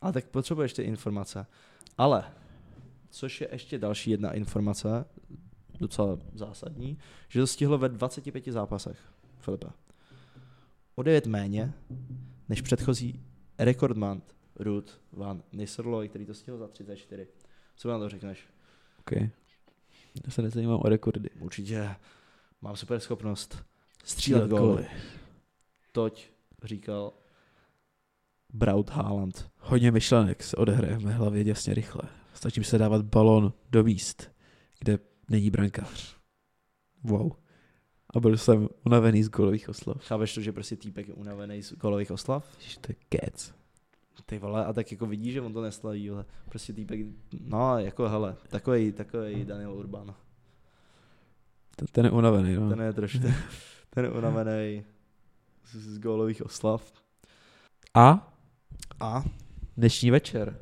Speaker 2: A tak potřebuješ ty informace. Ale, což je ještě další jedna informace, docela zásadní, že to stihlo ve 25 zápasech, Filipe. O 9 méně, než předchozí rekordman Ruud van Nistelrooy, který to stihl za 34. Co mi na to řekneš?
Speaker 1: OK. Já se nezajímám o rekordy.
Speaker 2: Určitě mám super schopnost střílet góly. Toť říkal Braut Haaland.
Speaker 1: Hodně myšlenek se odehraje v mé hlavě jasně rychle. Stačí se dávat balón do míst, kde není brankář. Wow. A byl jsem unavený z golových oslav.
Speaker 2: Chápeš to, že prostě týpek je unavený z golových oslav?
Speaker 1: Ježiš, to je kec.
Speaker 2: Ty vole, a tak jako vidí, že on to neslaví, ale prostě týpek, no jako hele, takový, takový Daniel Urban.
Speaker 1: Ten, ten je unavený, no.
Speaker 2: Ten je trošku, ten, ten je unavený z, z gólových oslav.
Speaker 1: A
Speaker 2: A
Speaker 1: dnešní večer.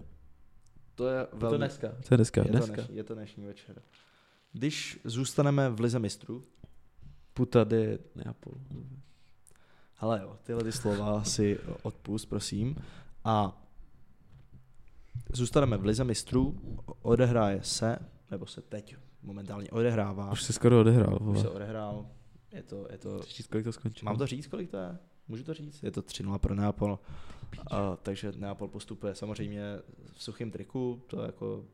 Speaker 2: to je velmi...
Speaker 1: dneska. To je dneska.
Speaker 2: je, to
Speaker 1: dneska.
Speaker 2: dnešní, je to dnešní večer. Když zůstaneme v Lize mistrů,
Speaker 1: Puta de Neapol.
Speaker 2: hele jo, tyhle ty slova si odpust, prosím. A zůstaneme v Lize mistrů, odehráje se, nebo se teď momentálně odehrává,
Speaker 1: Už se skoro odehrál.
Speaker 2: už se
Speaker 1: Vole.
Speaker 2: odehrál, je to, je to
Speaker 1: Přečíst, kolik to skončilo.
Speaker 2: Mám to říct, kolik to je? Můžu to říct? Je to 3-0 pro Neapol. A, takže Neapol postupuje samozřejmě v suchém triku, to jako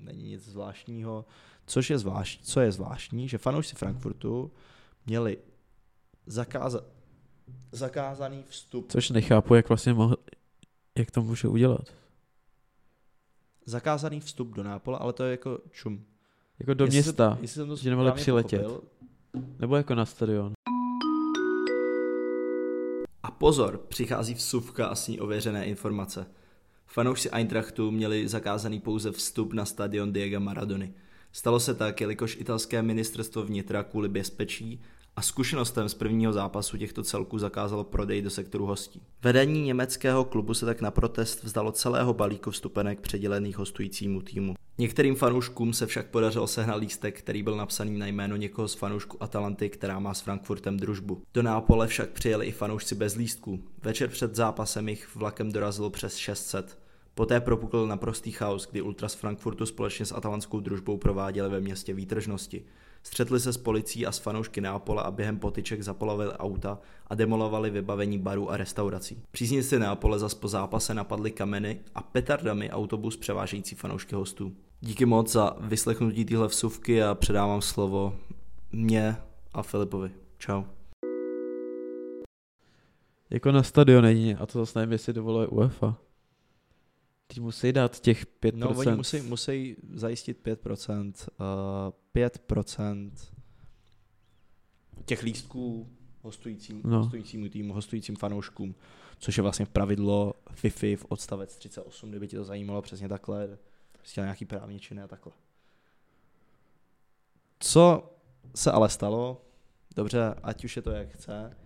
Speaker 2: není nic zvláštního. Což je zvlášť, co je zvláštní, že fanoušci Frankfurtu měli zakáza, zakázaný vstup,
Speaker 1: Což nechápu, jak vlastně mohl, jak to může udělat.
Speaker 2: zakázaný vstup do Neapola, ale to je jako čum.
Speaker 1: Jako do
Speaker 2: Jestli jsem to-
Speaker 1: města,
Speaker 2: jestli jsem to
Speaker 1: že nemohli
Speaker 2: správně
Speaker 1: přiletět.
Speaker 2: pochopil,
Speaker 1: nebo jako na stadion.
Speaker 2: A pozor, přichází vsuvka a s ní ověřené informace. Fanoušci Eintrachtu měli zakázaný pouze vstup na stadion Diego Maradony. Stalo se tak, jelikož italské ministerstvo vnitra kvůli bezpečí a zkušenostem z prvního zápasu těchto celků zakázalo prodej do sektoru hostí. Vedení německého klubu se tak na protest vzdalo celého balíku vstupenek předělených hostujícímu týmu. Některým fanouškům se však podařilo sehnat lístek, který byl napsaný na jméno někoho z fanoušků Atalanty, která má s Frankfurtem družbu. Do Nápole však přijeli i fanoušci bez lístků. Večer před zápasem jich vlakem dorazilo přes 600. Poté propukl naprostý chaos, kdy Ultra z Frankfurtu společně s atalantskou družbou prováděli ve městě výtržnosti. Střetli se s policií a s fanoušky Nápola a během potyček zapolovili auta a demolovali vybavení barů a restaurací. Příznivci Nápole zas po zápase napadli kameny a petardami autobus převážející fanoušky hostů. Díky moc za vyslechnutí téhle vsuvky a předávám slovo mě a Filipovi. Čau.
Speaker 1: Jako na stadion jedině, a to zase nevím, jestli dovoluje UEFA. Ty musí dát těch 5%.
Speaker 2: No, oni musí, musí zajistit 5%, uh, 5% těch lístků hostujícím,
Speaker 1: No.
Speaker 2: no. hostujícímu týmu, hostujícím fanouškům, což je vlastně pravidlo FIFA v odstavec 38, kdyby ti to zajímalo přesně takhle, prostě nějaký právní činy a takhle. Co se ale stalo, dobře, ať už je to jak chce,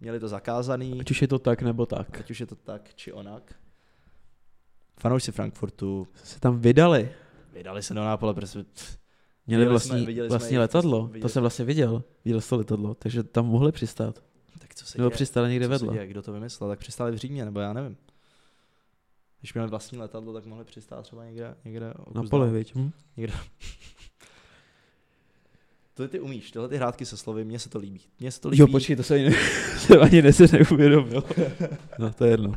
Speaker 2: měli to zakázaný,
Speaker 1: Ať už je to tak nebo tak.
Speaker 2: ať už je to tak či onak. Fanoušci Frankfurtu
Speaker 1: Se tam vydali.
Speaker 2: Vydali se do Nápole, protože pff,
Speaker 1: Měli
Speaker 2: Viděli
Speaker 1: vlastní,
Speaker 2: jsme- viděli jsme
Speaker 1: vlastní
Speaker 2: jejich-
Speaker 1: letadlo.
Speaker 2: viděli-
Speaker 1: To jsem vlastně viděl. Viděl jsem letadlo, takže tam mohli přistát.
Speaker 2: tak co se
Speaker 1: Nebo
Speaker 2: děje?
Speaker 1: přistáli někde
Speaker 2: co se
Speaker 1: vedle.
Speaker 2: děje? Kdo to vymyslel? Tak přistáli v Římě, nebo já nevím. Když měli vlastní letadlo, tak mohli přistát třeba někde, někde o
Speaker 1: Na
Speaker 2: kus
Speaker 1: poli,
Speaker 2: dál.
Speaker 1: viď? Hm?
Speaker 2: Tohle ty umíš, tyhle ty hrátky se slovy, mně se to líbí. Mně se to líbí.
Speaker 1: Jo, počkej, to se ani, ne, jsem ani ne, se neuvědomil. No, to je jedno.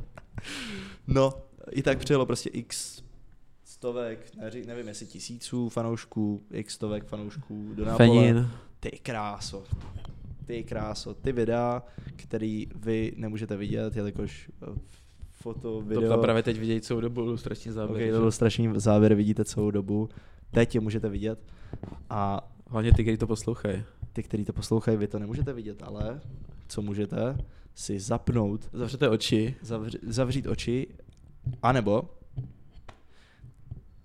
Speaker 2: No, i tak přijelo prostě x stovek, neři, nevím jestli tisíců fanoušků, x stovek fanoušků do Nápole.
Speaker 1: Fenin.
Speaker 2: Ty kráso. Ty kráso. Ty videa, který vy nemůžete vidět, jelikož eh, foto, video...
Speaker 1: To právě teď vidějí celou dobu strašně zábavný.
Speaker 2: Okay, to byl strašný závěr, vidíte celou dobu. Teď je můžete vidět. A
Speaker 1: Hlavně ty, kteří to poslouchají.
Speaker 2: ty, kteří to poslouchají, vy to nemůžete vidět, ale co můžete, si zapnout,
Speaker 1: Zavřete oči.
Speaker 2: zavř, zavřít oči, anebo,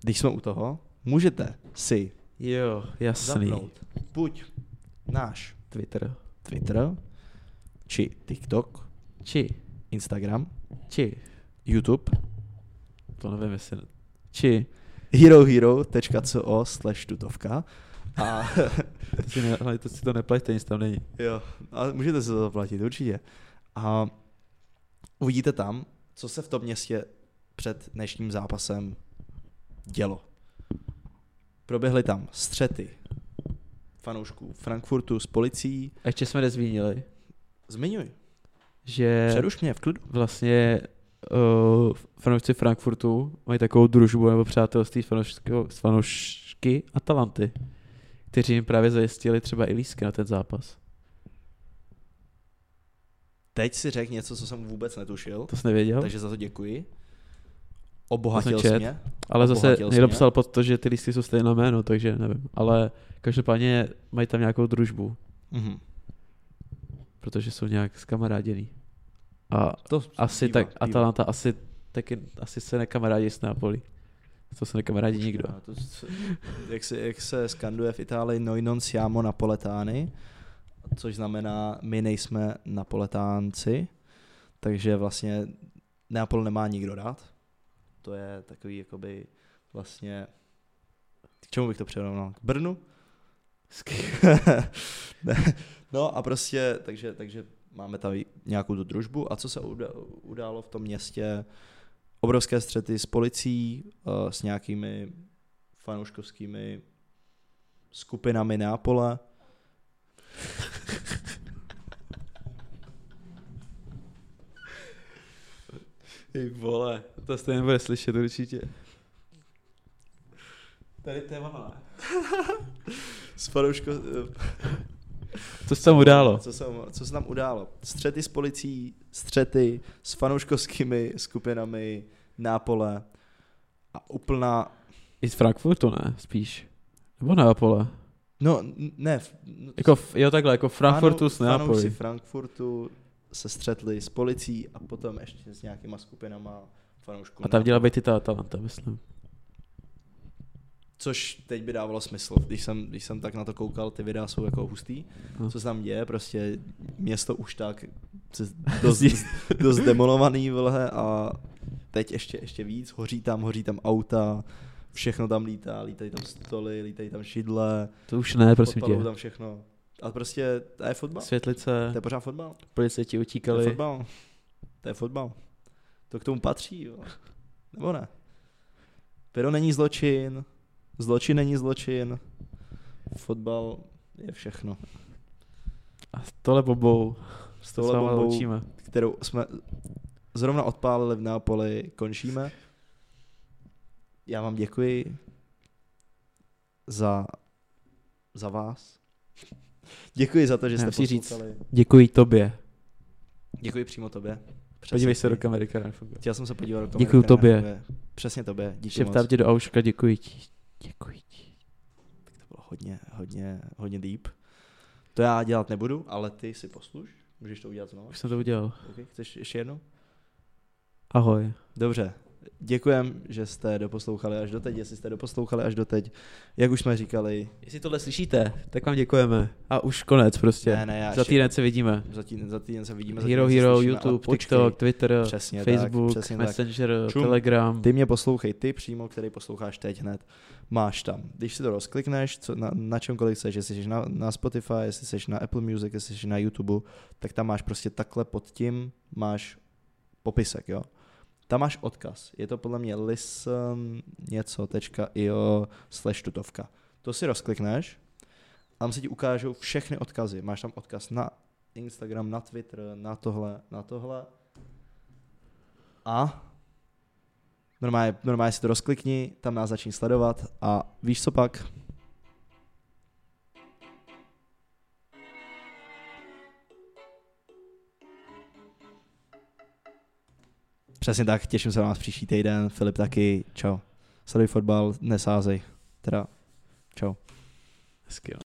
Speaker 2: když jsme u toho, můžete si
Speaker 1: Jo, jasný.
Speaker 2: zapnout buď náš
Speaker 1: Twitter.
Speaker 2: Twitter, či TikTok,
Speaker 1: Či.
Speaker 2: Instagram,
Speaker 1: Či.
Speaker 2: YouTube,
Speaker 1: To nevím, jestli... ne- Či.
Speaker 2: herohero.co slash tutovka a
Speaker 1: To si, ne, ale to si to neplaťte, nic tam není.
Speaker 2: Jo, ale můžete se to zaplatit, určitě. A uvidíte tam, co se v tom městě před dnešním zápasem dělo. Proběhly tam střety fanoušků Frankfurtu s policií.
Speaker 1: A ještě jsme nezmínili, Eh.
Speaker 2: Zmiňuj,
Speaker 1: že
Speaker 2: přeruš mě v klidu.
Speaker 1: vlastně uh, fanoušci Frankfurtu mají takovou družbu nebo přátelství s fanouškou- s fanoušky Atalanty, kteří jim právě zajistili třeba i lísky na ten zápas.
Speaker 2: Teď si řekl něco, co jsem vůbec netušil,
Speaker 1: To jsi nevěděl?
Speaker 2: takže za to děkuji. Obohatil
Speaker 1: To jsem
Speaker 2: jsi
Speaker 1: No. čet.
Speaker 2: mě.
Speaker 1: Ale zase
Speaker 2: Obohatil jsi
Speaker 1: někdo
Speaker 2: mě.
Speaker 1: psal pod to, že ty lístky jsou stejné jméno, takže nevím. Ale každopádně mají tam nějakou družbu,
Speaker 2: Mhm.
Speaker 1: protože jsou nějak zkamaráděný. A
Speaker 2: To
Speaker 1: asi
Speaker 2: bývá,
Speaker 1: tak,
Speaker 2: bývá.
Speaker 1: Atalanta asi, taky, asi se nekamarádí s Nápolí. To se nekamarádí nikdo.
Speaker 2: A To, co- jak, se, jak se skanduje v Itálii noi non siamo napoletány, což znamená, my nejsme napoletánci, takže vlastně Neapol nemá nikdo rád. To je takový jakoby vlastně, k čemu bych to přirovnal? K Brnu? Ne. no a prostě, takže, takže máme tam i nějakou tu družbu. A co se uda- událo v tom městě? Obrovské střety s policií, eh, s nějakými fanouškovskými skupinami Neapole.
Speaker 1: Ty vole, to stejně bude slyšet určitě. Tady to je ono,
Speaker 2: S fanouško...
Speaker 1: Co se tam událo?
Speaker 2: Co se, co se tam událo? Střety s policií, střety s fanouškovskými skupinami Nápole a úplná...
Speaker 1: I z Frankfurtu ne, spíš. Nebo Neapole.
Speaker 2: No, n- ne. f- No,
Speaker 1: Jako, f- jo takhle, jako Frankfurtu
Speaker 2: Fanu-
Speaker 1: s
Speaker 2: Fanoušci
Speaker 1: Neapolí.
Speaker 2: Frankfurtu se střetli s policií a potom ještě s nějakýma skupinama fanoušků.
Speaker 1: A tam
Speaker 2: Nápola.
Speaker 1: měla být i ta Atalanta, myslím.
Speaker 2: Což teď by dávalo smysl, když jsem, když jsem tak na to koukal, ty videa jsou jako hustý,
Speaker 1: No.
Speaker 2: co se tam děje, prostě město už tak se dost,
Speaker 1: Zdi-
Speaker 2: dost demolovaný vlhe a teď ještě, ještě víc, hoří tam, hoří tam auta, všechno tam lítá, lítají tam stoly, lítají tam šidle,
Speaker 1: To už ne, prosím tě.
Speaker 2: podpalou tam všechno. A prostě to je fotbal,
Speaker 1: Světlice,
Speaker 2: to je pořád fotbal,
Speaker 1: policajti
Speaker 2: to je
Speaker 1: utíkali.
Speaker 2: fotbal, to je fotbal, to k tomu patří, jo. nebo ne? Pero není zločin, zločin není zločin, fotbal je všechno.
Speaker 1: A s tohle bobou.
Speaker 2: S
Speaker 1: S tohle
Speaker 2: touhle
Speaker 1: bobou.
Speaker 2: bombou,
Speaker 1: Loučíme.
Speaker 2: kterou jsme zrovna odpálili v Nápoli, končíme. Já vám děkuji za, za vás. Děkuji za to, že
Speaker 1: Ne,
Speaker 2: jste
Speaker 1: musíš říct.
Speaker 2: poslouchali.
Speaker 1: Děkuji tobě.
Speaker 2: Děkuji přímo tobě. Přesně.
Speaker 1: Podívej se do kamery, která nefunguje.
Speaker 2: Chtěl jsem se podívat do kamery.
Speaker 1: Děkuju
Speaker 2: která
Speaker 1: tobě.
Speaker 2: nefunguje. Přesně tobě. Díky
Speaker 1: Šeptám
Speaker 2: moc.
Speaker 1: ti do auška, děkuji ti. Děkuji ti.
Speaker 2: To bylo hodně, hodně, hodně deep. To já dělat nebudu, ale ty si posluš. Můžeš to udělat znovu.
Speaker 1: Už jsem to udělal.
Speaker 2: Okay. Chceš ještě jednou?
Speaker 1: Ahoj.
Speaker 2: Dobře. Děkujem, že jste doposlouchali až doteď, jestli jste doposlouchali až doteď. Jak už jsme říkali,
Speaker 1: Jestli tohle slyšíte, tak vám děkujeme. A už konec prostě.
Speaker 2: Ne, ne, já
Speaker 1: Za
Speaker 2: ještě-
Speaker 1: týden se vidíme.
Speaker 2: za týden, za týden se vidíme. za
Speaker 1: Hero
Speaker 2: týden se
Speaker 1: Hero,
Speaker 2: slyšíme. A
Speaker 1: YouTube,
Speaker 2: počkej,
Speaker 1: TikTok, Twitter,
Speaker 2: Přesně tak,
Speaker 1: Facebook,
Speaker 2: přesně tak.
Speaker 1: Messenger,
Speaker 2: Čum.
Speaker 1: Telegram.
Speaker 2: Ty mě poslouchej, ty přímo, který posloucháš teď hned, máš tam. Když si to rozklikneš, co, na, na čemkoliv chceš, jestli jsi na, na Spotify, jestli jsi na Apple Music, jestli jsi na YouTube, tak tam máš prostě takhle pod tím, máš popisek, jo. Tam máš odkaz. Je to podle mě listen něco.io slash tutovka. To si rozklikneš, tam se ti ukážou všechny odkazy. Máš tam odkaz na Instagram, na Twitter, na tohle, na tohle. A normálně, normálně si to rozklikni, tam nás začni sledovat a víš co pak? Přesně tak, těším se na vás příští týden, Filip taky, čau. Sleduj fotbal, nesázej, teda čau.
Speaker 1: Hezky, no.